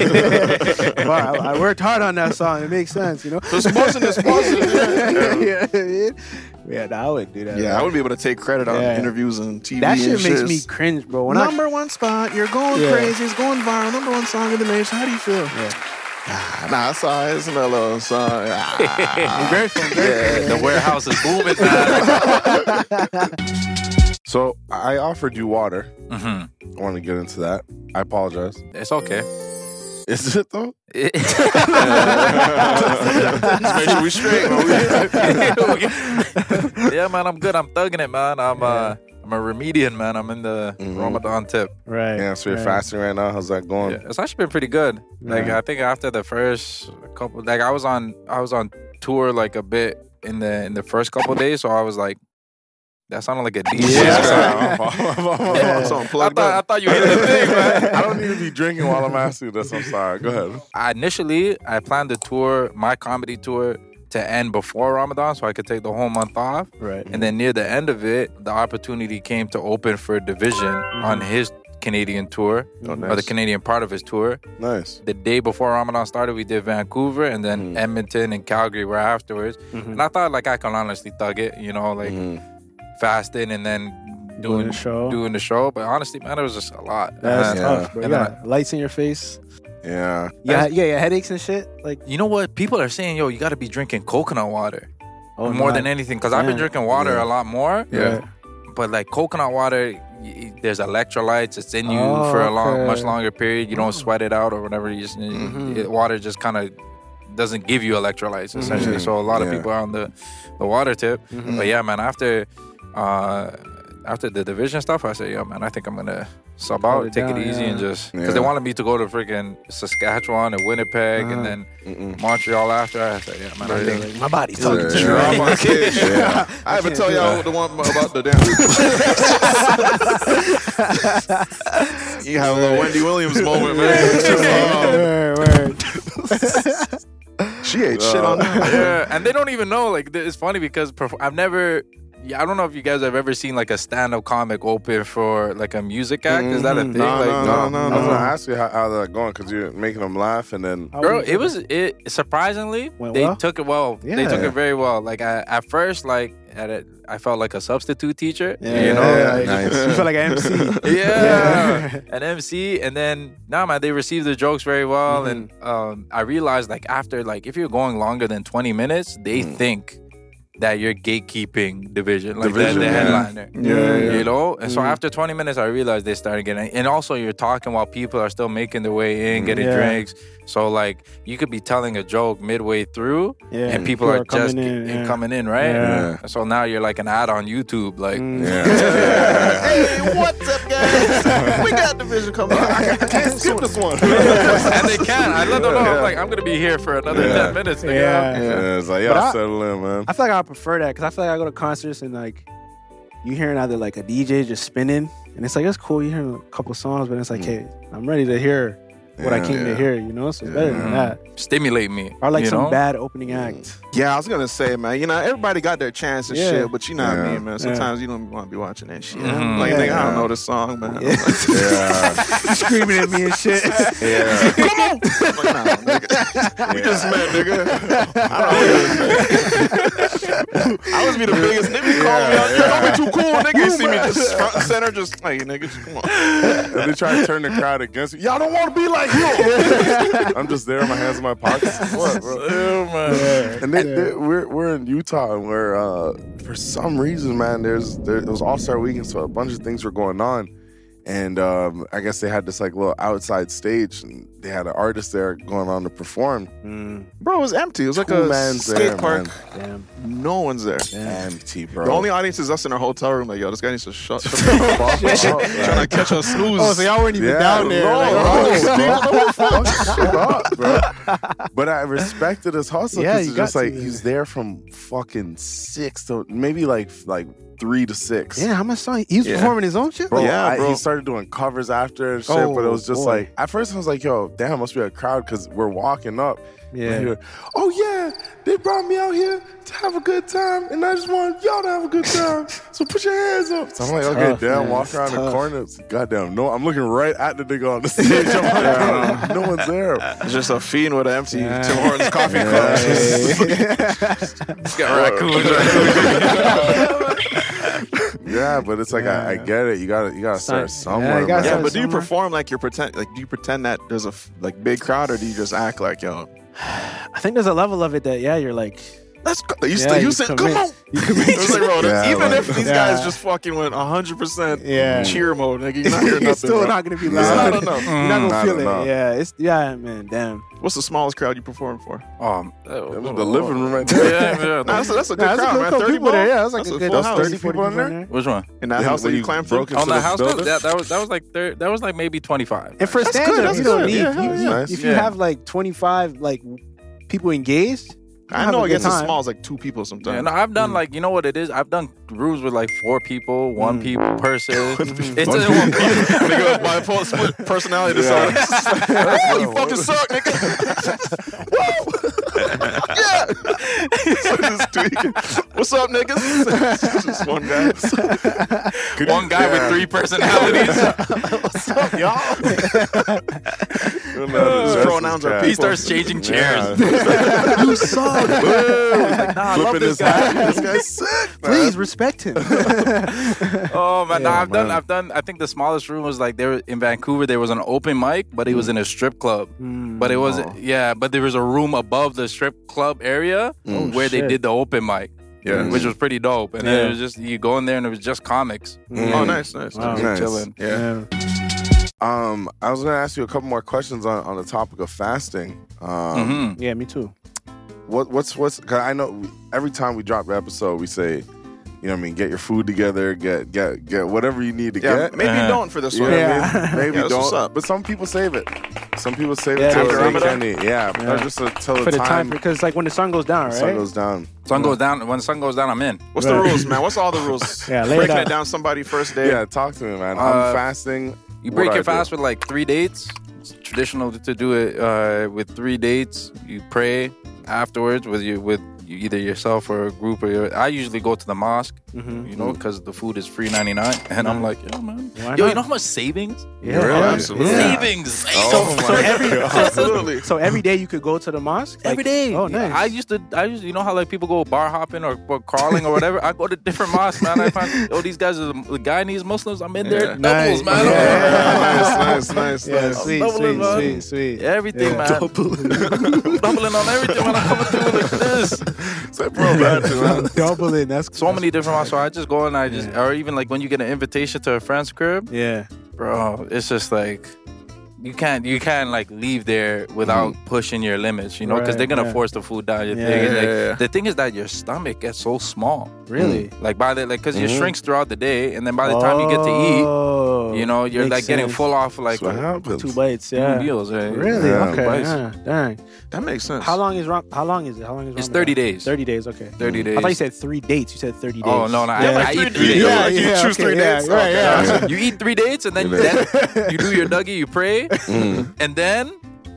[SPEAKER 6] but I, I worked hard on that song. It makes sense, you know.
[SPEAKER 2] So it's posting, it's posting.
[SPEAKER 6] yeah, I mean? yeah, nah, I would do that.
[SPEAKER 2] Yeah, I would be able to take credit on
[SPEAKER 6] Yeah.
[SPEAKER 2] interviews and TV.
[SPEAKER 6] that
[SPEAKER 2] and
[SPEAKER 6] shit makes
[SPEAKER 2] shit.
[SPEAKER 6] me cringe, bro. When I-
[SPEAKER 2] number one spot. You're going
[SPEAKER 6] Yeah.
[SPEAKER 2] crazy. It's going viral. Number one song in the nation. How do you feel?
[SPEAKER 6] Yeah.
[SPEAKER 2] Ah, Nah, I saw it. It's a little song. Ah.
[SPEAKER 6] I'm grateful. I'm grateful.
[SPEAKER 5] The warehouse is booming now.
[SPEAKER 4] So I offered you water.
[SPEAKER 5] Mhm.
[SPEAKER 4] I want to get into that. I apologize.
[SPEAKER 5] It's okay.
[SPEAKER 4] Is it though?
[SPEAKER 5] yeah,
[SPEAKER 2] Make sure we straight. man.
[SPEAKER 5] man, I'm good. I'm thugging it, man. I'm uh, I'm a remedian, man. I'm in the
[SPEAKER 4] Mhm.
[SPEAKER 5] Ramadan tip.
[SPEAKER 6] Right.
[SPEAKER 4] Yeah, so you're
[SPEAKER 6] right.
[SPEAKER 4] fasting right now. How's that going?
[SPEAKER 5] Yeah, it's actually been pretty good. Like
[SPEAKER 6] Yeah.
[SPEAKER 5] I think after the first couple, like I was on, I was on tour like a bit in the in the first couple days, so I was like, that sounded like a DJ.
[SPEAKER 4] Yeah,
[SPEAKER 5] song.
[SPEAKER 4] sorry, my fault, my fault, my
[SPEAKER 2] Come on,
[SPEAKER 4] fault.
[SPEAKER 2] song
[SPEAKER 5] I
[SPEAKER 2] plugged
[SPEAKER 5] thought I
[SPEAKER 2] up.
[SPEAKER 5] thought you hit the thing, man.
[SPEAKER 4] I don't need to be drinking while I'm asking you this. I'm sorry. Go ahead.
[SPEAKER 5] I initially I planned the tour, my comedy tour, to end before Ramadan, so I could take the whole month off.
[SPEAKER 6] Right.
[SPEAKER 5] And then near the end of it, the opportunity came to open for Division
[SPEAKER 6] Mm-hmm.
[SPEAKER 5] on his Canadian tour,
[SPEAKER 6] Oh,
[SPEAKER 5] or the
[SPEAKER 4] nice.
[SPEAKER 5] Canadian part of his tour.
[SPEAKER 4] Nice.
[SPEAKER 5] The day before Ramadan started, we did Vancouver and then
[SPEAKER 6] Mm.
[SPEAKER 5] Edmonton and Calgary were afterwards.
[SPEAKER 6] Mm-hmm.
[SPEAKER 5] And I thought like I can honestly thug it, you know, like fasting and then
[SPEAKER 6] Doing
[SPEAKER 5] doing
[SPEAKER 6] the show.
[SPEAKER 5] doing the show. But honestly, man, it was just a lot.
[SPEAKER 6] That's
[SPEAKER 5] Uh,
[SPEAKER 6] tough, bro.
[SPEAKER 5] and then I-
[SPEAKER 6] Yeah, lights in your face.
[SPEAKER 4] Yeah.
[SPEAKER 6] Yeah, yeah, yeah, headaches and shit. Like
[SPEAKER 5] You know what? People are saying, yo, you got to be drinking coconut water
[SPEAKER 6] oh,
[SPEAKER 5] more
[SPEAKER 6] nah.
[SPEAKER 5] than anything. Because I've been
[SPEAKER 6] Yeah.
[SPEAKER 5] drinking water a lot more.
[SPEAKER 4] Yeah.
[SPEAKER 6] Right.
[SPEAKER 5] But like coconut water, y- y- there's electrolytes. It's in you
[SPEAKER 6] Oh,
[SPEAKER 5] for a
[SPEAKER 6] okay.
[SPEAKER 5] long,
[SPEAKER 6] Mm. Mm-hmm.
[SPEAKER 5] much longer period. You don't sweat it out or whatever. You just, it- water just kind of doesn't give you electrolytes essentially. So a lot of
[SPEAKER 4] Yeah.
[SPEAKER 5] people are on the, the water tip.
[SPEAKER 6] Mm-hmm.
[SPEAKER 5] But yeah, man, after uh, after the division stuff, I said, yo, man, I think I'm gonna sub out,
[SPEAKER 6] it
[SPEAKER 5] take
[SPEAKER 6] down,
[SPEAKER 5] it easy,
[SPEAKER 6] yeah.
[SPEAKER 5] and just because they
[SPEAKER 4] Yeah.
[SPEAKER 5] wanted me to go to freaking Saskatchewan and Winnipeg
[SPEAKER 6] Uh-huh.
[SPEAKER 5] and then Montreal after. I said, yeah, man, I think.
[SPEAKER 6] Like, my body's talking to
[SPEAKER 4] Yeah.
[SPEAKER 6] me.
[SPEAKER 2] Drop my kids.
[SPEAKER 4] Yeah.
[SPEAKER 2] I haven't told y'all the one about the damn. you have a little Wendy Williams moment, man.
[SPEAKER 6] Word, word.
[SPEAKER 2] she ate shit on that.
[SPEAKER 5] yeah, and they don't even know. Like, th- it's funny because perf- I've never. Yeah, I don't know if you guys have ever seen like a stand-up comic open for like a music act. Is that a thing?
[SPEAKER 4] Mm, No,
[SPEAKER 5] like,
[SPEAKER 4] no, no, no,
[SPEAKER 6] no.
[SPEAKER 4] I was gonna ask you how, how that going because you're making them laugh and then
[SPEAKER 6] How
[SPEAKER 5] Girl,
[SPEAKER 6] we
[SPEAKER 5] it
[SPEAKER 6] doing?
[SPEAKER 5] was it surprisingly
[SPEAKER 6] Went
[SPEAKER 5] they
[SPEAKER 6] well?
[SPEAKER 5] took it well. They took
[SPEAKER 6] Yeah.
[SPEAKER 5] it very well. Like I, at first, like at it, I felt like a substitute teacher.
[SPEAKER 6] Yeah,
[SPEAKER 5] you know,
[SPEAKER 6] yeah,
[SPEAKER 5] like-
[SPEAKER 6] yeah.
[SPEAKER 4] Nice.
[SPEAKER 6] You feel like an MC.
[SPEAKER 5] yeah, an MC, and then nah, man, they received the jokes very well, and um, I realized like after like if you're going longer than 20 minutes, they think that you're gatekeeping division, like
[SPEAKER 4] Division,
[SPEAKER 5] the, the
[SPEAKER 4] yeah.
[SPEAKER 5] headliner,
[SPEAKER 4] Yeah, yeah.
[SPEAKER 5] you know. And so after 20 minutes, I realized they started getting, and also you're talking while people are still making their way in, getting
[SPEAKER 6] Yeah.
[SPEAKER 5] drinks. So like you could be telling a joke midway through,
[SPEAKER 6] Yeah,
[SPEAKER 5] and people are, just
[SPEAKER 6] coming in,
[SPEAKER 5] and
[SPEAKER 6] yeah.
[SPEAKER 5] coming in, right?
[SPEAKER 6] Yeah.
[SPEAKER 5] And So now you're like an ad on YouTube, like.
[SPEAKER 4] Mm.
[SPEAKER 2] Hey, what's up, guys? We got division coming. I can't skip this one.
[SPEAKER 5] and they can. I let them know. I'm like, I'm gonna be here for another
[SPEAKER 4] Yeah.
[SPEAKER 5] ten minutes. Nigga.
[SPEAKER 6] Yeah.
[SPEAKER 4] yeah, it's like
[SPEAKER 6] But I-
[SPEAKER 4] y'all settle in, man.
[SPEAKER 6] I feel like I prefer that because I feel like I go to concerts and like you hearing either like a DJ just spinning and it's like it's cool. You hearing a couple songs, but it's like hey, I'm ready to hear what I
[SPEAKER 4] Yeah,
[SPEAKER 6] came
[SPEAKER 4] yeah.
[SPEAKER 6] to hear. You know, so it's better than that.
[SPEAKER 5] Stimulate me.
[SPEAKER 6] Or like
[SPEAKER 5] you
[SPEAKER 6] some
[SPEAKER 5] know?
[SPEAKER 6] bad opening act.
[SPEAKER 2] Yeah, I was gonna say, man. You know, everybody got their chance and
[SPEAKER 6] Yeah.
[SPEAKER 2] shit, but you know what I
[SPEAKER 4] Yeah.
[SPEAKER 2] mean, man. Sometimes you don't want to be watching that shit.
[SPEAKER 5] Mhm.
[SPEAKER 2] Like, nigga, I
[SPEAKER 4] Yeah.
[SPEAKER 2] don't know this song, man.
[SPEAKER 4] Yeah,
[SPEAKER 6] Screaming at me and shit.
[SPEAKER 4] yeah.
[SPEAKER 2] Like, nah, nigga.
[SPEAKER 4] We just met, nigga.
[SPEAKER 2] I was be the biggest nigga. Yeah, call me out. Yeah. Don't be too cool, nigga. You see me just front and center, just like nigga, just come on.
[SPEAKER 4] and they try to turn the crowd against you. Y'all don't want to be like you. I'm just there, my hands in my pockets. What, bro? And they, they- we're we're in Utah, and we're uh, for some reason, man. There's there, it was All Star Weekend, so a bunch of things were going on, and um, I guess they had this like little outside stage, and they had an artist there going on to perform.
[SPEAKER 2] Bro, it was empty. It was like
[SPEAKER 4] Two
[SPEAKER 2] a
[SPEAKER 4] man's
[SPEAKER 2] skate
[SPEAKER 4] there,
[SPEAKER 2] park.
[SPEAKER 4] man.
[SPEAKER 6] Damn.
[SPEAKER 2] No one's there.
[SPEAKER 4] Empty, bro.
[SPEAKER 2] The only audience is us in our hotel room. Like, yo, this guy needs to shut, shut the fuck up. Trying to catch a snooze.
[SPEAKER 6] Oh, so y'all weren't even
[SPEAKER 4] Yeah,
[SPEAKER 6] down there.
[SPEAKER 4] no,
[SPEAKER 6] like,
[SPEAKER 4] bro.
[SPEAKER 6] oh,
[SPEAKER 4] Fuck shit up, bro. But I respected his hustle
[SPEAKER 6] Yeah,
[SPEAKER 4] because
[SPEAKER 6] you
[SPEAKER 4] it's just
[SPEAKER 6] got
[SPEAKER 4] like
[SPEAKER 6] to.
[SPEAKER 4] he's there from fucking six to maybe like like three to six.
[SPEAKER 6] Yeah, how much song? He was
[SPEAKER 2] Yeah.
[SPEAKER 6] performing his own shit.
[SPEAKER 4] Bro,
[SPEAKER 2] Yeah,
[SPEAKER 4] I-
[SPEAKER 2] bro.
[SPEAKER 4] he started doing covers after and shit, but it
[SPEAKER 6] Oh,
[SPEAKER 4] was just
[SPEAKER 6] boy.
[SPEAKER 4] like at first I was like, "Yo, damn, must be a crowd," because we're walking up,
[SPEAKER 6] Yeah.
[SPEAKER 4] I hear, oh yeah, they brought me out here to have a good time, and I just want y'all to have a good time. so put your hands up. So I'm like, okay,
[SPEAKER 6] tough,
[SPEAKER 4] damn,
[SPEAKER 6] man.
[SPEAKER 4] walk
[SPEAKER 6] It's
[SPEAKER 4] around the
[SPEAKER 6] tough.
[SPEAKER 4] corner. It's- Goddamn, no, I'm looking right at the nigga on the stage. I'm like, no one's there.
[SPEAKER 2] It's just a fiend with an empty Tim Hortons coffee cup. He's got
[SPEAKER 4] Yeah, but it's like I, I get it. You gotta you gotta
[SPEAKER 6] Sign-
[SPEAKER 4] start somewhere.
[SPEAKER 6] you gotta
[SPEAKER 4] man.
[SPEAKER 2] Yeah,
[SPEAKER 6] start
[SPEAKER 2] but do you
[SPEAKER 6] somewhere.
[SPEAKER 2] perform like you're pretend? Like, do you pretend that there's a f- like big crowd, or do you just act like yo?
[SPEAKER 6] I think there's a level of it that yeah, you're like
[SPEAKER 2] Let's go. You,
[SPEAKER 6] Yeah,
[SPEAKER 2] st- you,
[SPEAKER 6] you
[SPEAKER 2] said,
[SPEAKER 6] commit.
[SPEAKER 2] come on.
[SPEAKER 6] You commit.
[SPEAKER 2] It's like, bro,
[SPEAKER 4] Yeah,
[SPEAKER 2] even
[SPEAKER 4] like-
[SPEAKER 2] if these
[SPEAKER 6] Yeah.
[SPEAKER 2] guys just fucking went 100%
[SPEAKER 6] Yeah.
[SPEAKER 2] cheer mode, nigga, you're not hearing
[SPEAKER 6] you're
[SPEAKER 2] nothing.
[SPEAKER 6] still
[SPEAKER 2] bro.
[SPEAKER 6] not gonna be
[SPEAKER 2] It's
[SPEAKER 6] loud.
[SPEAKER 2] not enough.
[SPEAKER 6] You're not
[SPEAKER 4] Not
[SPEAKER 6] gonna feel it.
[SPEAKER 4] enough.
[SPEAKER 6] Yeah, it's yeah, man. Damn.
[SPEAKER 2] What's the smallest crowd you performed for?
[SPEAKER 5] Um,
[SPEAKER 4] That was the living room right there.
[SPEAKER 5] yeah,
[SPEAKER 2] Nah, that's, a, that's a good
[SPEAKER 6] Nah, that's a
[SPEAKER 2] crowd,
[SPEAKER 6] good
[SPEAKER 2] man.
[SPEAKER 6] couple
[SPEAKER 2] 30
[SPEAKER 6] people there. Yeah, that's like
[SPEAKER 2] a
[SPEAKER 6] a good
[SPEAKER 2] full house.
[SPEAKER 6] 30, 40
[SPEAKER 4] people in
[SPEAKER 6] people
[SPEAKER 4] there?
[SPEAKER 6] in there.
[SPEAKER 5] Which one?
[SPEAKER 2] In that
[SPEAKER 4] Yeah,
[SPEAKER 2] house that
[SPEAKER 4] where
[SPEAKER 2] you
[SPEAKER 4] you
[SPEAKER 2] climbed
[SPEAKER 4] broke
[SPEAKER 2] through?
[SPEAKER 4] into
[SPEAKER 5] On
[SPEAKER 4] the
[SPEAKER 5] the house,
[SPEAKER 4] building?
[SPEAKER 5] that, that was that was like thir- that was like maybe twenty five.
[SPEAKER 6] And for
[SPEAKER 2] good,
[SPEAKER 6] stand up,
[SPEAKER 2] that's
[SPEAKER 6] you don't
[SPEAKER 2] good.
[SPEAKER 6] need
[SPEAKER 2] Yeah,
[SPEAKER 6] you,
[SPEAKER 2] yeah,
[SPEAKER 6] you-
[SPEAKER 4] nice.
[SPEAKER 6] if you
[SPEAKER 5] Yeah.
[SPEAKER 6] have like 25 like people engaged.
[SPEAKER 2] I
[SPEAKER 6] have
[SPEAKER 2] know
[SPEAKER 6] a
[SPEAKER 2] it
[SPEAKER 6] good
[SPEAKER 2] gets as
[SPEAKER 6] time.
[SPEAKER 2] small as like two people
[SPEAKER 5] Yeah,
[SPEAKER 2] sometimes.
[SPEAKER 5] no, I've
[SPEAKER 4] Hmm.
[SPEAKER 5] done like you know what it is. I've done rooms with like four people, one
[SPEAKER 6] Hmm.
[SPEAKER 5] people person. it's
[SPEAKER 4] One
[SPEAKER 5] just one
[SPEAKER 4] people.
[SPEAKER 5] people.
[SPEAKER 2] nigga with bipolar split personality disorder.
[SPEAKER 4] That's
[SPEAKER 2] you
[SPEAKER 4] what I
[SPEAKER 2] fucking
[SPEAKER 4] want.
[SPEAKER 2] suck, nigga. Woo! yeah. So just tweaking. What's up, niggas? just one guy.
[SPEAKER 5] One guy
[SPEAKER 4] Yeah.
[SPEAKER 5] with three personalities.
[SPEAKER 4] You know,
[SPEAKER 2] His
[SPEAKER 4] that's
[SPEAKER 2] pronouns
[SPEAKER 4] his
[SPEAKER 2] are
[SPEAKER 4] cat.
[SPEAKER 5] he starts changing chairs.
[SPEAKER 6] you suck.
[SPEAKER 5] Nah, I love
[SPEAKER 4] Flipping
[SPEAKER 5] this
[SPEAKER 4] his
[SPEAKER 5] guy.
[SPEAKER 4] hat. This guy's sick.
[SPEAKER 6] Please respect him.
[SPEAKER 5] Oh man, nah, I've done,
[SPEAKER 4] man.
[SPEAKER 5] I've done. I think the smallest room was like there in Vancouver. There was an open mic, but it was in a strip club. But it was
[SPEAKER 2] Mm.
[SPEAKER 5] not yeah, but there was a room above the strip club area where they
[SPEAKER 6] shit.
[SPEAKER 5] did the open mic,
[SPEAKER 2] Mm. Oh, Yeah.
[SPEAKER 5] which was pretty dope. And then
[SPEAKER 6] Yeah.
[SPEAKER 5] it was just you go in there and it was just comics.
[SPEAKER 4] Mm.
[SPEAKER 2] Oh, nice, nice.
[SPEAKER 6] Wow.
[SPEAKER 2] nice.
[SPEAKER 4] Nice.
[SPEAKER 5] chilling.
[SPEAKER 2] Yeah.
[SPEAKER 4] Um, I was gonna ask you a couple more questions on, on the topic of fasting. Um,
[SPEAKER 5] hmm
[SPEAKER 6] Yeah, me too.
[SPEAKER 4] What what's what's? Cause I know we- every time we drop an episode, we say, you know, what I mean, get your food together, get get get whatever you need to
[SPEAKER 2] Yeah,
[SPEAKER 4] get.
[SPEAKER 2] maybe
[SPEAKER 5] Uh-huh.
[SPEAKER 2] don't for this
[SPEAKER 4] You know
[SPEAKER 2] one.
[SPEAKER 4] what I
[SPEAKER 6] Yeah.
[SPEAKER 4] mean? Maybe
[SPEAKER 2] Yeah, that's what's
[SPEAKER 4] don't.
[SPEAKER 2] up.
[SPEAKER 4] But some people save it. Some people save
[SPEAKER 6] Yeah,
[SPEAKER 4] it till
[SPEAKER 6] after
[SPEAKER 4] they
[SPEAKER 2] Ramadan?
[SPEAKER 4] can eat. Yeah, but
[SPEAKER 6] Yeah.
[SPEAKER 4] just uh, till
[SPEAKER 6] For the time,
[SPEAKER 4] the
[SPEAKER 6] because like when the sun goes down, right?
[SPEAKER 4] sun goes down.
[SPEAKER 5] Sun goes down. When the sun goes down, I'm in.
[SPEAKER 2] What's the rules, man? What's all the rules?
[SPEAKER 6] Yeah, lay it
[SPEAKER 2] Breaking
[SPEAKER 6] out.
[SPEAKER 2] it down somebody first day.
[SPEAKER 4] Yeah, talk to me, man.
[SPEAKER 5] Uh,
[SPEAKER 4] I'm fasting.
[SPEAKER 5] You
[SPEAKER 4] What
[SPEAKER 5] break
[SPEAKER 4] do I
[SPEAKER 5] your
[SPEAKER 4] do?
[SPEAKER 5] fast with like three dates. It's traditional to do it uh, with three dates. You pray afterwards with you with you- either yourself or a group. Or your, I usually go to the mosque,
[SPEAKER 4] Mm-hmm.
[SPEAKER 5] you know, because the food is free ninety nine, and I'm like, yo, man,
[SPEAKER 6] Why
[SPEAKER 5] yo,
[SPEAKER 6] not?
[SPEAKER 5] you know how much savings,
[SPEAKER 6] Yeah,
[SPEAKER 2] Really?
[SPEAKER 6] yeah.
[SPEAKER 2] Absolutely.
[SPEAKER 6] Yeah.
[SPEAKER 5] savings.
[SPEAKER 4] Oh my God.
[SPEAKER 2] Absolutely.
[SPEAKER 6] So every day you could go to the mosque. Like-
[SPEAKER 5] Every day,
[SPEAKER 6] Oh, nice.
[SPEAKER 5] I used to, I used, you know how like people go bar hopping or, or crawling or whatever. I go to different mosques, man. I find, oh, these guys are the Guyanese Muslims. I'm in there,
[SPEAKER 6] Nice.
[SPEAKER 5] doubles, man.
[SPEAKER 4] nice, nice, nice,
[SPEAKER 6] yeah,
[SPEAKER 4] nice.
[SPEAKER 6] sweet,
[SPEAKER 5] Double it,
[SPEAKER 6] sweet,
[SPEAKER 5] man.
[SPEAKER 6] sweet, sweet.
[SPEAKER 5] Everything, man. Doubling on everything when I come through like this.
[SPEAKER 4] It's like, bro, bad to, man.
[SPEAKER 6] Doubling. That's
[SPEAKER 5] So many different ones. So I just go and I just, or even like when you get an invitation to a friend's crib,
[SPEAKER 6] Yeah.
[SPEAKER 5] bro, it's just like you can't, you can't like leave there without pushing your limits, you know, because
[SPEAKER 6] Mm-hmm. Right,
[SPEAKER 5] they're gonna
[SPEAKER 6] yeah.
[SPEAKER 5] force the food down your
[SPEAKER 6] Yeah.
[SPEAKER 5] thing. And, like,
[SPEAKER 2] Yeah.
[SPEAKER 5] The thing is that your stomach gets so small,
[SPEAKER 6] Really.
[SPEAKER 5] like by the like, because
[SPEAKER 6] Mm-hmm.
[SPEAKER 5] it shrinks throughout the day, and then Mm. by the time you get to eat, you know, you're
[SPEAKER 6] Oh, Makes
[SPEAKER 5] like getting
[SPEAKER 6] sense.
[SPEAKER 5] full off like
[SPEAKER 4] That's what happens.
[SPEAKER 6] two bites. Yeah.
[SPEAKER 5] meals, right?
[SPEAKER 6] Really?
[SPEAKER 4] Yeah,
[SPEAKER 6] okay.
[SPEAKER 5] bites.
[SPEAKER 6] Yeah, dang.
[SPEAKER 2] That makes sense.
[SPEAKER 6] How long is Ram- how long is it? How long is
[SPEAKER 5] It's
[SPEAKER 6] Ramadan?
[SPEAKER 5] 30 days.
[SPEAKER 6] Thirty days. Okay.
[SPEAKER 5] 30 days.
[SPEAKER 6] I thought you said three dates. You said thirty days.
[SPEAKER 5] Oh no, no! I- I,
[SPEAKER 6] yeah.
[SPEAKER 5] eat three days.
[SPEAKER 6] Yeah,
[SPEAKER 2] you
[SPEAKER 6] yeah,
[SPEAKER 2] choose
[SPEAKER 6] okay,
[SPEAKER 2] three
[SPEAKER 6] yeah,
[SPEAKER 2] dates.
[SPEAKER 6] right,
[SPEAKER 2] Okay,
[SPEAKER 6] yeah.
[SPEAKER 2] gotcha.
[SPEAKER 5] you eat three dates and then, then you do your dougie, you pray, and then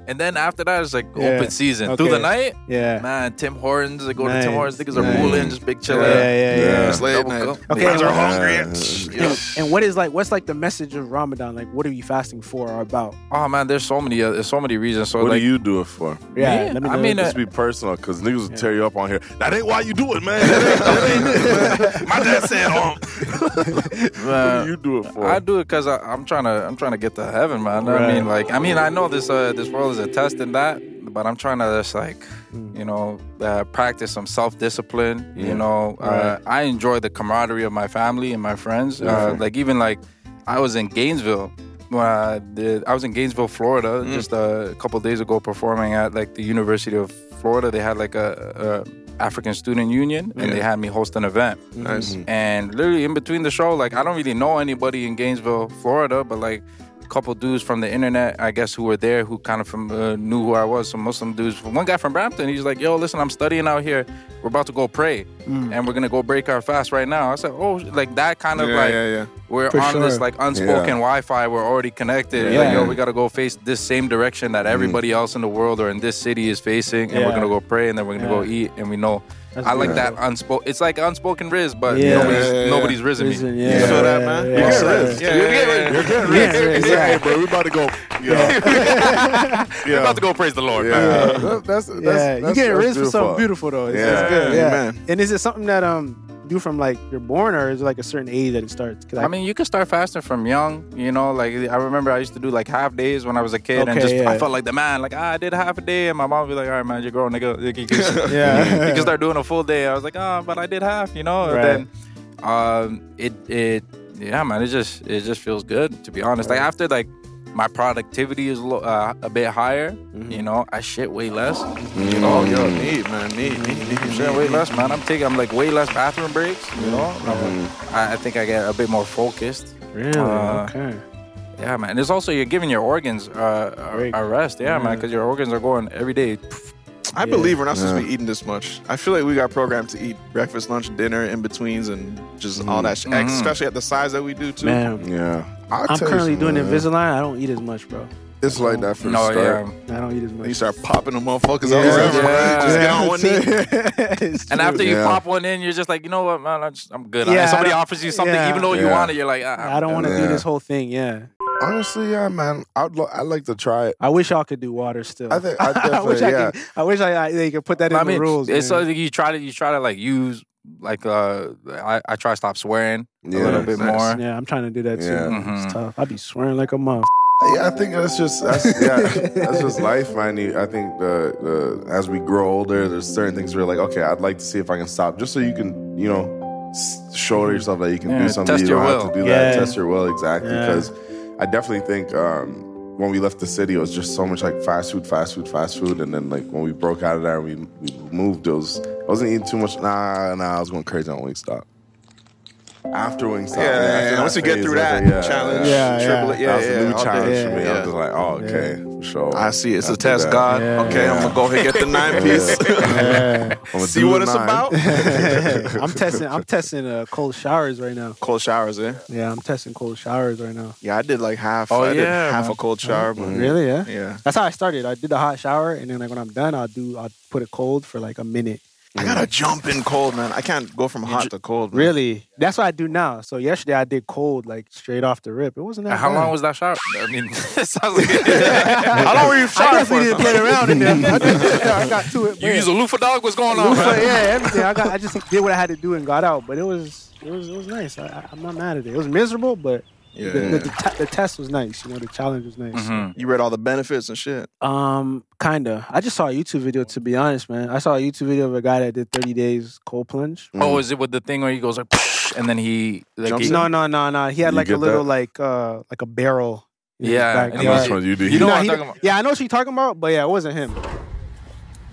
[SPEAKER 5] and then after that it's like
[SPEAKER 6] Mm. Yeah.
[SPEAKER 5] open season through the
[SPEAKER 6] Okay.
[SPEAKER 5] night.
[SPEAKER 6] Yeah.
[SPEAKER 5] Man, Tim Hortons, I go to
[SPEAKER 6] Nice.
[SPEAKER 5] Tim Hortons, niggas are
[SPEAKER 6] Nice.
[SPEAKER 5] pulling, just big chilling.
[SPEAKER 6] Yeah, yeah, yeah.
[SPEAKER 2] It's late night.
[SPEAKER 6] Okay,
[SPEAKER 2] Guys are
[SPEAKER 6] well-
[SPEAKER 2] hungry.
[SPEAKER 6] And, and what is like? What's like the message of Ramadan? Like, what are you fasting for or about?
[SPEAKER 5] Oh man, there's so many, uh, there's so many reasons. So
[SPEAKER 4] What
[SPEAKER 5] like,
[SPEAKER 4] do you do it for?
[SPEAKER 6] Yeah,
[SPEAKER 5] Yeah,
[SPEAKER 6] let me
[SPEAKER 5] I
[SPEAKER 6] know.
[SPEAKER 5] mean, uh,
[SPEAKER 4] Just be personal, cause niggas will tear you up on here. That ain't why you do it, man. That ain't, that ain't it, man. My dad said, um,
[SPEAKER 5] uh,
[SPEAKER 4] what do you do it for?
[SPEAKER 5] I do it because I'm trying to I'm trying to get to heaven, man. I mean, like, I mean, I know this uh, this world is a test in that, but I'm trying to just like, you know, uh, practice some self discipline. You know, uh, I enjoy the camaraderie of my family and my friends. Uh, like even like, I was in Gainesville. When I, did, I was in Gainesville, Florida, just uh, a couple days ago, performing at like the University of Florida. They had like a, a African Student Union, and they had me host an event.
[SPEAKER 2] Nice.
[SPEAKER 5] And literally in between the show, like I don't really know anybody in Gainesville, Florida, but like couple dudes from the internet, I guess, who were there, who kind of from uh, knew who I was. Some Muslim dudes. One guy from Brampton, he's like, "Yo, listen, I'm studying out here. We're about to go pray,
[SPEAKER 6] Mm.
[SPEAKER 5] and we're gonna go break our fast right now." I said, "Oh, sh-" like that kind of
[SPEAKER 4] Yeah,
[SPEAKER 5] like
[SPEAKER 4] yeah, yeah.
[SPEAKER 5] we're
[SPEAKER 6] For
[SPEAKER 5] on this
[SPEAKER 6] sure.
[SPEAKER 5] like unspoken Wi-Fi. We're already connected.
[SPEAKER 6] Yeah.
[SPEAKER 5] Like, yo, we gotta go face this same direction that
[SPEAKER 4] Mm-hmm.
[SPEAKER 5] everybody else in the world or in this city is facing, and we're
[SPEAKER 6] Yeah.
[SPEAKER 5] gonna go pray, and then we're gonna go
[SPEAKER 6] Yeah.
[SPEAKER 5] eat, and we know."
[SPEAKER 6] That's
[SPEAKER 5] I like
[SPEAKER 6] good.
[SPEAKER 5] that unspoken. It's like unspoken riz, but
[SPEAKER 6] Yeah.
[SPEAKER 5] nobody's,
[SPEAKER 4] Yeah, yeah, yeah.
[SPEAKER 5] nobody's risen me.
[SPEAKER 6] Reason,
[SPEAKER 4] You feel that,
[SPEAKER 6] yeah,
[SPEAKER 4] man?
[SPEAKER 6] yeah,
[SPEAKER 4] You
[SPEAKER 6] yeah.
[SPEAKER 4] feel that?
[SPEAKER 5] Yeah, yeah, yeah, yeah.
[SPEAKER 6] Yeah, yeah,
[SPEAKER 4] Hey, bro, we about to go. Yeah.
[SPEAKER 5] We're about to go praise the Lord. man.
[SPEAKER 4] Yeah. That- That's, that's,
[SPEAKER 6] yeah. You
[SPEAKER 4] that's-
[SPEAKER 6] get
[SPEAKER 4] that's
[SPEAKER 6] raised for something beautiful though. It's,
[SPEAKER 4] Yeah.
[SPEAKER 6] it's good. Yeah.
[SPEAKER 4] Yeah. Amen.
[SPEAKER 6] And is it something that um you do from like you're born or is it like a certain age that it starts? 'Cause
[SPEAKER 5] I mean, you can start fasting from young. You know, like I remember I used to do like half days when I was a kid, and
[SPEAKER 6] Okay,
[SPEAKER 5] just
[SPEAKER 6] yeah.
[SPEAKER 5] I felt like the man. Like ah, I did half a day, and my mom would be like, "All right, man, you're grown, nigga. You can,
[SPEAKER 6] Yeah.
[SPEAKER 5] you can start doing a full day." I was like, "Ah, but I did half," you know.
[SPEAKER 6] Right.
[SPEAKER 5] And then um, it it yeah, man, it just it just feels good to be honest. Like after like my productivity is lo- uh, a bit higher,
[SPEAKER 6] Mm-hmm.
[SPEAKER 5] you know, I shit way less. You know, yo,
[SPEAKER 2] Oh, Need, man. Need, need, need.
[SPEAKER 5] yeah, way less, man. I'm taking, I'm like way less bathroom breaks. You know, I'm, I, I think I get a bit more focused.
[SPEAKER 6] Mm-hmm. really?
[SPEAKER 5] uh,
[SPEAKER 6] okay.
[SPEAKER 5] Yeah, man. It's also you're giving your organs uh,
[SPEAKER 6] Break. Mm-hmm.
[SPEAKER 5] a, a rest. Yeah, man, because your organs are going every day.
[SPEAKER 2] I believe we're not supposed to be eating this much. I feel like we got programmed to eat breakfast, lunch, dinner, in betweens, and just all that shit. Especially at the size that we do too.
[SPEAKER 6] Man,
[SPEAKER 4] Yeah. I'll
[SPEAKER 6] I'm
[SPEAKER 4] tell you
[SPEAKER 6] currently doing
[SPEAKER 4] something, man.
[SPEAKER 6] Invisalign. I don't eat as much, bro.
[SPEAKER 4] It's like that for
[SPEAKER 5] No,
[SPEAKER 4] the start.
[SPEAKER 5] yeah.
[SPEAKER 6] I don't eat as much.
[SPEAKER 2] You start popping the motherfuckers out.
[SPEAKER 6] Yeah.
[SPEAKER 2] wherever,
[SPEAKER 5] Yeah.
[SPEAKER 2] right? Just get on one knee.
[SPEAKER 6] It's
[SPEAKER 5] And
[SPEAKER 6] true.
[SPEAKER 5] after you
[SPEAKER 4] Yeah.
[SPEAKER 5] pop one in, you're just like, you know what, man, I'm, just, I'm good.
[SPEAKER 6] Yeah,
[SPEAKER 5] Yeah, somebody
[SPEAKER 6] I don't-
[SPEAKER 5] offers you something,
[SPEAKER 6] yeah.
[SPEAKER 5] even though you
[SPEAKER 4] Yeah.
[SPEAKER 5] want it, you're like, ah,
[SPEAKER 6] I don't want to do
[SPEAKER 4] Yeah.
[SPEAKER 6] this whole thing. Yeah.
[SPEAKER 4] Honestly, yeah, man. I'd lo- I'd like to try it.
[SPEAKER 6] I wish y'all could do water still.
[SPEAKER 4] I think- I
[SPEAKER 6] wish
[SPEAKER 4] definitely-
[SPEAKER 6] I could. I wish I, I they could put that in
[SPEAKER 5] I
[SPEAKER 6] the
[SPEAKER 5] mean,
[SPEAKER 6] rules.
[SPEAKER 5] it's
[SPEAKER 6] man.
[SPEAKER 5] something you try to you try to like use like uh I, I try to stop swearing
[SPEAKER 4] Yeah.
[SPEAKER 5] a little bit
[SPEAKER 2] Nice.
[SPEAKER 5] more.
[SPEAKER 6] yeah, I'm trying to do that too.
[SPEAKER 4] Yeah.
[SPEAKER 5] Mhm.
[SPEAKER 6] It's tough. I be swearing like a mother.
[SPEAKER 4] Yeah, I think that's just that's yeah, that's just life, man. You- I think the, the as we grow older, there's certain things where you're like, okay, I'd like to see if I can stop, just so you can, you know, s- show to yourself that you can
[SPEAKER 5] Yeah,
[SPEAKER 4] do something.
[SPEAKER 5] test
[SPEAKER 4] you
[SPEAKER 5] your
[SPEAKER 4] don't
[SPEAKER 5] will.
[SPEAKER 4] have to do that.
[SPEAKER 6] Yeah.
[SPEAKER 4] Test your will exactly
[SPEAKER 6] Yeah.
[SPEAKER 4] because I definitely think um, when we left the city, it was just so much like fast food, fast food, fast food, and then like when we broke out of there, we we moved. It was I wasn't eating too much. Nah, nah, I was going crazy on Wingstop. After Wingstop,
[SPEAKER 2] Yeah, yeah, yeah.
[SPEAKER 4] after
[SPEAKER 2] Once you get
[SPEAKER 4] phase,
[SPEAKER 2] through
[SPEAKER 4] I was
[SPEAKER 2] that
[SPEAKER 4] like, yeah,
[SPEAKER 2] challenge,
[SPEAKER 6] yeah. Yeah,
[SPEAKER 2] triple it, yeah,
[SPEAKER 4] that was
[SPEAKER 2] yeah,
[SPEAKER 4] a new
[SPEAKER 2] all day.
[SPEAKER 4] challenge
[SPEAKER 6] yeah,
[SPEAKER 4] for me. I was just like, oh,
[SPEAKER 6] yeah.
[SPEAKER 4] okay, for sure.
[SPEAKER 2] I see. It's
[SPEAKER 4] I'll
[SPEAKER 2] a
[SPEAKER 4] do
[SPEAKER 2] test,
[SPEAKER 4] that.
[SPEAKER 2] God.
[SPEAKER 6] Yeah.
[SPEAKER 2] Okay, I'm gonna go ahead and get the nine piece.
[SPEAKER 4] I'ma
[SPEAKER 2] see
[SPEAKER 4] do
[SPEAKER 2] what it's
[SPEAKER 4] nine.
[SPEAKER 2] about.
[SPEAKER 6] I'm testing. I'm testing uh, cold showers right now.
[SPEAKER 2] Cold showers, eh?
[SPEAKER 6] Yeah, I'm testing cold showers right now.
[SPEAKER 2] Yeah, I did like half.
[SPEAKER 5] Oh,
[SPEAKER 2] I did
[SPEAKER 5] yeah,
[SPEAKER 2] half
[SPEAKER 5] man.
[SPEAKER 2] a cold shower.
[SPEAKER 4] Mm.
[SPEAKER 2] But
[SPEAKER 6] Really? Yeah.
[SPEAKER 2] Yeah.
[SPEAKER 6] That's how I started. I did the hot shower, and then like when I'm done, I'll do. I'll put it cold for like a minute.
[SPEAKER 4] Mm.
[SPEAKER 2] I gotta jump in cold, man. I can't go from hot to cold. man.
[SPEAKER 6] Really? That's what I do now. So yesterday I did cold, like straight off the rip. It wasn't that.
[SPEAKER 5] How
[SPEAKER 6] bad.
[SPEAKER 5] long was that shower? I mean, it sounds like how long were you
[SPEAKER 6] I
[SPEAKER 5] showering for?
[SPEAKER 6] definitely didn't play around in there. I, just, I got to it.
[SPEAKER 5] You
[SPEAKER 6] man.
[SPEAKER 5] use a loofah dog? What's going on,
[SPEAKER 6] But
[SPEAKER 5] man?
[SPEAKER 6] yeah, everything. I got. I just did what I had to do and got out. But it was, it was, it was nice. I, I, I'm not mad at it. It was miserable, but
[SPEAKER 2] Yeah.
[SPEAKER 6] the, the, the, te- the test was nice. You know, the challenge was nice.
[SPEAKER 5] Mm-hmm.
[SPEAKER 2] You read all the benefits and shit.
[SPEAKER 6] Um, kinda. I just saw a YouTube video. To be honest, man, I saw a YouTube video of a guy that did 30 days cold plunge.
[SPEAKER 4] Mm.
[SPEAKER 5] Oh, is it with the thing where he goes like, and then he like,
[SPEAKER 2] Jumps
[SPEAKER 5] he,
[SPEAKER 2] in?
[SPEAKER 6] No, no, no, no. He had
[SPEAKER 4] You
[SPEAKER 6] like a
[SPEAKER 4] get
[SPEAKER 6] little
[SPEAKER 4] that?
[SPEAKER 6] like uh like a barrel. in his
[SPEAKER 5] Yeah, and he
[SPEAKER 6] backyard.
[SPEAKER 5] was-
[SPEAKER 4] That's what you do.
[SPEAKER 5] You know
[SPEAKER 6] Nah,
[SPEAKER 5] what I'm
[SPEAKER 6] he-
[SPEAKER 5] talking about?
[SPEAKER 6] Yeah, I know what you're talking about, but yeah, it wasn't him.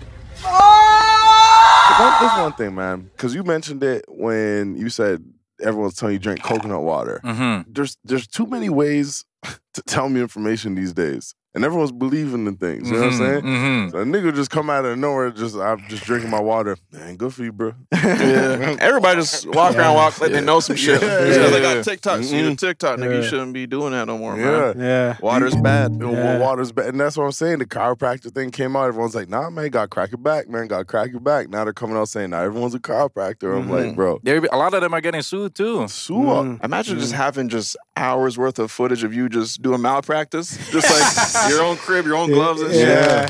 [SPEAKER 4] That- That's one thing, man. Because you mentioned it when you said everyone's telling you drink coconut water.
[SPEAKER 2] Mm.
[SPEAKER 5] Mm-hmm.
[SPEAKER 4] There's there's too many ways to tell me information these days, and everyone's believing in things. You know what I'm saying?
[SPEAKER 5] Mm-hmm.
[SPEAKER 4] So a nigga just come out of nowhere. Just I'm just drinking my water. Man, good for you, bro.
[SPEAKER 2] Yeah. Everybody just walk around, walk like they know some shit.
[SPEAKER 4] Yeah.
[SPEAKER 2] It's just like
[SPEAKER 5] Yeah.
[SPEAKER 2] on TikTok. See you TikTok, nigga. You
[SPEAKER 6] Mm-hmm. Yeah.
[SPEAKER 2] shouldn't be doing that no more,
[SPEAKER 4] Yeah.
[SPEAKER 2] man.
[SPEAKER 6] Yeah.
[SPEAKER 2] Water's bad.
[SPEAKER 4] You know,
[SPEAKER 6] Yeah.
[SPEAKER 4] water's bad. And that's what I'm saying. The chiropractor thing came out. Everyone's like, nah, man, got crack it back, man, got crack it back. Now they're coming out saying, nah, everyone's a chiropractor. I'm like, bro,
[SPEAKER 5] There, a lot of them are getting sued too.
[SPEAKER 4] sue up.
[SPEAKER 2] Imagine just
[SPEAKER 6] Mm.
[SPEAKER 2] having just hours worth of footage of you just doing malpractice, just like your own crib, your own gloves and shit.
[SPEAKER 6] Yeah.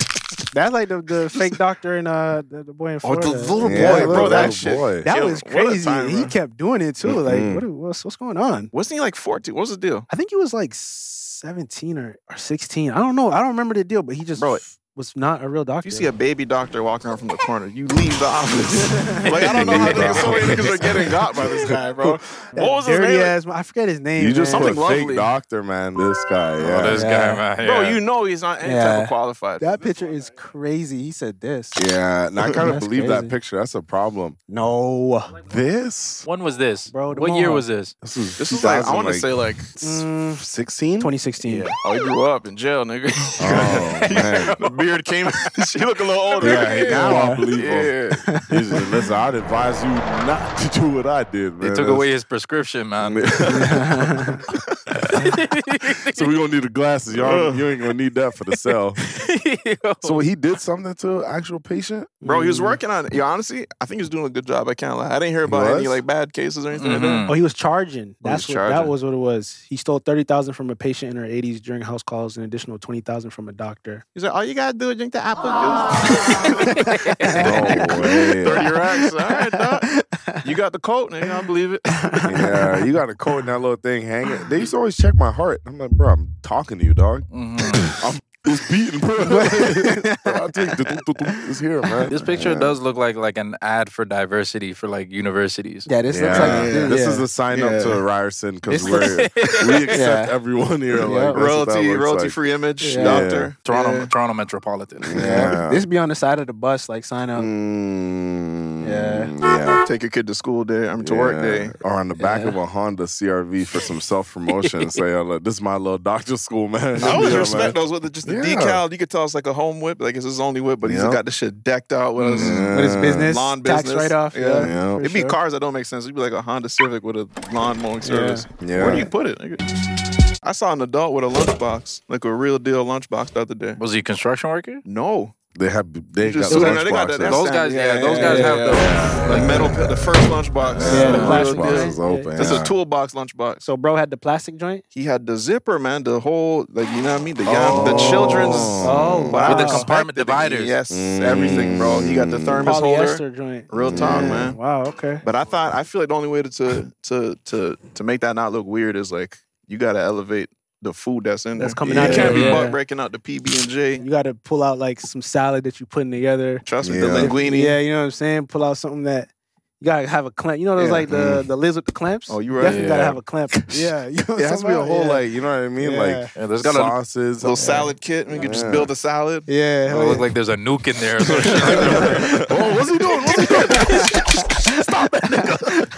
[SPEAKER 6] That's like the, the fake doctor and uh the, the boy in
[SPEAKER 2] Oh,
[SPEAKER 6] Florida.
[SPEAKER 2] the little boy,
[SPEAKER 4] Yeah, the
[SPEAKER 2] bro,
[SPEAKER 4] little
[SPEAKER 2] that shit.
[SPEAKER 4] boy.
[SPEAKER 6] That
[SPEAKER 2] Yo,
[SPEAKER 6] was
[SPEAKER 2] what a
[SPEAKER 6] crazy.
[SPEAKER 2] time,
[SPEAKER 6] he
[SPEAKER 2] bro.
[SPEAKER 6] kept doing it too. Like, what, what's what's going on?
[SPEAKER 2] Wasn't he like 14? What was the deal?
[SPEAKER 6] I think he was like 17 or, or 16. I don't know. I don't remember the deal, but he just
[SPEAKER 2] Bro,
[SPEAKER 6] was not a real doctor.
[SPEAKER 2] If you see a baby doctor walking around from the corner, you leave the office. like I don't know how niggas, so many niggas are getting got by this guy, bro. What
[SPEAKER 6] That
[SPEAKER 2] was his
[SPEAKER 6] dirty
[SPEAKER 2] name?
[SPEAKER 6] ass mo- I forget his name.
[SPEAKER 4] You just
[SPEAKER 6] man.
[SPEAKER 4] put a
[SPEAKER 2] Something
[SPEAKER 4] fake
[SPEAKER 2] lovely.
[SPEAKER 4] doctor, man. This guy, yeah.
[SPEAKER 5] Oh, this
[SPEAKER 6] Yeah.
[SPEAKER 5] guy, man. Yeah.
[SPEAKER 2] Bro, you know he's not any type
[SPEAKER 6] Yeah.
[SPEAKER 2] of qualified.
[SPEAKER 6] That picture is crazy. He said this.
[SPEAKER 4] yeah, and I kind of
[SPEAKER 6] That's
[SPEAKER 4] believe that
[SPEAKER 6] crazy.
[SPEAKER 4] picture. That's a problem.
[SPEAKER 6] No.
[SPEAKER 4] This,
[SPEAKER 5] When was this?
[SPEAKER 6] Bro, the
[SPEAKER 5] what year
[SPEAKER 6] mohawk.
[SPEAKER 5] was this?
[SPEAKER 4] this is
[SPEAKER 2] this is like I want to say like
[SPEAKER 4] sixteen.
[SPEAKER 6] 2016.
[SPEAKER 2] oh, he grew up in jail, nigga. the
[SPEAKER 4] Oh man.
[SPEAKER 2] beard came. she look a little older.
[SPEAKER 4] Yeah, now I believe him.
[SPEAKER 2] Yeah.
[SPEAKER 4] He's just, Listen, I'd advise you not to do what I did,
[SPEAKER 5] They
[SPEAKER 4] man.
[SPEAKER 5] took away his prescription, man.
[SPEAKER 4] so we gonna need the glasses, y'all. You ain't gonna need that for the cell. so he did something to an actual patient.
[SPEAKER 2] Bro, he was working on it. Yeah, honestly, I think he was doing a good job. I can't lie. I didn't hear about
[SPEAKER 4] was?
[SPEAKER 2] any like bad cases or anything like that.
[SPEAKER 6] Oh, he was charging. That's
[SPEAKER 2] was
[SPEAKER 6] what that
[SPEAKER 2] charging.
[SPEAKER 6] was what it was. He stole thirty thousand from a patient in her eighties during house calls, and an additional twenty thousand from a doctor.
[SPEAKER 2] He's like, all you gotta do is drink the apple juice.
[SPEAKER 4] No way.
[SPEAKER 2] Thirty racks. All right, doc. You got the coat, nigga. I believe it.
[SPEAKER 4] Yeah, you got a coat and that little thing hanging. They used to always check my heart. I'm like, bro, I'm talking to you, dog. I'm it's beating, bro. bro I take it's here, man.
[SPEAKER 5] This picture
[SPEAKER 4] Yeah.
[SPEAKER 5] does look like like an ad for diversity for like universities.
[SPEAKER 6] Yeah, this looks
[SPEAKER 4] Yeah.
[SPEAKER 6] like
[SPEAKER 4] This is a sign
[SPEAKER 6] Yeah.
[SPEAKER 4] up to Ryerson because
[SPEAKER 6] This
[SPEAKER 4] we're we accept
[SPEAKER 6] Yeah.
[SPEAKER 4] everyone here. Like,
[SPEAKER 6] Yeah.
[SPEAKER 4] that's what that
[SPEAKER 2] royalty,
[SPEAKER 4] looks
[SPEAKER 2] royalty
[SPEAKER 4] like.
[SPEAKER 2] free image,
[SPEAKER 6] Yeah.
[SPEAKER 2] doctor.
[SPEAKER 5] Toronto, Toronto Metropolitan.
[SPEAKER 4] Yeah.
[SPEAKER 6] This be on the side of the bus, like sign up.
[SPEAKER 4] Mm,
[SPEAKER 6] Uh, Yeah.
[SPEAKER 4] yeah.
[SPEAKER 2] Take your kid to school day. I mean, to work
[SPEAKER 4] Yeah.
[SPEAKER 2] day.
[SPEAKER 4] Or on the back of a Honda CRV for some self promotion. Say, oh, look, this is my little doctor school, man.
[SPEAKER 2] I always
[SPEAKER 4] Yeah,
[SPEAKER 2] respect
[SPEAKER 4] man.
[SPEAKER 2] those with the, just the
[SPEAKER 4] Yeah.
[SPEAKER 2] decal. You could tell it's like a home whip. Like it's his only whip, but he's
[SPEAKER 4] Yep.
[SPEAKER 2] got the shit decked out with us.
[SPEAKER 4] Yeah.
[SPEAKER 6] But it's business,
[SPEAKER 2] Lawn
[SPEAKER 6] tax
[SPEAKER 2] business.
[SPEAKER 6] write off.
[SPEAKER 2] Yeah.
[SPEAKER 6] Yeah,
[SPEAKER 4] Yeah.
[SPEAKER 6] for
[SPEAKER 2] It'd be
[SPEAKER 6] sure.
[SPEAKER 2] cars that don't make sense. It'd be like a Honda Civic with a lawn mowing service.
[SPEAKER 4] Yeah.
[SPEAKER 2] Where do you put it? nigga? I saw an adult with a lunchbox, like a real deal lunchbox the other day.
[SPEAKER 5] Was he a construction worker?
[SPEAKER 2] No.
[SPEAKER 4] They have they
[SPEAKER 2] You
[SPEAKER 4] got
[SPEAKER 2] just-
[SPEAKER 4] the
[SPEAKER 2] no, they got
[SPEAKER 4] lunchboxes.
[SPEAKER 2] that-
[SPEAKER 5] Those
[SPEAKER 2] Standard,
[SPEAKER 5] guys, yeah,
[SPEAKER 2] yeah,
[SPEAKER 5] those
[SPEAKER 2] yeah,
[SPEAKER 5] guys have
[SPEAKER 6] yeah,
[SPEAKER 5] the
[SPEAKER 2] The metal, the first lunchbox.
[SPEAKER 6] Yeah, the
[SPEAKER 2] The
[SPEAKER 6] plastic
[SPEAKER 2] real deal.
[SPEAKER 6] box.
[SPEAKER 4] Lunchbox is open.
[SPEAKER 2] That's
[SPEAKER 4] yeah.
[SPEAKER 2] a toolbox lunchbox.
[SPEAKER 6] So, bro had the plastic joint.
[SPEAKER 2] He had the zipper, man. The whole, like, you know what I mean? The yam,
[SPEAKER 4] Oh.
[SPEAKER 2] the children's.
[SPEAKER 4] Oh,
[SPEAKER 2] But I
[SPEAKER 6] wow. With the
[SPEAKER 2] respected
[SPEAKER 5] compartment
[SPEAKER 2] it.
[SPEAKER 5] dividers.
[SPEAKER 2] Yes,
[SPEAKER 4] Mm.
[SPEAKER 2] everything, bro. He got the thermos
[SPEAKER 6] Polyester
[SPEAKER 2] holder.
[SPEAKER 6] joint.
[SPEAKER 2] Real talk, man.
[SPEAKER 6] Wow. Okay.
[SPEAKER 2] But I thought I feel like the only way to to to to, to make that not look weird is like you got to elevate the food that's in there.
[SPEAKER 6] That's coming
[SPEAKER 2] you
[SPEAKER 6] out
[SPEAKER 2] can't
[SPEAKER 6] there,
[SPEAKER 2] be
[SPEAKER 6] yeah.
[SPEAKER 2] butt breaking out the PB and J.
[SPEAKER 6] You got to pull out like some salad that you putting together.
[SPEAKER 2] Trust me, the
[SPEAKER 4] Yeah.
[SPEAKER 2] linguine.
[SPEAKER 6] Yeah, you know what I'm saying. Pull out something that you gotta have a clamp. You know those
[SPEAKER 2] Yeah.
[SPEAKER 6] like
[SPEAKER 4] Mm.
[SPEAKER 6] the the lids with the clamps.
[SPEAKER 2] Oh, you right.
[SPEAKER 6] Definitely gotta
[SPEAKER 2] Yeah.
[SPEAKER 6] have a clamp. yeah, you know
[SPEAKER 4] It has to be a whole
[SPEAKER 6] yeah.
[SPEAKER 4] like, you know what I mean?
[SPEAKER 6] Yeah.
[SPEAKER 4] Like
[SPEAKER 5] Yeah, there's gotta
[SPEAKER 4] sauces,
[SPEAKER 2] Little salad kit. We could just build a salad.
[SPEAKER 6] Yeah,
[SPEAKER 5] It look like there's a nuke in there. Or some shit like that.
[SPEAKER 4] Oh, what's he doing? What's he doing?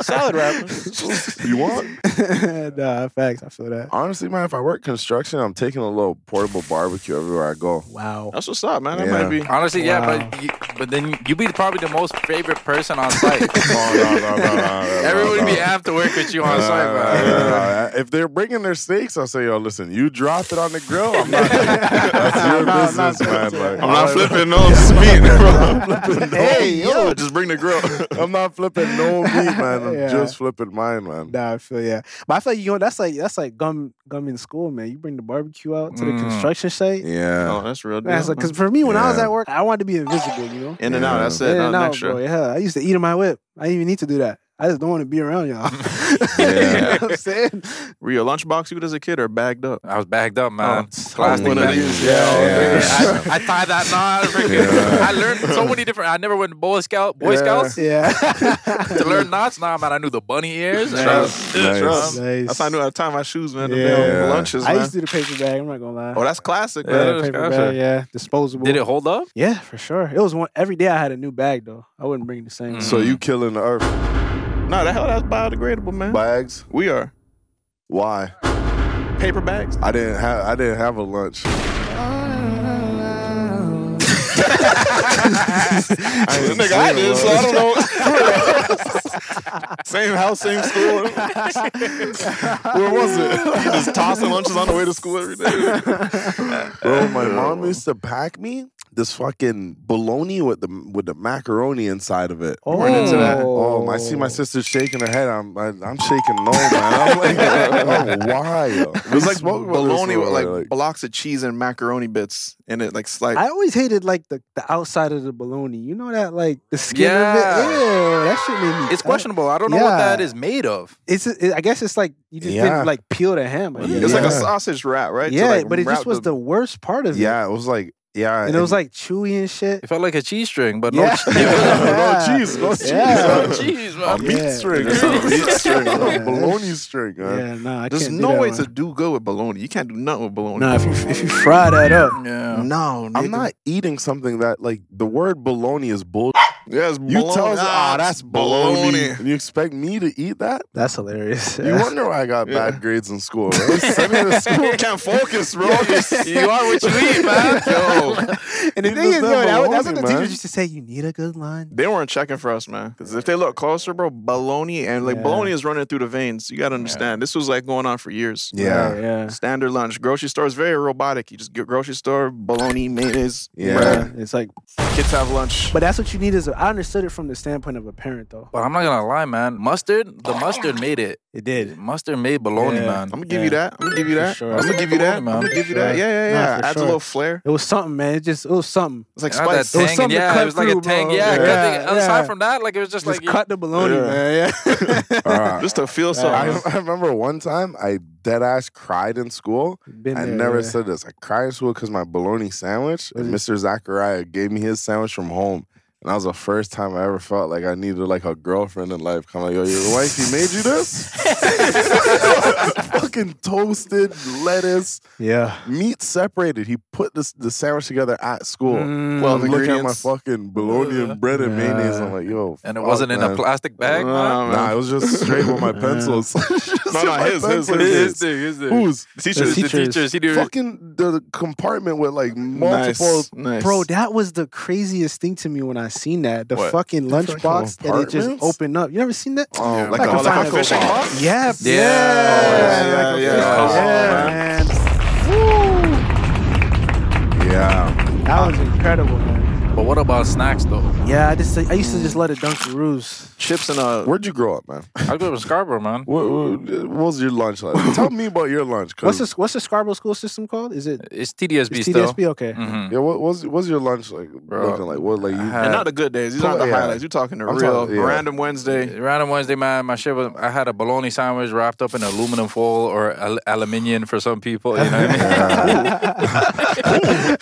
[SPEAKER 6] salad wrapper.
[SPEAKER 4] you want?
[SPEAKER 6] nah, facts. I feel that.
[SPEAKER 4] Honestly, man, if I work construction, I'm taking a little portable barbecue everywhere I go.
[SPEAKER 6] Wow.
[SPEAKER 2] That's what's up, man. That
[SPEAKER 4] Yeah.
[SPEAKER 2] might be.
[SPEAKER 5] Honestly, yeah, but you, but then you be probably the most favorite person on site.
[SPEAKER 4] Oh,
[SPEAKER 5] Everybody
[SPEAKER 6] Uh-huh.
[SPEAKER 5] be amped to work with you
[SPEAKER 6] Uh,
[SPEAKER 5] on site, man.
[SPEAKER 4] Uh, If they're bringing their steaks, I'll say, yo, listen, you drop it on the grill. I'm not. That's your
[SPEAKER 6] No, I'm
[SPEAKER 4] business,
[SPEAKER 6] not
[SPEAKER 4] man.
[SPEAKER 6] flipping.
[SPEAKER 4] Like,
[SPEAKER 2] I'm not
[SPEAKER 4] I-
[SPEAKER 2] flipping no meat, bro.
[SPEAKER 6] Hey, yo.
[SPEAKER 2] Just bring the grill.
[SPEAKER 4] I'm not flipping no meat, man. I'm
[SPEAKER 6] Yeah.
[SPEAKER 4] just flipping mine, man.
[SPEAKER 6] Nah, I feel yeah. But I feel like you know that's like that's like gum gum in school, man. You bring the barbecue out to the
[SPEAKER 5] Mm.
[SPEAKER 6] construction site. Man,
[SPEAKER 2] Oh,
[SPEAKER 4] Yeah.
[SPEAKER 2] that's real. Deal.
[SPEAKER 6] That's like because for me when I was
[SPEAKER 4] Yeah.
[SPEAKER 6] at work, I wanted to be invisible. You know.
[SPEAKER 2] in and out. That's it.
[SPEAKER 6] In
[SPEAKER 2] Nothing
[SPEAKER 6] and out,
[SPEAKER 2] extra.
[SPEAKER 6] bro. Yeah, I used to eat in my whip. I didn't even need to do that. I just don't want to be around y'all. you know
[SPEAKER 4] Yeah.
[SPEAKER 6] what I'm saying?
[SPEAKER 2] Were your lunchbox you as a kid or bagged up?
[SPEAKER 5] I was bagged up, man. Plastic
[SPEAKER 2] One of
[SPEAKER 5] bag.
[SPEAKER 2] these,
[SPEAKER 4] yeah.
[SPEAKER 5] Yeah, I, I tie that knot. freaking-
[SPEAKER 4] Yeah.
[SPEAKER 5] I learned so many different. I never went to Boy Scout, Boy Scouts
[SPEAKER 6] Yeah.
[SPEAKER 5] to learn knots. Nah, man, I knew the bunny ears. and-
[SPEAKER 2] Nice.
[SPEAKER 5] Yeah,
[SPEAKER 4] Nice.
[SPEAKER 6] Nice.
[SPEAKER 2] That's how I knew how to tie my shoes, man.
[SPEAKER 6] Yeah.
[SPEAKER 2] Yeah. Lunches,
[SPEAKER 6] I
[SPEAKER 2] man.
[SPEAKER 6] used to do the paper bag. I'm not gonna lie.
[SPEAKER 2] oh, that's classic,
[SPEAKER 5] Yeah,
[SPEAKER 2] man.
[SPEAKER 6] yeah, paper
[SPEAKER 5] gotcha.
[SPEAKER 6] bag. Yeah, disposable.
[SPEAKER 5] Did it hold up?
[SPEAKER 6] Yeah, for sure. It was one every day. I had a new bag though. I wouldn't bring the same.
[SPEAKER 4] So you killing the earth
[SPEAKER 2] No, the hell that's biodegradable, man.
[SPEAKER 4] bags?
[SPEAKER 2] we are
[SPEAKER 4] Why?
[SPEAKER 2] paper bags.
[SPEAKER 4] I didn't have I didn't have a lunch. I ain't
[SPEAKER 2] Nigga, I
[SPEAKER 4] dreaming
[SPEAKER 2] did, so I don't know. same house, same school. Where was it? You just tossing lunches on the way to school every day.
[SPEAKER 4] Bro, Oh, my
[SPEAKER 2] "Oh."
[SPEAKER 4] mom used to pack me this fucking bologna with the with the macaroni inside of it.
[SPEAKER 6] oh,
[SPEAKER 5] into that.
[SPEAKER 4] Oh, I see my sister shaking her head. I'm I, I'm shaking no, man. I'm like, oh, why? It
[SPEAKER 2] It was like bologna with like, blocks of cheese and macaroni bits in it, like slight.
[SPEAKER 6] I always hated like the, the outside of the bologna. You know that like the skin
[SPEAKER 5] Yeah.
[SPEAKER 6] of it. Yeah, that shit made me.
[SPEAKER 5] It's
[SPEAKER 6] I don't-
[SPEAKER 5] questionable. I don't know what
[SPEAKER 6] Yeah.
[SPEAKER 5] that is made of.
[SPEAKER 6] It's it, I guess it's like you just
[SPEAKER 4] Yeah.
[SPEAKER 6] didn't like peel the ham. I guess.
[SPEAKER 2] It's like
[SPEAKER 4] Yeah.
[SPEAKER 2] a sausage wrap, right? To,
[SPEAKER 6] Yeah,
[SPEAKER 2] like,
[SPEAKER 6] but it
[SPEAKER 2] wrap
[SPEAKER 6] just was the, worst part of it.
[SPEAKER 4] yeah, it was like
[SPEAKER 8] Yeah,
[SPEAKER 6] and it was like chewy and shit.
[SPEAKER 5] It felt like a cheese string, but
[SPEAKER 6] Yeah.
[SPEAKER 5] no.
[SPEAKER 4] no cheese,
[SPEAKER 5] Cheese.
[SPEAKER 4] no cheese.
[SPEAKER 6] Yeah.
[SPEAKER 4] huh?
[SPEAKER 5] Cheese,
[SPEAKER 4] A
[SPEAKER 5] man.
[SPEAKER 4] meat
[SPEAKER 6] Yeah.
[SPEAKER 4] string, a meat string, a bologna string. huh?
[SPEAKER 6] Yeah, nah, I
[SPEAKER 2] There's
[SPEAKER 6] can't do
[SPEAKER 2] no
[SPEAKER 6] that
[SPEAKER 2] way
[SPEAKER 6] one.
[SPEAKER 2] to do good with bologna. You can't do nothing with bologna.
[SPEAKER 6] Nah, if you if you fry that up,
[SPEAKER 5] Yeah.
[SPEAKER 6] no,
[SPEAKER 4] I'm
[SPEAKER 6] nigga.
[SPEAKER 4] not eating something that like the word bologna is bull.
[SPEAKER 2] yeah, it's
[SPEAKER 4] You
[SPEAKER 2] bologna.
[SPEAKER 4] tell us, ah, that's bologna.
[SPEAKER 2] bologna.
[SPEAKER 4] And you expect me to eat that?
[SPEAKER 6] That's hilarious.
[SPEAKER 4] You wonder why I got bad grades in school. Bro. Send me to school. Can't focus, bro.
[SPEAKER 5] You are what you eat, man.
[SPEAKER 2] Yo,
[SPEAKER 6] and the
[SPEAKER 4] You
[SPEAKER 6] thing is,
[SPEAKER 4] just
[SPEAKER 6] though,
[SPEAKER 4] have
[SPEAKER 6] that, was- that's what the
[SPEAKER 4] bologna, man.
[SPEAKER 6] teachers used to say. You need a good line.
[SPEAKER 2] they weren't checking for us, man. Because if they look closer, bro, bologna and like
[SPEAKER 6] Yeah.
[SPEAKER 2] bologna is running through the veins. You gotta understand. This was like going on for years.
[SPEAKER 6] Right,
[SPEAKER 4] Yeah.
[SPEAKER 6] yeah,
[SPEAKER 2] Standard lunch, grocery store is very robotic. You just get grocery store, bologna, mayonnaise,
[SPEAKER 4] Yeah.
[SPEAKER 2] bread.
[SPEAKER 6] It's like,
[SPEAKER 2] Kids have lunch.
[SPEAKER 6] but that's what you need. Is a, I understood it from the standpoint of a parent, though.
[SPEAKER 5] But I'm not gonna lie, man. Mustard, the mustard made it.
[SPEAKER 6] It did.
[SPEAKER 5] Mustard made bologna,
[SPEAKER 6] Yeah.
[SPEAKER 5] man.
[SPEAKER 2] I'm gonna give you that. I'm gonna give you
[SPEAKER 6] For
[SPEAKER 2] that.
[SPEAKER 6] sure.
[SPEAKER 2] I'm gonna give you that. I'm
[SPEAKER 5] Bologna,
[SPEAKER 2] gonna
[SPEAKER 5] man.
[SPEAKER 2] give you
[SPEAKER 6] For
[SPEAKER 2] that.
[SPEAKER 6] sure.
[SPEAKER 2] Yeah, yeah,
[SPEAKER 6] Nah,
[SPEAKER 2] yeah.
[SPEAKER 6] for
[SPEAKER 2] Adds a
[SPEAKER 6] sure.
[SPEAKER 2] little flair.
[SPEAKER 6] It was something, man. It just it was something.
[SPEAKER 2] It's like
[SPEAKER 5] It had that
[SPEAKER 2] spice.
[SPEAKER 6] It was
[SPEAKER 5] tang, and
[SPEAKER 6] something to
[SPEAKER 5] yeah,
[SPEAKER 6] cut
[SPEAKER 5] it was like
[SPEAKER 6] through,
[SPEAKER 5] a tang,
[SPEAKER 6] bro.
[SPEAKER 5] yeah. I
[SPEAKER 6] Yeah.
[SPEAKER 5] think Aside
[SPEAKER 6] Yeah.
[SPEAKER 5] from that, like it was just,
[SPEAKER 6] Just
[SPEAKER 5] like
[SPEAKER 6] cut the bologna,
[SPEAKER 4] Yeah.
[SPEAKER 6] man. Yeah.
[SPEAKER 4] All right.
[SPEAKER 2] Just to feel so.
[SPEAKER 4] I, I remember one time I dead ass cried in school.
[SPEAKER 6] Been
[SPEAKER 4] I
[SPEAKER 6] there,
[SPEAKER 4] never
[SPEAKER 6] yeah. Mm.
[SPEAKER 4] said this. I cried in school because my bologna sandwich. And Mr. Zachariah gave me his sandwich from home. And that was the first time I ever felt like I needed like a girlfriend in life. Kind of like, yo, your wife, he made you this? Fucking toasted lettuce,
[SPEAKER 6] Yeah.
[SPEAKER 4] meat separated. He put this the sandwich together at school.
[SPEAKER 6] Mm,
[SPEAKER 2] Twelve
[SPEAKER 4] I'm looking at my
[SPEAKER 2] ingredients.
[SPEAKER 4] fucking bologna and bread and mayonnaise. I'm like, yo.
[SPEAKER 5] and it
[SPEAKER 4] fuck,
[SPEAKER 5] wasn't in a
[SPEAKER 4] Oh, man. Um,
[SPEAKER 5] plastic bag, man.
[SPEAKER 4] Nah, it was just straight with my pencils.
[SPEAKER 2] No, no, his, his,
[SPEAKER 5] His-
[SPEAKER 2] his,
[SPEAKER 5] his thing, his thing.
[SPEAKER 4] Who's
[SPEAKER 5] The teachers,
[SPEAKER 6] The
[SPEAKER 5] the
[SPEAKER 6] teachers.
[SPEAKER 5] teachers, he did
[SPEAKER 4] fucking the compartment with like multiple.
[SPEAKER 2] nice.
[SPEAKER 6] Bro, that was the craziest thing to me when I seen that. The
[SPEAKER 2] What?
[SPEAKER 6] fucking
[SPEAKER 4] Different
[SPEAKER 6] lunchbox that it just
[SPEAKER 4] compartments?
[SPEAKER 6] opened up. You never seen that?
[SPEAKER 4] Oh, like,
[SPEAKER 6] Like
[SPEAKER 4] a,
[SPEAKER 6] a
[SPEAKER 4] like a
[SPEAKER 6] fishing
[SPEAKER 4] fishing box.
[SPEAKER 6] Yeah,
[SPEAKER 5] Yeah.
[SPEAKER 6] yeah, like a-
[SPEAKER 4] Yeah,
[SPEAKER 6] yeah,
[SPEAKER 4] yeah.
[SPEAKER 6] man.
[SPEAKER 4] Yeah,
[SPEAKER 6] That was incredible, man.
[SPEAKER 5] But what about snacks though?
[SPEAKER 6] Yeah, I just I used to just let it Dunkaroos.
[SPEAKER 2] chips and uh, a.
[SPEAKER 4] where'd you grow up, man?
[SPEAKER 5] I grew up in Scarborough, man.
[SPEAKER 4] What, what, what was your lunch like? Tell me about your lunch. 'cause-
[SPEAKER 6] What's the what's the Scarborough school system called? Is it
[SPEAKER 5] It's TDSB
[SPEAKER 6] it's
[SPEAKER 5] still.
[SPEAKER 6] TDSB? Okay.
[SPEAKER 5] Mhm.
[SPEAKER 4] Yeah, what was what's your lunch like?
[SPEAKER 5] Bro,
[SPEAKER 4] Hmm. looking like what like you?
[SPEAKER 5] had-
[SPEAKER 2] and not the good days. These aren't the
[SPEAKER 4] Yeah.
[SPEAKER 2] highlights. You're talking the
[SPEAKER 4] I'm
[SPEAKER 2] real
[SPEAKER 4] talking- yeah.
[SPEAKER 2] random Wednesday.
[SPEAKER 5] Random Wednesday, man, my shit was. I had a bologna sandwich wrapped up in aluminum foil or al- aluminium for some people. You know what I mean?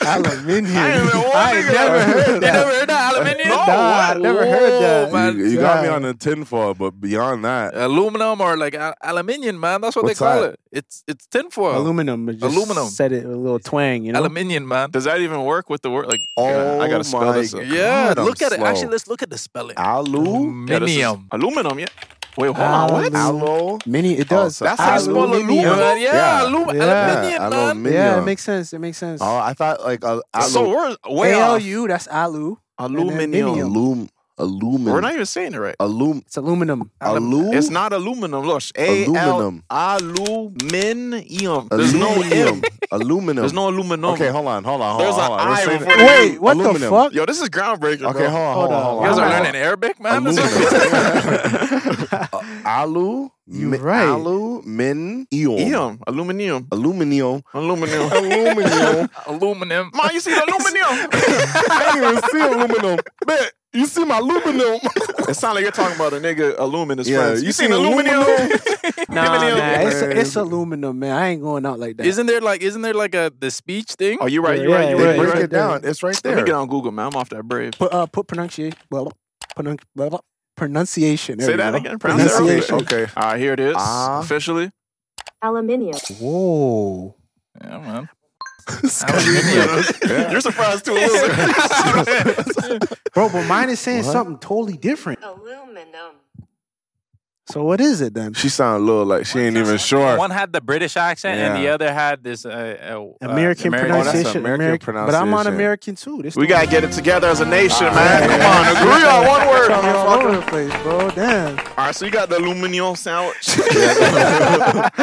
[SPEAKER 6] Aluminium.
[SPEAKER 5] I ain't even one
[SPEAKER 6] I ain't
[SPEAKER 5] nigga.
[SPEAKER 6] never heard
[SPEAKER 5] You
[SPEAKER 6] that.
[SPEAKER 5] never heard that aluminium?
[SPEAKER 6] Nah, I never heard that.
[SPEAKER 5] Whoa, man.
[SPEAKER 4] you, you got me
[SPEAKER 6] yeah.
[SPEAKER 4] on the tinfoil, but beyond that,
[SPEAKER 5] aluminum or like al- aluminium, man. That's what
[SPEAKER 4] What's
[SPEAKER 5] they call
[SPEAKER 4] that?
[SPEAKER 5] it. It's it's tinfoil.
[SPEAKER 6] Aluminum. but Just
[SPEAKER 5] Aluminum.
[SPEAKER 6] Said it with a little twang, you know.
[SPEAKER 5] Aluminium, man.
[SPEAKER 2] Does that even work with the word? Like,
[SPEAKER 4] Oh
[SPEAKER 2] I gotta spell
[SPEAKER 4] my
[SPEAKER 2] this. Up.
[SPEAKER 5] yeah,
[SPEAKER 4] God, I'm
[SPEAKER 5] look at it. Actually,
[SPEAKER 4] slow.
[SPEAKER 5] let's look at the spelling.
[SPEAKER 4] alu,
[SPEAKER 2] Yeah, this is
[SPEAKER 5] Aluminium.
[SPEAKER 2] aluminum. Yeah. Wait, hold on. What?
[SPEAKER 6] Alu-
[SPEAKER 4] aloe.
[SPEAKER 6] Mini. It does.
[SPEAKER 4] Oh, so- That's
[SPEAKER 2] how you spell
[SPEAKER 6] Aluminium.
[SPEAKER 5] Yeah,
[SPEAKER 4] Yeah.
[SPEAKER 5] yeah, alu-
[SPEAKER 6] Yeah,
[SPEAKER 5] aluminium, man.
[SPEAKER 4] aluminium.
[SPEAKER 6] Yeah, it makes sense. It makes sense.
[SPEAKER 4] Oh, I thought like uh, alu,
[SPEAKER 2] So we're way off.
[SPEAKER 6] ALU. That's alu. and then
[SPEAKER 2] Aluminium.
[SPEAKER 6] minium.
[SPEAKER 4] alum, aluminum.
[SPEAKER 2] We're not even saying it right.
[SPEAKER 4] alum,
[SPEAKER 6] It's aluminum.
[SPEAKER 4] alum.
[SPEAKER 2] It's not aluminum. Look, A L
[SPEAKER 4] Aluminum.
[SPEAKER 2] aluminium. There's no
[SPEAKER 4] Aluminum.
[SPEAKER 2] M.
[SPEAKER 4] aluminum.
[SPEAKER 2] There's no aluminum.
[SPEAKER 4] Okay, hold on, hold on, hold
[SPEAKER 2] There's
[SPEAKER 4] on.
[SPEAKER 2] an
[SPEAKER 4] hold on. We're
[SPEAKER 2] I
[SPEAKER 4] saying
[SPEAKER 2] before
[SPEAKER 4] it-
[SPEAKER 2] the U.
[SPEAKER 6] Wait, what the
[SPEAKER 4] Aluminum.
[SPEAKER 6] fuck?
[SPEAKER 2] Yo, this is groundbreaking.
[SPEAKER 4] Okay,
[SPEAKER 2] bro.
[SPEAKER 4] hold on, hold on, hold on.
[SPEAKER 5] You guys
[SPEAKER 4] hold
[SPEAKER 5] are
[SPEAKER 4] on.
[SPEAKER 5] learning Arabic, man. This is-
[SPEAKER 4] Aluminum. Uh, Alu.
[SPEAKER 6] You
[SPEAKER 4] mi-
[SPEAKER 6] right.
[SPEAKER 4] Alu min ion.
[SPEAKER 2] Ium, aluminium,
[SPEAKER 4] Aluminium.
[SPEAKER 2] aluminium.
[SPEAKER 4] Aluminium.
[SPEAKER 5] aluminum.
[SPEAKER 2] Ma, you see the aluminium?
[SPEAKER 4] I didn't even see aluminum. Bet you see my aluminum.
[SPEAKER 2] it sounds like you're talking about a nigga aluminum. his
[SPEAKER 4] Yeah,
[SPEAKER 2] friends.
[SPEAKER 4] you
[SPEAKER 2] You, seen
[SPEAKER 4] seen
[SPEAKER 2] aluminum?
[SPEAKER 6] Nah,
[SPEAKER 2] Aluminium.
[SPEAKER 6] nah, it's,
[SPEAKER 4] Man.
[SPEAKER 6] it's aluminum, man. I ain't going out like that.
[SPEAKER 5] Isn't there like isn't there like a the speech thing?
[SPEAKER 2] oh, you're right. You're
[SPEAKER 6] Yeah,
[SPEAKER 2] right. You're
[SPEAKER 6] yeah,
[SPEAKER 2] right.
[SPEAKER 4] They
[SPEAKER 2] You're
[SPEAKER 4] break
[SPEAKER 2] right.
[SPEAKER 6] yeah.
[SPEAKER 4] it down. It's right
[SPEAKER 2] Let me
[SPEAKER 4] there.
[SPEAKER 2] get on Google, man. I'm off that brave.
[SPEAKER 6] put uh put pronunciation blah, blah, pronun- blah, blah, pronunciation. There
[SPEAKER 2] Say
[SPEAKER 6] we
[SPEAKER 2] that
[SPEAKER 6] go.
[SPEAKER 2] again. Pronounce it real
[SPEAKER 6] Pronunciation.
[SPEAKER 2] quick.
[SPEAKER 4] Okay.
[SPEAKER 2] All right, here it is.
[SPEAKER 4] Ah.
[SPEAKER 2] Officially.
[SPEAKER 12] Aluminium.
[SPEAKER 6] Whoa.
[SPEAKER 5] Yeah, man. Aluminium.
[SPEAKER 2] You're surprised too. a little bit.
[SPEAKER 6] Bro, but mine is saying
[SPEAKER 4] What?
[SPEAKER 6] something totally different.
[SPEAKER 12] Aluminum.
[SPEAKER 6] So what is it then?
[SPEAKER 4] She sound a little like she ain't even sure.
[SPEAKER 5] One had the British accent and the
[SPEAKER 4] Yeah.
[SPEAKER 5] other had this uh, uh,
[SPEAKER 6] Oh, American
[SPEAKER 5] uh,
[SPEAKER 6] pronunciation.
[SPEAKER 4] American
[SPEAKER 6] But I'm on
[SPEAKER 4] pronunciation.
[SPEAKER 6] American too. This
[SPEAKER 2] we
[SPEAKER 6] dude-
[SPEAKER 2] gotta get it together as a nation,
[SPEAKER 4] Ah,
[SPEAKER 2] man. Come on, agree on one word.
[SPEAKER 6] Y'all all
[SPEAKER 2] motherfucker.
[SPEAKER 6] over the place, bro. Damn.
[SPEAKER 2] All right, so you got the aluminium sandwich.
[SPEAKER 5] I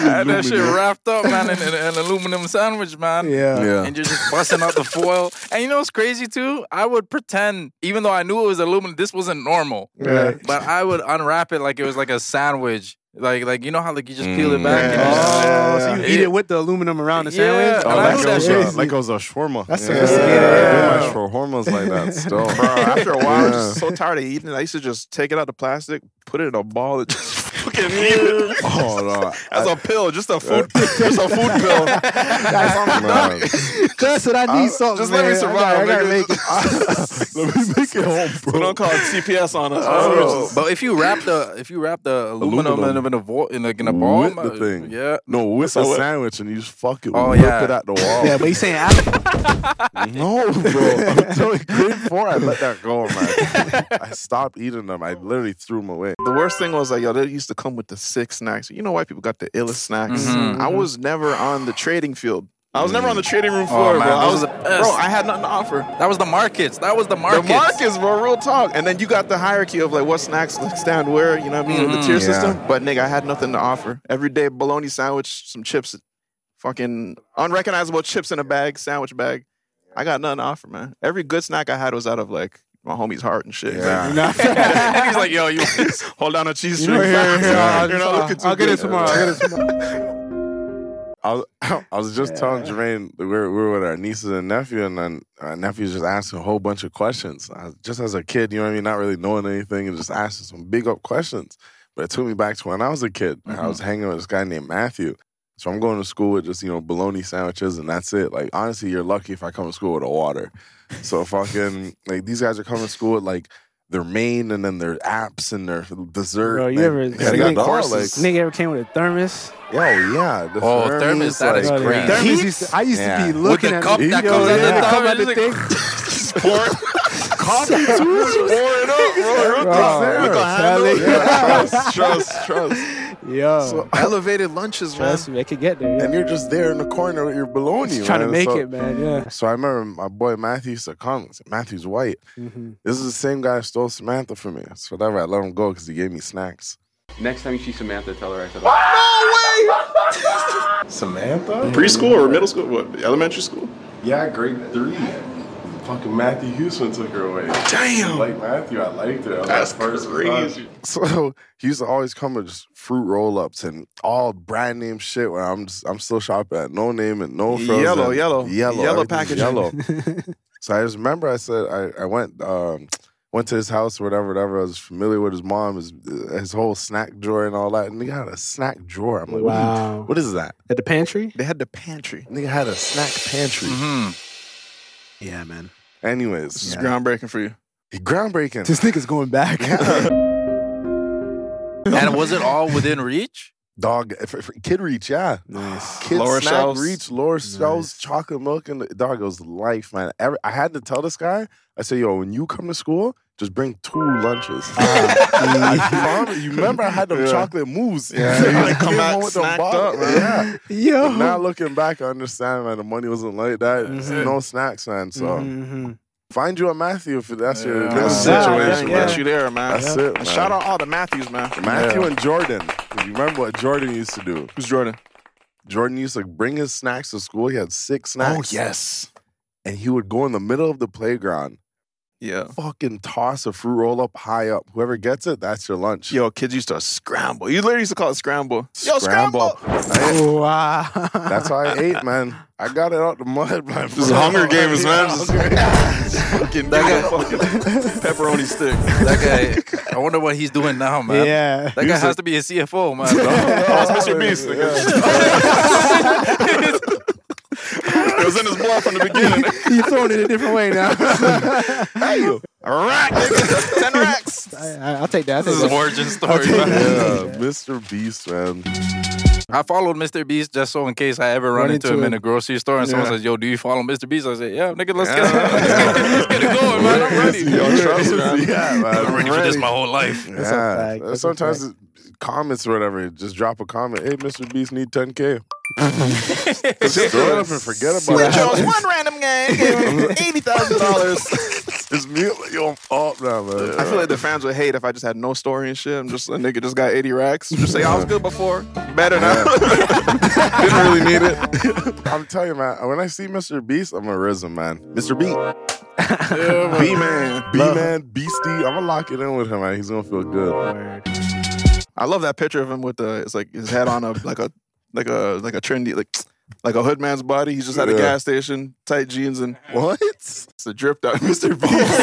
[SPEAKER 5] had that shit wrapped up, man, in, in an aluminum sandwich, man.
[SPEAKER 6] Yeah.
[SPEAKER 4] Yeah.
[SPEAKER 5] And you're just busting out the foil. And you know what's crazy too? I would pretend, even though I knew it was aluminum, this wasn't normal.
[SPEAKER 6] Right.
[SPEAKER 5] But I would unwrap it like it was like a sandwich. Like like you know how like you just peel it back and
[SPEAKER 2] Yeah.
[SPEAKER 5] you just-
[SPEAKER 6] Oh, so you
[SPEAKER 5] Yeah.
[SPEAKER 6] eat it with the aluminum around the sandwich?
[SPEAKER 5] Yeah.
[SPEAKER 4] Oh,
[SPEAKER 5] I
[SPEAKER 4] that
[SPEAKER 6] that's
[SPEAKER 5] knew that
[SPEAKER 4] goes,
[SPEAKER 5] shit.
[SPEAKER 4] uh,
[SPEAKER 6] crazy.
[SPEAKER 4] like goes a shawarma.
[SPEAKER 6] That's
[SPEAKER 4] yeah.
[SPEAKER 6] sophisticated.
[SPEAKER 4] I do
[SPEAKER 6] Yeah.
[SPEAKER 4] my shawarma's like that still.
[SPEAKER 2] Bro, after a while, I was just so tired of eating it. I used to just take it out the plastic, put it in a ball. It just Look at me.
[SPEAKER 4] Oh no,
[SPEAKER 2] That's a pill, just a food, just a food pill.
[SPEAKER 4] Nah.
[SPEAKER 6] That's what I need something.
[SPEAKER 2] just let me
[SPEAKER 6] man. I
[SPEAKER 2] survive,
[SPEAKER 6] gotta- I gotta
[SPEAKER 2] nigga.
[SPEAKER 6] make it.
[SPEAKER 4] Let me make it home,
[SPEAKER 2] We
[SPEAKER 4] bro.
[SPEAKER 2] don't call it CPS on us.
[SPEAKER 5] Uh-huh.
[SPEAKER 3] Oh, but if you wrap the if you wrap the aluminum,
[SPEAKER 4] Aluminum.
[SPEAKER 3] in a vo- in like in a ball, uh,
[SPEAKER 4] With the thing.
[SPEAKER 3] yeah,
[SPEAKER 4] No, with
[SPEAKER 2] So
[SPEAKER 4] a
[SPEAKER 2] what?
[SPEAKER 4] sandwich and you just fuck it.
[SPEAKER 3] Oh,
[SPEAKER 4] whip
[SPEAKER 3] yeah.
[SPEAKER 4] it at the wall.
[SPEAKER 6] Yeah, but he's saying apple.
[SPEAKER 4] No, bro. I'm telling you, grade four, I let that go, man. I stopped eating them. I literally threw them away.
[SPEAKER 2] The worst thing was like, yo, they used to come with the sick snacks. You know why people got the illest snacks?
[SPEAKER 5] Mhm.
[SPEAKER 2] I was never on the trading field. I was never on the trading room
[SPEAKER 5] Oh,
[SPEAKER 2] floor,
[SPEAKER 5] man,
[SPEAKER 2] bro. I
[SPEAKER 5] those
[SPEAKER 2] was,
[SPEAKER 5] are the best.
[SPEAKER 2] bro. I had nothing to offer.
[SPEAKER 5] That was the markets. That was the markets.
[SPEAKER 2] The markets, bro, real talk. And then you got the hierarchy of like what snacks stand where, you know what I mean, the tier
[SPEAKER 4] Yeah.
[SPEAKER 2] system. But nigga, I had nothing to offer. Every day, bologna sandwich, some chips, fucking unrecognizable chips in a bag, sandwich bag. I got nothing to offer, man. Every good snack I had was out of like my homie's heart and shit.
[SPEAKER 4] Yeah.
[SPEAKER 2] and he's like, yo, you hold down a cheese string.
[SPEAKER 6] know, here, here, here, I'll-
[SPEAKER 2] You're not looking too
[SPEAKER 6] I'll get
[SPEAKER 2] good.
[SPEAKER 6] it tomorrow. I'll get it tomorrow.
[SPEAKER 4] I was, I was just telling Jermaine that we were, we were with our nieces and nephew, and then our nephew's just asking a whole bunch of questions. I, just as a kid, you know what I mean? Not really knowing anything and just asking some big up questions. But it took me back to when I was a kid.
[SPEAKER 6] Mm-hmm.
[SPEAKER 4] I was hanging with this guy named Matthew. So I'm going to school with just, you know, bologna sandwiches and that's it. Like, honestly, you're lucky if I come to school with a water. So fucking, like, these guys are coming to school with, like, their main and then their apps and their dessert.
[SPEAKER 6] Bro, you
[SPEAKER 4] Like,
[SPEAKER 6] ever
[SPEAKER 4] and they got
[SPEAKER 6] nigga,
[SPEAKER 4] all, like,
[SPEAKER 6] nigga ever came with a thermos?
[SPEAKER 4] oh, yeah. The
[SPEAKER 3] Oh, thermos, that is
[SPEAKER 6] Bro, the
[SPEAKER 3] crazy.
[SPEAKER 6] Thermos used to, I used
[SPEAKER 4] Yeah.
[SPEAKER 6] to
[SPEAKER 4] With
[SPEAKER 6] be
[SPEAKER 4] the
[SPEAKER 6] looking at
[SPEAKER 3] cup
[SPEAKER 6] it.
[SPEAKER 3] that
[SPEAKER 6] Yo,
[SPEAKER 3] comes out
[SPEAKER 6] yeah,
[SPEAKER 3] the
[SPEAKER 6] the cup
[SPEAKER 3] thermos,
[SPEAKER 6] out the
[SPEAKER 3] it's like-
[SPEAKER 6] thing.
[SPEAKER 4] coffee. Pour it up, bro.
[SPEAKER 6] Bro,
[SPEAKER 4] With the handle.
[SPEAKER 6] telling
[SPEAKER 4] Yeah, trust, trust, trust.
[SPEAKER 6] you. Yo,
[SPEAKER 4] So-
[SPEAKER 3] elevated lunches, man.
[SPEAKER 6] trust me, I could get there.
[SPEAKER 4] And
[SPEAKER 6] Yeah.
[SPEAKER 4] you're just there in the corner with your bologna.
[SPEAKER 6] Just trying to
[SPEAKER 4] man.
[SPEAKER 6] make
[SPEAKER 4] So-
[SPEAKER 6] it, man. Yeah.
[SPEAKER 4] So I remember my boy Matthew used to come. Matthew's white.
[SPEAKER 6] Mhm.
[SPEAKER 4] This is the same guy who stole Samantha from me. So whatever, I let him go because he gave me snacks.
[SPEAKER 13] Next time you see Samantha, tell her I said.
[SPEAKER 4] Samantha?
[SPEAKER 2] Preschool or middle school? What? Elementary school?
[SPEAKER 4] Yeah, grade three. Fucking Matthew Houston took her away.
[SPEAKER 2] Damn.
[SPEAKER 4] like Matthew, I liked her.
[SPEAKER 2] That's crazy.
[SPEAKER 4] So he used to always come with just fruit roll ups and all brand name shit. Where I'm just, I'm still shopping at no name and no frozen.
[SPEAKER 2] Yellow, yellow.
[SPEAKER 4] yellow,
[SPEAKER 2] Yellow
[SPEAKER 4] everything's
[SPEAKER 2] packaging.
[SPEAKER 4] yellow. so I just remember I said I, I went um, went to his house or whatever, whatever. I was familiar with his mom, his his whole snack drawer and all that. And he had a snack drawer. I'm like, what is-
[SPEAKER 6] Wow.
[SPEAKER 4] what is that?
[SPEAKER 6] At the pantry?
[SPEAKER 2] They had the pantry.
[SPEAKER 4] Nigga had a snack pantry.
[SPEAKER 2] Mm-hmm.
[SPEAKER 3] Mm-hmm.
[SPEAKER 6] Yeah, man.
[SPEAKER 4] Anyways,
[SPEAKER 2] It's groundbreaking for you.
[SPEAKER 4] he groundbreaking.
[SPEAKER 6] This nigga's going back.
[SPEAKER 3] and was it all within reach?
[SPEAKER 4] Dog, for, for kid reach, yeah.
[SPEAKER 6] nice.
[SPEAKER 4] Kids
[SPEAKER 2] Lower
[SPEAKER 4] snack
[SPEAKER 2] shelves.
[SPEAKER 4] reach, lower shelves, chocolate milk, and the, dog, it was life, man. Every, I had to tell this guy, I said, yo, when you come to school, just bring two lunches. I promise- you remember I had them
[SPEAKER 2] Yeah.
[SPEAKER 4] chocolate mousse.
[SPEAKER 2] Ah, Yeah,
[SPEAKER 4] I
[SPEAKER 2] you
[SPEAKER 4] like,
[SPEAKER 2] come
[SPEAKER 4] came
[SPEAKER 2] back
[SPEAKER 4] home with them
[SPEAKER 2] snacked
[SPEAKER 4] bottles.
[SPEAKER 2] up, man.
[SPEAKER 4] Yeah.
[SPEAKER 6] Yo.
[SPEAKER 4] But now looking back, I understand, man, the money wasn't like that. No snacks, man. So
[SPEAKER 2] Mm-hmm.
[SPEAKER 6] Mhm.
[SPEAKER 4] find you a Matthew if that's your
[SPEAKER 2] Yeah.
[SPEAKER 4] living
[SPEAKER 2] That's
[SPEAKER 6] Yeah,
[SPEAKER 4] situation.
[SPEAKER 2] situation.
[SPEAKER 6] yeah.
[SPEAKER 4] man.
[SPEAKER 2] Get you there, man.
[SPEAKER 4] That's it,
[SPEAKER 2] And
[SPEAKER 4] man.
[SPEAKER 2] shout out all the Matthews, man.
[SPEAKER 4] Matthew
[SPEAKER 2] Yeah.
[SPEAKER 4] and Jordan. You remember what Jordan used to do?
[SPEAKER 2] who's Jordan?
[SPEAKER 4] Jordan used to bring his snacks to school. He had six
[SPEAKER 2] Oh,
[SPEAKER 4] snacks.
[SPEAKER 2] yes.
[SPEAKER 4] And he would go in the middle of the playground,
[SPEAKER 2] Yeah.
[SPEAKER 4] fucking toss a fruit roll up high up. Whoever gets it, that's your lunch.
[SPEAKER 2] Yo, kids used to scramble. You literally used to call it scramble. Yo,
[SPEAKER 4] Scramble. I-
[SPEAKER 6] Wow.
[SPEAKER 4] that's how I ate, man. I got it out the mud, man.
[SPEAKER 2] This is Hunger Games, man. Just fucking,
[SPEAKER 3] That
[SPEAKER 2] fucking pepperoni stick.
[SPEAKER 3] That guy, I wonder what he's doing now, man.
[SPEAKER 6] Yeah.
[SPEAKER 3] That guy has to be a CFO, man.
[SPEAKER 2] Oh, it's Mr. Beast. nigga. it was in his blood from the beginning.
[SPEAKER 6] You're throwing it a different way now.
[SPEAKER 2] All right, nigga. Ten racks.
[SPEAKER 6] I, I, I'll take that. I'll
[SPEAKER 5] This is
[SPEAKER 6] take that.
[SPEAKER 5] an origin story.
[SPEAKER 4] Yeah,
[SPEAKER 5] man.
[SPEAKER 4] Mr. Beast, man.
[SPEAKER 5] I followed Mr. Beast just so in case I ever run,
[SPEAKER 6] Run
[SPEAKER 5] into,
[SPEAKER 6] into
[SPEAKER 5] him in
[SPEAKER 6] him.
[SPEAKER 5] a grocery store and someone
[SPEAKER 4] Yeah.
[SPEAKER 5] says, "Yo, do you follow Mr. Beast?" I say, "Yeah, nigga, let's,
[SPEAKER 4] Yeah.
[SPEAKER 5] Get, let's, get, let's get it going, man. I'm ready.
[SPEAKER 4] Yo, trust me. Yeah, man.
[SPEAKER 5] I'm ready for this my whole life."
[SPEAKER 4] Yeah. Uh,
[SPEAKER 6] That's a fact. That's a
[SPEAKER 4] Sometimes it- comments or whatever, just drop a comment. Hey, Mr. Beast need 10K. just throw it up and forget about it.
[SPEAKER 2] Joe's one random guy gave eighty thousand dollars.
[SPEAKER 4] It's me. Yo, I'm up now, man.
[SPEAKER 2] I feel like the fans would hate if I just had no story and shit. I'm just a nigga just got 80 racks. Just say I was good before, better now. Didn't really need it.
[SPEAKER 4] I'm telling you, man. When I see Mr. Beast, I'm a risen man. Mr. B,
[SPEAKER 2] B man.
[SPEAKER 4] B man, Beastie. I'm gonna lock it in with him, man. He's gonna feel good.
[SPEAKER 2] I love that picture of him with the it's like his head on a like a like a like a trendy like Like a hood man's body. He's just at a
[SPEAKER 4] Yeah.
[SPEAKER 2] gas station, tight jeans, and what? It's a dripped out Mr. Beast.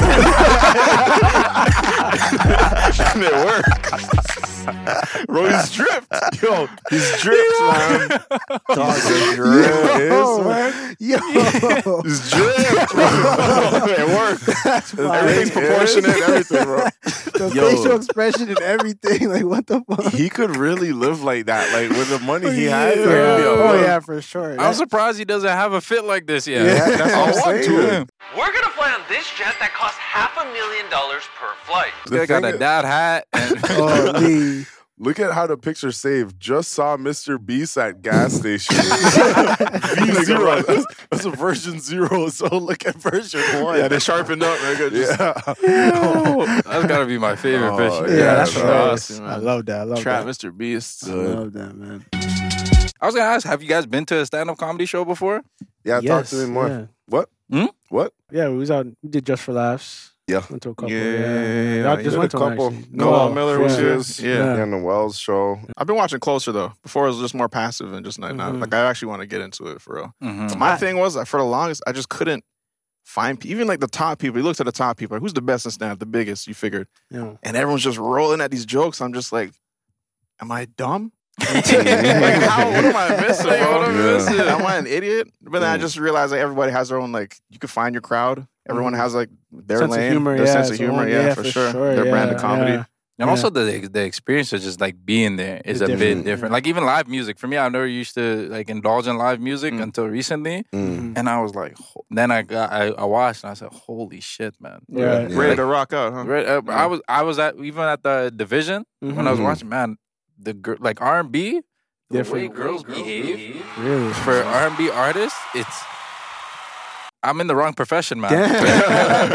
[SPEAKER 2] and it worked. Bro, he's dripped. Yo, he's dripped, man. Dog's a
[SPEAKER 6] Oh, Yo.
[SPEAKER 2] It's dripped, bro. it worked. Everything's proportionate, everything, bro.
[SPEAKER 6] the
[SPEAKER 4] Yo.
[SPEAKER 6] facial expression and everything. Like, what the fuck?
[SPEAKER 4] He could really live like that, like with the money he has.
[SPEAKER 6] Yeah.
[SPEAKER 4] like, yo,
[SPEAKER 6] Oh, yeah, for sure.
[SPEAKER 5] I'm surprised he doesn't have a fit like this yet.
[SPEAKER 4] Yeah, that's what I'm saying.
[SPEAKER 14] We're gonna fly on this jet that costs half a million dollars per flight.
[SPEAKER 3] This guy got a dad hat. And
[SPEAKER 4] Look at how the picture saved. Just saw Mr. Beast at gas station. V zero. That's, that's a version zero. So look at version one.
[SPEAKER 2] Yeah, they sharpened up, man. Good, just-
[SPEAKER 5] That's gotta be my favorite
[SPEAKER 4] Oh,
[SPEAKER 5] picture.
[SPEAKER 4] yeah, Yeah, that's
[SPEAKER 6] hilarious.
[SPEAKER 2] Awesome,
[SPEAKER 6] I
[SPEAKER 2] man.
[SPEAKER 6] love that. I love
[SPEAKER 2] Trap
[SPEAKER 6] that.
[SPEAKER 2] Mr. Beast.
[SPEAKER 6] I love that, man.
[SPEAKER 5] I was gonna ask, have you guys been to a stand-up comedy show before?
[SPEAKER 4] Yeah, talk
[SPEAKER 6] Yes,
[SPEAKER 4] to me more.
[SPEAKER 6] yeah.
[SPEAKER 4] What?
[SPEAKER 5] Hmm?
[SPEAKER 4] What?
[SPEAKER 6] Yeah, we was out. We did just for laughs.
[SPEAKER 4] Yeah.
[SPEAKER 6] Went to a couple.
[SPEAKER 2] Yeah, yeah,
[SPEAKER 6] Yeah,
[SPEAKER 2] yeah.
[SPEAKER 6] I just
[SPEAKER 2] Yeah,
[SPEAKER 6] went
[SPEAKER 4] a
[SPEAKER 6] to one,
[SPEAKER 4] couple.
[SPEAKER 6] actually.
[SPEAKER 2] Noel Miller was
[SPEAKER 6] yeah.
[SPEAKER 2] his.
[SPEAKER 6] Yeah.
[SPEAKER 2] Yeah.
[SPEAKER 4] And the Wells show.
[SPEAKER 2] I've been watching closer though. Before it was just more passive and just like not like I actually want to get into it for real.
[SPEAKER 5] Mhm.
[SPEAKER 2] My thing was that for the longest I just couldn't find pe- even like the top people. You looked at the top people, like, who's the best in stand up, the biggest? You figured,
[SPEAKER 6] Yeah.
[SPEAKER 2] and everyone's just rolling at these jokes. I'm just like, am I dumb? like how? What am I missing?
[SPEAKER 3] Like, what am I
[SPEAKER 2] bro?
[SPEAKER 3] missing?
[SPEAKER 2] Am I an idiot? But then I just realized like everybody has their own like you can find your crowd. Everyone has like their
[SPEAKER 6] Mm-hmm. Sense of
[SPEAKER 2] lane,
[SPEAKER 6] humor,
[SPEAKER 2] their
[SPEAKER 6] yeah,
[SPEAKER 2] sense of
[SPEAKER 6] it's
[SPEAKER 2] humor,
[SPEAKER 6] own-
[SPEAKER 2] yeah,
[SPEAKER 6] yeah,
[SPEAKER 2] for,
[SPEAKER 6] for
[SPEAKER 2] sure.
[SPEAKER 6] sure,
[SPEAKER 2] Their brand of
[SPEAKER 6] yeah,
[SPEAKER 2] comedy.
[SPEAKER 6] yeah.
[SPEAKER 5] And
[SPEAKER 6] Yeah.
[SPEAKER 5] also the the experience of just like being there
[SPEAKER 6] It's
[SPEAKER 5] is a
[SPEAKER 6] different,
[SPEAKER 5] bit different. Like even live music for me, I never used to like indulge in live
[SPEAKER 4] Mm.
[SPEAKER 5] music until recently,
[SPEAKER 6] Mm.
[SPEAKER 5] and I was like, ho- then I got I, I watched and I said, holy shit, man!
[SPEAKER 6] Yeah.
[SPEAKER 2] Ready to rock out, huh?
[SPEAKER 5] Right, uh, I was I was at even at the division when I was
[SPEAKER 6] Mhm.
[SPEAKER 5] watching, man, the gir- like R and B, the way
[SPEAKER 6] Different.
[SPEAKER 5] girls behave
[SPEAKER 6] Really.
[SPEAKER 5] for R and B artists, it's. I'm in the wrong profession, man.
[SPEAKER 6] Damn.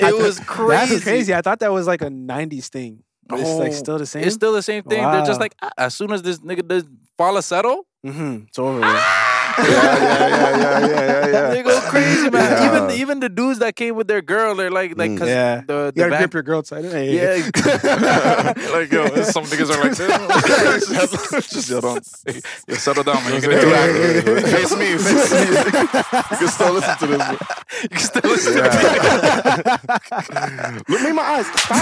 [SPEAKER 5] it was crazy.
[SPEAKER 6] That's crazy. I thought that was like a '90s thing. But it's like
[SPEAKER 5] Oh,
[SPEAKER 6] still the same.
[SPEAKER 5] It's still the same thing. They're just
[SPEAKER 6] Wow.
[SPEAKER 5] like, "Ah, as soon as this nigga does falsetto,
[SPEAKER 6] mm-hmm. It's over. with.
[SPEAKER 4] yeah, yeah, yeah, yeah,
[SPEAKER 5] they
[SPEAKER 4] yeah.
[SPEAKER 5] go crazy, man.
[SPEAKER 4] Yeah.
[SPEAKER 5] Even even the dudes that came with their girl, they're like, like, cause
[SPEAKER 6] Mm. Yeah.
[SPEAKER 5] the,
[SPEAKER 6] you gotta
[SPEAKER 5] the back,
[SPEAKER 6] grip your girl tight. Hey.
[SPEAKER 5] yeah,
[SPEAKER 2] like yo, some niggas are like this. just, just yo, don't
[SPEAKER 5] yo, settle down, man. You can
[SPEAKER 2] Yeah,
[SPEAKER 5] do
[SPEAKER 2] yeah,
[SPEAKER 5] that.
[SPEAKER 2] yeah, yeah. Face me, face me. you can still listen to this. One.
[SPEAKER 5] You can still listen to
[SPEAKER 4] Yeah.
[SPEAKER 5] that.
[SPEAKER 4] Look me in my eyes. Stop.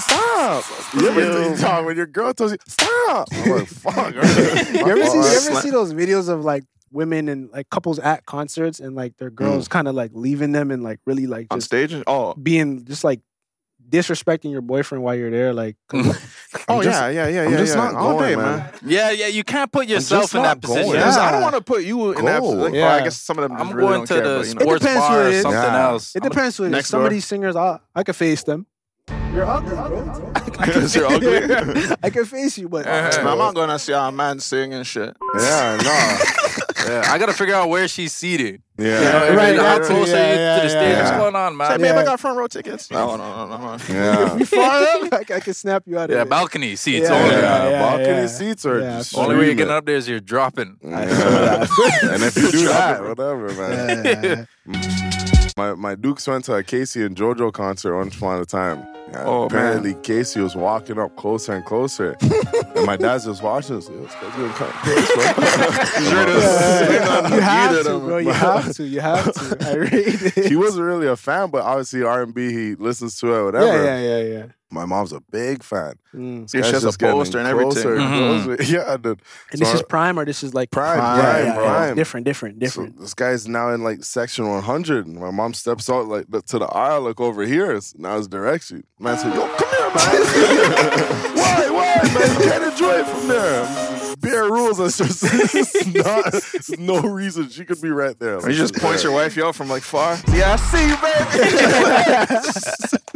[SPEAKER 4] Stop. You ever, Tom, when your girl tells you, stop. I'm like, fuck.
[SPEAKER 6] You ever see? You ever see those videos of like women and like couples at concerts and like their girls kind of like leaving them and like really like
[SPEAKER 2] on
[SPEAKER 6] just
[SPEAKER 2] stage? Oh,
[SPEAKER 6] being just like disrespecting your boyfriend while you're there. Like, 'cause
[SPEAKER 2] oh
[SPEAKER 4] just-
[SPEAKER 2] yeah, yeah, yeah,
[SPEAKER 4] I'm
[SPEAKER 2] yeah.
[SPEAKER 4] just
[SPEAKER 2] yeah.
[SPEAKER 4] not
[SPEAKER 2] All
[SPEAKER 4] going,
[SPEAKER 2] day,
[SPEAKER 4] man.
[SPEAKER 5] Yeah, yeah. You can't put yourself in
[SPEAKER 4] not
[SPEAKER 5] that position.
[SPEAKER 4] going.
[SPEAKER 2] Just- I
[SPEAKER 6] Yeah.
[SPEAKER 2] don't want to put you in that.
[SPEAKER 4] Go.
[SPEAKER 2] Like, oh,
[SPEAKER 6] Yeah.
[SPEAKER 2] I guess some of them.
[SPEAKER 5] I'm
[SPEAKER 2] just really
[SPEAKER 5] going
[SPEAKER 2] don't
[SPEAKER 5] to
[SPEAKER 2] care,
[SPEAKER 5] the
[SPEAKER 2] but, you know.
[SPEAKER 5] sports
[SPEAKER 6] depends who
[SPEAKER 5] bar or
[SPEAKER 6] it is.
[SPEAKER 5] something
[SPEAKER 4] Yeah.
[SPEAKER 5] else.
[SPEAKER 6] it depends who it is.
[SPEAKER 2] next
[SPEAKER 6] Some of
[SPEAKER 2] door.
[SPEAKER 6] these singers, I I could face them. You're ugly, bro.
[SPEAKER 2] Because you're ugly.
[SPEAKER 6] I can face you, but
[SPEAKER 2] Man, I'm not going to see a man sing and shit.
[SPEAKER 4] Yeah, no.
[SPEAKER 5] Yeah, I gotta figure out where she's seated.
[SPEAKER 4] Yeah.
[SPEAKER 6] Right,
[SPEAKER 5] Right, how
[SPEAKER 6] right,
[SPEAKER 5] close
[SPEAKER 6] yeah,
[SPEAKER 5] are you
[SPEAKER 6] yeah,
[SPEAKER 5] to the stage?
[SPEAKER 6] yeah.
[SPEAKER 5] What's going on,
[SPEAKER 2] Say,
[SPEAKER 5] man?
[SPEAKER 2] babe,
[SPEAKER 6] Yeah.
[SPEAKER 2] I got front row tickets. No, no, no, no. no.
[SPEAKER 4] Yeah.
[SPEAKER 6] you far up, I, I can snap you out of
[SPEAKER 5] Yeah,
[SPEAKER 6] it.
[SPEAKER 5] balcony seats.
[SPEAKER 6] Yeah.
[SPEAKER 5] only
[SPEAKER 4] yeah,
[SPEAKER 6] yeah,
[SPEAKER 4] balcony
[SPEAKER 6] yeah.
[SPEAKER 4] seats are
[SPEAKER 6] Yeah,
[SPEAKER 4] just
[SPEAKER 5] only way you're
[SPEAKER 4] screaming.
[SPEAKER 5] getting up there is you're dropping.
[SPEAKER 4] Yeah. and if you do that, whatever, man.
[SPEAKER 6] Yeah.
[SPEAKER 4] My my Dukes went to a Casey and JoJo concert once upon a time. Yeah,
[SPEAKER 2] Oh, man.
[SPEAKER 4] apparently Casey was walking up closer and closer, and my dad's just watching us. Like, "This guy's gonna come close, bro."
[SPEAKER 6] you have to, bro. You have to. You have to. I read it.
[SPEAKER 4] He wasn't really a fan, but obviously R and B he listens to it, whatever.
[SPEAKER 6] Yeah, yeah, yeah, yeah.
[SPEAKER 4] My mom's a big fan.
[SPEAKER 6] Mm.
[SPEAKER 2] Your
[SPEAKER 4] That's
[SPEAKER 2] shit's a
[SPEAKER 4] just getting
[SPEAKER 2] poster and everything. Mm-hmm.
[SPEAKER 4] closer
[SPEAKER 5] Mhm.
[SPEAKER 4] closer. Yeah, dude.
[SPEAKER 6] And
[SPEAKER 4] So
[SPEAKER 6] this
[SPEAKER 4] I-
[SPEAKER 6] is prime or this is like
[SPEAKER 4] Prime, prime, prime.
[SPEAKER 6] Different, different,
[SPEAKER 4] So
[SPEAKER 6] different.
[SPEAKER 4] this guy's now in like section 100, and my mom steps out like the- to the aisle, look over here. It's, now it's direction. Man said, "Yo, come here, man. why, why, man? You can't enjoy it from there. Bare rules. That's just it's not, it's no reason. She could be right there.
[SPEAKER 2] Or you just point your wife yo from like far. Yeah, I see you, baby.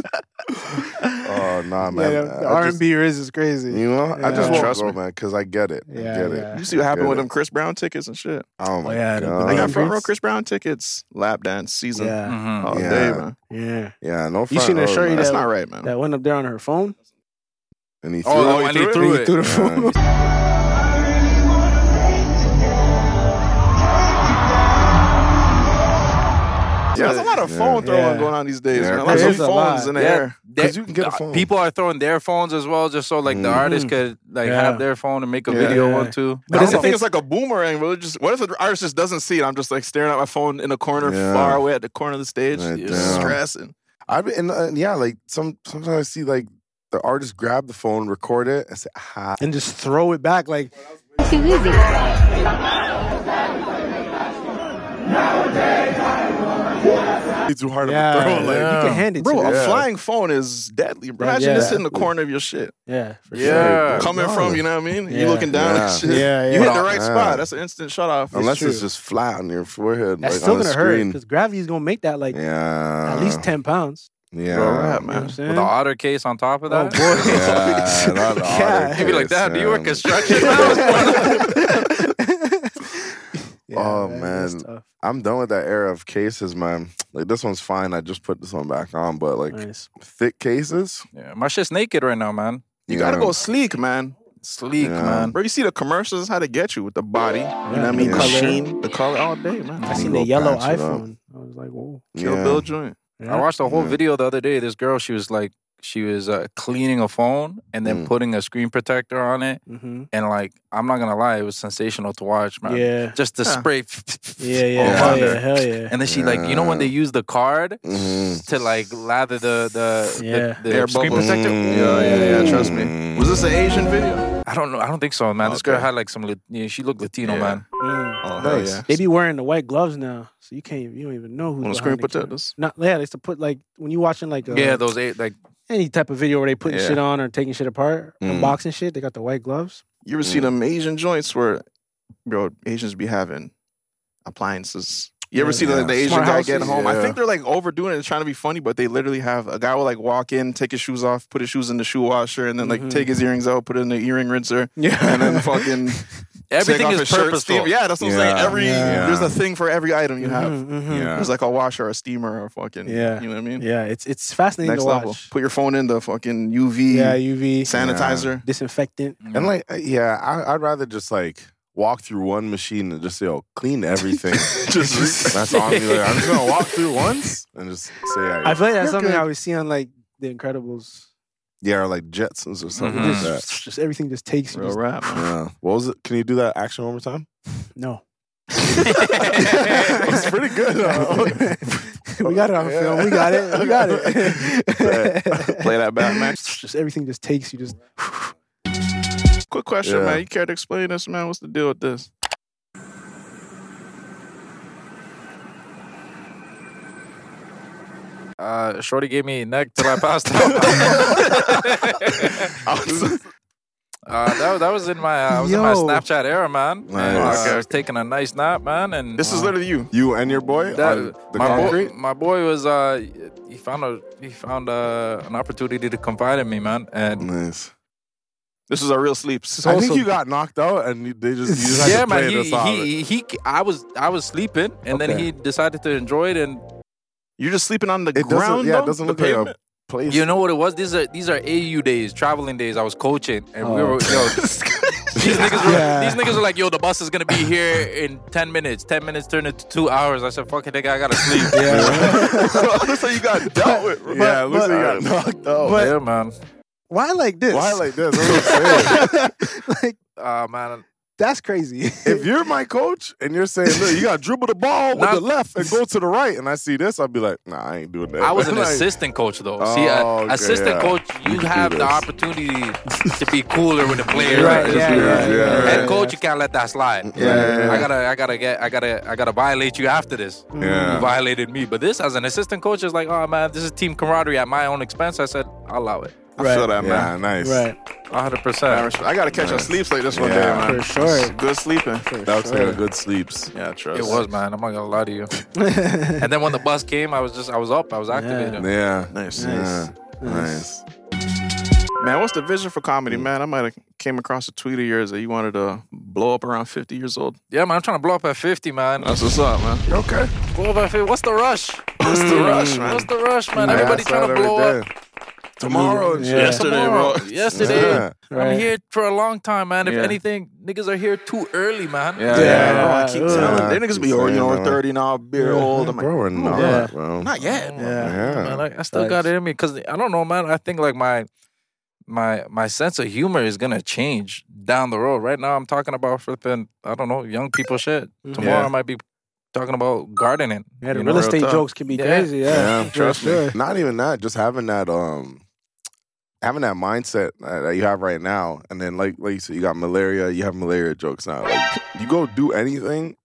[SPEAKER 4] Oh nah,
[SPEAKER 6] yeah,
[SPEAKER 4] man.
[SPEAKER 6] the-
[SPEAKER 4] I
[SPEAKER 6] the
[SPEAKER 4] just-
[SPEAKER 6] R and B Riz is crazy.
[SPEAKER 4] You know, I just
[SPEAKER 6] Yeah.
[SPEAKER 4] won't
[SPEAKER 2] Trust
[SPEAKER 4] go,
[SPEAKER 2] me.
[SPEAKER 4] man, because I get it. I
[SPEAKER 6] Yeah,
[SPEAKER 4] get
[SPEAKER 6] yeah.
[SPEAKER 4] it.
[SPEAKER 2] You see what happened
[SPEAKER 4] Get
[SPEAKER 2] with
[SPEAKER 4] it.
[SPEAKER 2] them Chris Brown tickets and shit.
[SPEAKER 4] Oh my
[SPEAKER 6] yeah, the- the
[SPEAKER 4] god.
[SPEAKER 2] I
[SPEAKER 6] Uh,
[SPEAKER 2] got front row
[SPEAKER 6] Prince.
[SPEAKER 2] Chris Brown tickets. Lap dance season.
[SPEAKER 6] Yeah,
[SPEAKER 5] Mhm.
[SPEAKER 2] All
[SPEAKER 4] Yeah.
[SPEAKER 2] day, man.
[SPEAKER 6] yeah.
[SPEAKER 4] yeah, no.
[SPEAKER 6] You
[SPEAKER 4] front
[SPEAKER 6] seen her
[SPEAKER 4] row,
[SPEAKER 6] shirt
[SPEAKER 4] man.
[SPEAKER 6] that-
[SPEAKER 2] That's not right, man.
[SPEAKER 6] That went up there on her phone.
[SPEAKER 4] And he threw
[SPEAKER 5] Oh,
[SPEAKER 4] it.
[SPEAKER 5] when he threw it.
[SPEAKER 6] Through the phone.
[SPEAKER 4] Yeah.
[SPEAKER 2] Yeah, there's a lot of phone throwing
[SPEAKER 4] Yeah.
[SPEAKER 2] going on these days,
[SPEAKER 4] Yeah.
[SPEAKER 2] man. Like
[SPEAKER 4] There's
[SPEAKER 2] some
[SPEAKER 4] a lot.
[SPEAKER 2] phones in the
[SPEAKER 4] Yeah.
[SPEAKER 2] air.
[SPEAKER 4] They- 'Cause you can get a phone.
[SPEAKER 5] uh, People are throwing their phones as well, just so like the artist
[SPEAKER 4] Mm-hmm.
[SPEAKER 5] could like
[SPEAKER 2] Yeah.
[SPEAKER 5] have their phone and make a
[SPEAKER 2] Yeah.
[SPEAKER 5] video
[SPEAKER 2] Yeah.
[SPEAKER 5] on too.
[SPEAKER 2] But I don't think it's like a boomerang, bro. It's Just what if the artist just doesn't see it? I'm just like staring at my phone in a corner,
[SPEAKER 4] Yeah.
[SPEAKER 2] far away at the corner of the stage,
[SPEAKER 4] Right
[SPEAKER 2] You're
[SPEAKER 4] down.
[SPEAKER 2] stressing.
[SPEAKER 4] I've been, and, uh, yeah, like some sometimes I see like the artist grab the phone, record it, and say, "Ha."
[SPEAKER 6] and just throw it back like
[SPEAKER 15] Too easy.
[SPEAKER 4] Way too hard
[SPEAKER 6] Yeah,
[SPEAKER 4] of a throw. Like,
[SPEAKER 6] yeah. You can hand it
[SPEAKER 2] bro.
[SPEAKER 6] to
[SPEAKER 2] a
[SPEAKER 6] him. Yeah.
[SPEAKER 2] flying phone is deadly, bro.
[SPEAKER 6] Right,
[SPEAKER 2] Imagine
[SPEAKER 6] yeah.
[SPEAKER 2] this in the corner of your shit.
[SPEAKER 6] yeah, for
[SPEAKER 2] Yeah, coming from you know what I mean.
[SPEAKER 6] Yeah.
[SPEAKER 2] You're looking down
[SPEAKER 4] Yeah.
[SPEAKER 2] at shit.
[SPEAKER 6] Yeah, yeah.
[SPEAKER 2] You hit the right
[SPEAKER 4] Yeah.
[SPEAKER 2] spot. That's an instant shut off.
[SPEAKER 4] Unless it's,
[SPEAKER 2] true.
[SPEAKER 4] just flat on your forehead,
[SPEAKER 6] That's
[SPEAKER 4] like
[SPEAKER 6] still
[SPEAKER 4] on the
[SPEAKER 6] gonna hurt
[SPEAKER 4] screen.
[SPEAKER 6] because gravity's gonna make that like
[SPEAKER 4] yeah,
[SPEAKER 6] at least ten pounds.
[SPEAKER 4] Yeah,
[SPEAKER 2] Bro, rap,
[SPEAKER 6] You know
[SPEAKER 2] man.
[SPEAKER 6] what
[SPEAKER 5] With
[SPEAKER 6] I'm
[SPEAKER 5] the
[SPEAKER 6] saying?
[SPEAKER 5] otter case on top of that.
[SPEAKER 4] yeah, not the
[SPEAKER 6] Yeah.
[SPEAKER 5] You'd be like,
[SPEAKER 4] that.
[SPEAKER 5] "Dad, do you work construction?" hours?"
[SPEAKER 4] oh
[SPEAKER 6] man, that's
[SPEAKER 4] man,
[SPEAKER 6] tough.
[SPEAKER 4] I'm done with that era of cases, man. Like this one's fine. I just put this one back on, but like
[SPEAKER 6] Nice.
[SPEAKER 4] thick cases,
[SPEAKER 5] yeah, my shit's naked right now, man.
[SPEAKER 2] You gotta
[SPEAKER 4] Yeah.
[SPEAKER 2] go sleek, man.
[SPEAKER 5] Sleek,
[SPEAKER 4] Yeah.
[SPEAKER 5] man.
[SPEAKER 2] Bro, you see the commercials, how to get you with the body. You know what I mean?
[SPEAKER 4] Yeah.
[SPEAKER 2] The
[SPEAKER 4] Color.
[SPEAKER 2] sheen, the color all day, man.
[SPEAKER 6] I
[SPEAKER 2] That's
[SPEAKER 6] seen
[SPEAKER 4] go
[SPEAKER 6] the yellow
[SPEAKER 4] patch it up.
[SPEAKER 6] iPhone. I was like, whoa.
[SPEAKER 2] Kill
[SPEAKER 4] Yeah.
[SPEAKER 2] Bill joint.
[SPEAKER 5] I watched a whole
[SPEAKER 4] Yeah.
[SPEAKER 5] video the other day. This girl, she was like, she was uh, cleaning a phone and then
[SPEAKER 4] Mm.
[SPEAKER 5] putting a screen protector on it.
[SPEAKER 6] Mm-hmm.
[SPEAKER 5] And like, I'm not gonna lie, it was sensational to watch, man.
[SPEAKER 6] Yeah.
[SPEAKER 5] Just the
[SPEAKER 2] Huh.
[SPEAKER 5] spray.
[SPEAKER 6] Yeah,
[SPEAKER 5] all
[SPEAKER 6] yeah, hell
[SPEAKER 5] on
[SPEAKER 6] yeah,
[SPEAKER 5] there.
[SPEAKER 6] hell yeah.
[SPEAKER 5] And then she like, you know, when they use the card
[SPEAKER 4] Mhm.
[SPEAKER 5] to like lather the the,
[SPEAKER 6] Yeah.
[SPEAKER 5] the, the
[SPEAKER 2] Air
[SPEAKER 5] screen
[SPEAKER 2] bubbles.
[SPEAKER 5] protector.
[SPEAKER 2] Mm. Yeah, yeah, yeah, trust me.
[SPEAKER 4] Mm-hmm.
[SPEAKER 2] Was this an Asian video?
[SPEAKER 5] I don't know. I don't think so, man. This girl
[SPEAKER 2] Okay.
[SPEAKER 5] had like some. Lat- Yeah, she looked Latino,
[SPEAKER 2] Yeah.
[SPEAKER 5] man.
[SPEAKER 6] Mm.
[SPEAKER 2] Oh,
[SPEAKER 4] hell yeah.
[SPEAKER 6] They be wearing the white gloves now, so you can't. You don't even know who's
[SPEAKER 2] On the
[SPEAKER 6] behind
[SPEAKER 2] screen
[SPEAKER 6] the camera.
[SPEAKER 2] protectors.
[SPEAKER 6] Not yeah, they used to put like when you watching like uh
[SPEAKER 5] Yeah, those eight like
[SPEAKER 6] any type of video where they putting
[SPEAKER 2] Yeah.
[SPEAKER 6] shit on or taking shit apart,
[SPEAKER 4] Mm.
[SPEAKER 6] unboxing shit. They got the white gloves.
[SPEAKER 2] You ever see them Asian joints where, bro, Asians be having appliances. You ever
[SPEAKER 6] Yeah.
[SPEAKER 2] see the, the Asian
[SPEAKER 6] Smart
[SPEAKER 2] guy
[SPEAKER 6] houses,
[SPEAKER 2] getting home? I
[SPEAKER 4] yeah.
[SPEAKER 2] think they're like overdoing it and trying to be funny, but they literally have a guy will like walk in, take his shoes off, put his shoes in the shoe washer, and then like
[SPEAKER 6] Mhm.
[SPEAKER 2] take his earrings out, put it in the earring rinser,
[SPEAKER 6] Yeah,
[SPEAKER 2] and then fucking
[SPEAKER 5] everything
[SPEAKER 2] take off
[SPEAKER 5] is
[SPEAKER 2] his shirt,
[SPEAKER 5] purposeful.
[SPEAKER 2] steam- Yeah, that's what I'm saying.
[SPEAKER 4] Yeah.
[SPEAKER 2] Every
[SPEAKER 4] Yeah.
[SPEAKER 2] there's a thing for every item you have.
[SPEAKER 4] Yeah.
[SPEAKER 2] There's like a washer, a steamer, or a fucking
[SPEAKER 6] Mm-hmm. Yeah.
[SPEAKER 2] You know what I mean?
[SPEAKER 6] Yeah, it's it's fascinating
[SPEAKER 2] Next
[SPEAKER 6] to watch.
[SPEAKER 2] level. Put your phone in the fucking UV
[SPEAKER 6] Yeah, UV
[SPEAKER 2] sanitizer.
[SPEAKER 6] disinfectant.
[SPEAKER 5] Mm.
[SPEAKER 4] and like yeah, I, I'd rather just like walk through one machine and just say, "Oh, clean everything."
[SPEAKER 2] Just-
[SPEAKER 4] that's on me. Like, I'm just gonna walk through once and just say, "Yeah,
[SPEAKER 6] I feel like that's
[SPEAKER 4] You're
[SPEAKER 6] something
[SPEAKER 4] good.
[SPEAKER 6] I would see on like The Incredibles.
[SPEAKER 4] yeah," or like Jetsons or something
[SPEAKER 5] Mhm.
[SPEAKER 2] Mm-hmm.
[SPEAKER 4] like that.
[SPEAKER 6] Just, just everything just takes you.
[SPEAKER 2] Real
[SPEAKER 6] just-
[SPEAKER 2] rap. man.
[SPEAKER 4] Yeah. What was it? Can you do that action one more time?
[SPEAKER 6] no,
[SPEAKER 4] it's pretty good. though.
[SPEAKER 6] we got it on
[SPEAKER 4] Yeah.
[SPEAKER 6] film. We got it. We got it.
[SPEAKER 2] Play that back, man.
[SPEAKER 6] just everything just takes you. Just
[SPEAKER 2] Quick question,
[SPEAKER 4] Yeah.
[SPEAKER 2] man. You care to explain this, man? What's the deal with this?
[SPEAKER 5] Uh, Shorty gave me neck till I passed out. Uh, that, was- that was in my uh, I was in my
[SPEAKER 6] Yo.
[SPEAKER 5] Snapchat era, man. And, uh,
[SPEAKER 4] Nice.
[SPEAKER 5] I was taking a nice nap, man, and uh,
[SPEAKER 2] This is literally you.
[SPEAKER 4] you and your boy
[SPEAKER 5] that-
[SPEAKER 4] on the
[SPEAKER 5] my,
[SPEAKER 4] concrete.
[SPEAKER 5] boy, my boy was uh, he found a he found uh, an opportunity to confide in me, man, and
[SPEAKER 4] Nice.
[SPEAKER 2] This is a real sleep. This is
[SPEAKER 4] I think
[SPEAKER 2] wholesome.
[SPEAKER 4] you got knocked out, and you, they just you just had
[SPEAKER 5] yeah,
[SPEAKER 4] to play
[SPEAKER 5] man, he,
[SPEAKER 4] this off.
[SPEAKER 5] he, he I was I was sleeping, and then
[SPEAKER 4] Okay.
[SPEAKER 5] he decided to enjoy it, and
[SPEAKER 2] You're just sleeping on the
[SPEAKER 4] it
[SPEAKER 2] ground.
[SPEAKER 4] doesn't. Yeah,
[SPEAKER 2] though?
[SPEAKER 4] it doesn't
[SPEAKER 2] The
[SPEAKER 4] look like a
[SPEAKER 2] pavement?
[SPEAKER 4] place.
[SPEAKER 5] You know what it was? These are these are AU days, traveling days. I was coaching, and
[SPEAKER 4] Oh.
[SPEAKER 5] we were yo. these niggas were
[SPEAKER 6] Yeah.
[SPEAKER 5] these niggas were like, yo, the bus is gonna be here in ten minutes. Ten minutes turned into two hours. I said, fuck it, nigga, I gotta sleep.
[SPEAKER 2] That's how you got dealt with. bro.
[SPEAKER 4] yeah, it looks
[SPEAKER 6] but-
[SPEAKER 4] like you got knocked out.
[SPEAKER 6] but-
[SPEAKER 5] yeah, man.
[SPEAKER 6] why like this?
[SPEAKER 4] Why like this? That's what I'm saying.
[SPEAKER 6] like
[SPEAKER 5] Uh, man.
[SPEAKER 6] that's crazy.
[SPEAKER 4] if you're my coach and you're saying, look, you got to dribble the ball with
[SPEAKER 5] Nah.
[SPEAKER 4] the left and go to the right, and I see this, I'd be like, nah, I ain't doing that.
[SPEAKER 5] I was an
[SPEAKER 4] Like,
[SPEAKER 5] assistant coach though. See, a,
[SPEAKER 4] Oh, okay,
[SPEAKER 5] assistant
[SPEAKER 4] yeah.
[SPEAKER 5] coach,
[SPEAKER 4] You
[SPEAKER 5] you
[SPEAKER 4] can
[SPEAKER 5] have
[SPEAKER 4] do
[SPEAKER 5] the
[SPEAKER 4] this.
[SPEAKER 5] opportunity to be cooler with the players.
[SPEAKER 6] Right,
[SPEAKER 5] Just
[SPEAKER 6] yeah,
[SPEAKER 5] be-
[SPEAKER 6] yeah, yeah,
[SPEAKER 5] Head
[SPEAKER 6] yeah.
[SPEAKER 5] coach, you can't let that slide.
[SPEAKER 4] Yeah, yeah,
[SPEAKER 5] I
[SPEAKER 4] yeah.
[SPEAKER 5] gotta, I gotta get, I gotta, I gotta violate you after this. You
[SPEAKER 4] Yeah.
[SPEAKER 5] violated me. But this, as an assistant coach, is like, oh man, this is team camaraderie at my own expense. I said, I'll allow it.
[SPEAKER 2] I feel that, man.
[SPEAKER 4] Yeah, nice.
[SPEAKER 6] right,
[SPEAKER 5] 100.
[SPEAKER 2] I
[SPEAKER 5] percent
[SPEAKER 2] respect- I gotta catch a sleeps like this one
[SPEAKER 4] Yeah.
[SPEAKER 2] day, man.
[SPEAKER 6] For sure.
[SPEAKER 2] It's Good sleeping.
[SPEAKER 4] That was kind of good sleeps.
[SPEAKER 2] Yeah, trust.
[SPEAKER 5] It was, man. I'm not gonna lie to you. and then when the bus came, I was just, I was up. I was activated.
[SPEAKER 4] Yeah.
[SPEAKER 2] Nice.
[SPEAKER 4] Yeah.
[SPEAKER 6] Nice.
[SPEAKER 4] Nice.
[SPEAKER 2] Man, what's the vision for comedy,
[SPEAKER 4] Hmm.
[SPEAKER 2] man? I might have came across a tweet of yours that you wanted to blow up around 50 years old.
[SPEAKER 5] Yeah, man. I'm trying to blow up at 50, man.
[SPEAKER 2] That's what's up, man.
[SPEAKER 4] Okay.
[SPEAKER 5] Blow up at 50. What's the rush?
[SPEAKER 4] Hmm.
[SPEAKER 2] What's the rush, man?
[SPEAKER 5] What's the rush, man?
[SPEAKER 4] I
[SPEAKER 5] Everybody
[SPEAKER 4] ask that
[SPEAKER 5] trying to
[SPEAKER 4] every
[SPEAKER 5] blow up.
[SPEAKER 4] day. tomorrow and shit.
[SPEAKER 5] Yeah. Yesterday,
[SPEAKER 4] Tomorrow.
[SPEAKER 5] bro. Yesterday.
[SPEAKER 4] Yeah.
[SPEAKER 5] I'm here for a long time, man. If
[SPEAKER 4] Yeah.
[SPEAKER 5] anything, niggas are here too early, man.
[SPEAKER 4] Yeah, yeah, bro, I keep telling
[SPEAKER 2] Them
[SPEAKER 4] them.
[SPEAKER 2] niggas be old, you know, 30 now, beer old. I'm like,
[SPEAKER 4] bro, we're
[SPEAKER 2] "Mm,
[SPEAKER 4] not,
[SPEAKER 2] yeah.
[SPEAKER 4] bro.
[SPEAKER 2] Not yet.
[SPEAKER 4] Yeah.
[SPEAKER 5] Man, like, I still got it in me because I don't know, man. I think like my my my sense of humor is gonna change down the road. Right now, I'm talking about flipping. I don't know, young people shit. Tomorrow,
[SPEAKER 4] Yeah.
[SPEAKER 5] I might be talking about gardening.
[SPEAKER 6] Yeah, the
[SPEAKER 5] you know?
[SPEAKER 6] real estate
[SPEAKER 4] talk.
[SPEAKER 6] jokes can be crazy. Yeah,
[SPEAKER 4] Yeah, trust
[SPEAKER 6] For
[SPEAKER 4] me. Not even that, just having that um having that mindset that that you have right now and then like like you said you got malaria, you have malaria jokes now. Like you go do anything,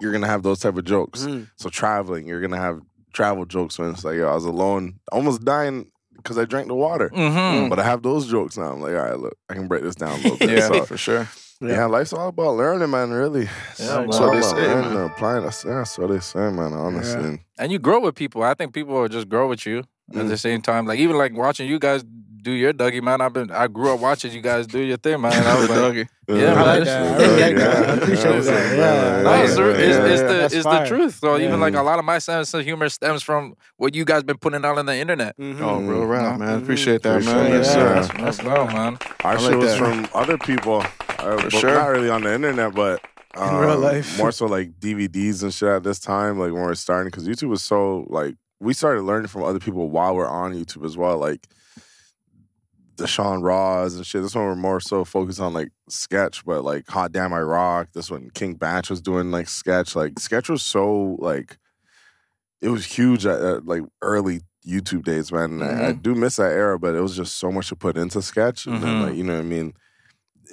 [SPEAKER 4] you're going to have those type of jokes. So traveling, you're going to have travel jokes when it's like yo, I was alone, almost dying because I drank the water.
[SPEAKER 5] Mhm.
[SPEAKER 4] But I have those jokes now. I'm like, all right, look, I can break this down a little bit.
[SPEAKER 5] Yeah,
[SPEAKER 4] So-
[SPEAKER 5] for sure.
[SPEAKER 4] yeah. life's all about learning, man. Really,
[SPEAKER 5] Yeah,
[SPEAKER 4] that's
[SPEAKER 5] man.
[SPEAKER 4] what they
[SPEAKER 5] All about
[SPEAKER 4] say,
[SPEAKER 5] learning,
[SPEAKER 4] man. Applying, that's, that's what they say, man. Honestly,
[SPEAKER 5] And you grow with people. I think people will just grow with you at the same time. Like even like watching you guys do your Dougie, man. I've been I grew up watching you guys do your thing, man. And I was like, Yeah,
[SPEAKER 4] I
[SPEAKER 5] man,
[SPEAKER 4] like that.
[SPEAKER 5] this is-
[SPEAKER 4] I really like that. I appreciate
[SPEAKER 5] Yeah.
[SPEAKER 4] that.
[SPEAKER 5] Yeah.
[SPEAKER 4] Yeah.
[SPEAKER 5] No, it's
[SPEAKER 4] Yeah.
[SPEAKER 5] the it's- it's
[SPEAKER 4] Yeah.
[SPEAKER 5] the-
[SPEAKER 4] That's
[SPEAKER 5] it's the
[SPEAKER 4] fire.
[SPEAKER 5] truth. So
[SPEAKER 4] Yeah.
[SPEAKER 5] even like a lot of my sense of humor stems from what you guys been putting out on the internet.
[SPEAKER 2] Oh, real rap, man. Appreciate that,
[SPEAKER 4] Appreciate
[SPEAKER 2] man.
[SPEAKER 4] it.
[SPEAKER 2] Yes,
[SPEAKER 4] Yeah.
[SPEAKER 2] sir.
[SPEAKER 5] That's, that's love, man.
[SPEAKER 4] our
[SPEAKER 2] I
[SPEAKER 4] shit
[SPEAKER 2] like
[SPEAKER 4] was
[SPEAKER 2] that.
[SPEAKER 4] from other people, uh, but
[SPEAKER 2] sure.
[SPEAKER 4] not really on the internet, but um,
[SPEAKER 6] real life.
[SPEAKER 4] more so like DVDs and shit at this time, like when we're starting, because YouTube was so like we started learning from other people while we're on YouTube as well, like the Sean Raws and shit. This one we're more so focused on like sketch, but like Hot Damn I Rock. This one King Batch was doing like sketch. Like sketch was so like it was huge at, at like early YouTube days, man. And I, I
[SPEAKER 2] Mm-hmm.
[SPEAKER 4] do miss that era, but it was just so much to put into sketch, and then,
[SPEAKER 5] Mhm.
[SPEAKER 4] like you know what I mean.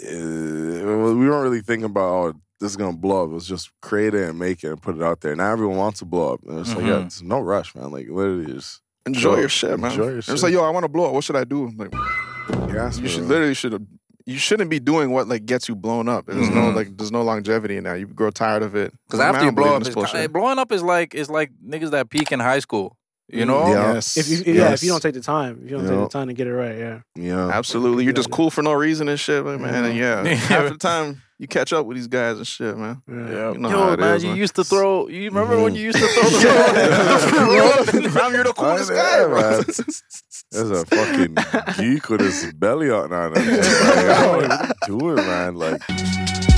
[SPEAKER 4] Uh, we weren't really thinking about oh this is gonna blow up. It was just create it and make it and put it out there. Now everyone wants to blow up, and it's like yeah,
[SPEAKER 2] Mhm.
[SPEAKER 4] it's no rush, man. Like literally just
[SPEAKER 2] Enjoy
[SPEAKER 4] go.
[SPEAKER 2] your shit, man.
[SPEAKER 4] Enjoy your
[SPEAKER 2] It's
[SPEAKER 4] shit.
[SPEAKER 2] like, yo, I want to blow up. What should I do? Like,
[SPEAKER 4] yeah,
[SPEAKER 2] you should literally should you shouldn't be doing what like gets you blown up. There's no
[SPEAKER 5] Mhm.
[SPEAKER 2] like there's no longevity in that. You grow tired of it.
[SPEAKER 5] Because
[SPEAKER 2] Like, man,
[SPEAKER 5] after
[SPEAKER 2] I
[SPEAKER 5] you
[SPEAKER 2] don't believe in
[SPEAKER 5] blow up,
[SPEAKER 2] this
[SPEAKER 5] it's ki-
[SPEAKER 2] bullshit.
[SPEAKER 5] blowing up is like is like niggas that peak in high school. You know?
[SPEAKER 2] Yeah.
[SPEAKER 6] If you, if- yeah, if you don't take the time, if you don't
[SPEAKER 2] Yep.
[SPEAKER 6] take the time to get it right, yeah.
[SPEAKER 4] yeah,
[SPEAKER 2] absolutely. You're just cool for no reason and shit, but, man. And yeah,
[SPEAKER 5] Yeah.
[SPEAKER 2] half the time you catch up with these guys and shit, man.
[SPEAKER 5] Yeah.
[SPEAKER 2] You know
[SPEAKER 5] Yo,
[SPEAKER 2] how it
[SPEAKER 5] man,
[SPEAKER 2] is,
[SPEAKER 5] you
[SPEAKER 2] man.
[SPEAKER 5] used to throw. You remember when you used to throw the
[SPEAKER 2] I'm you're the coolest guy,
[SPEAKER 4] Yeah,
[SPEAKER 2] bro.
[SPEAKER 4] man. There's a fucking geek with his belly out now. and I'm just like, yo, what you doing, man? Like,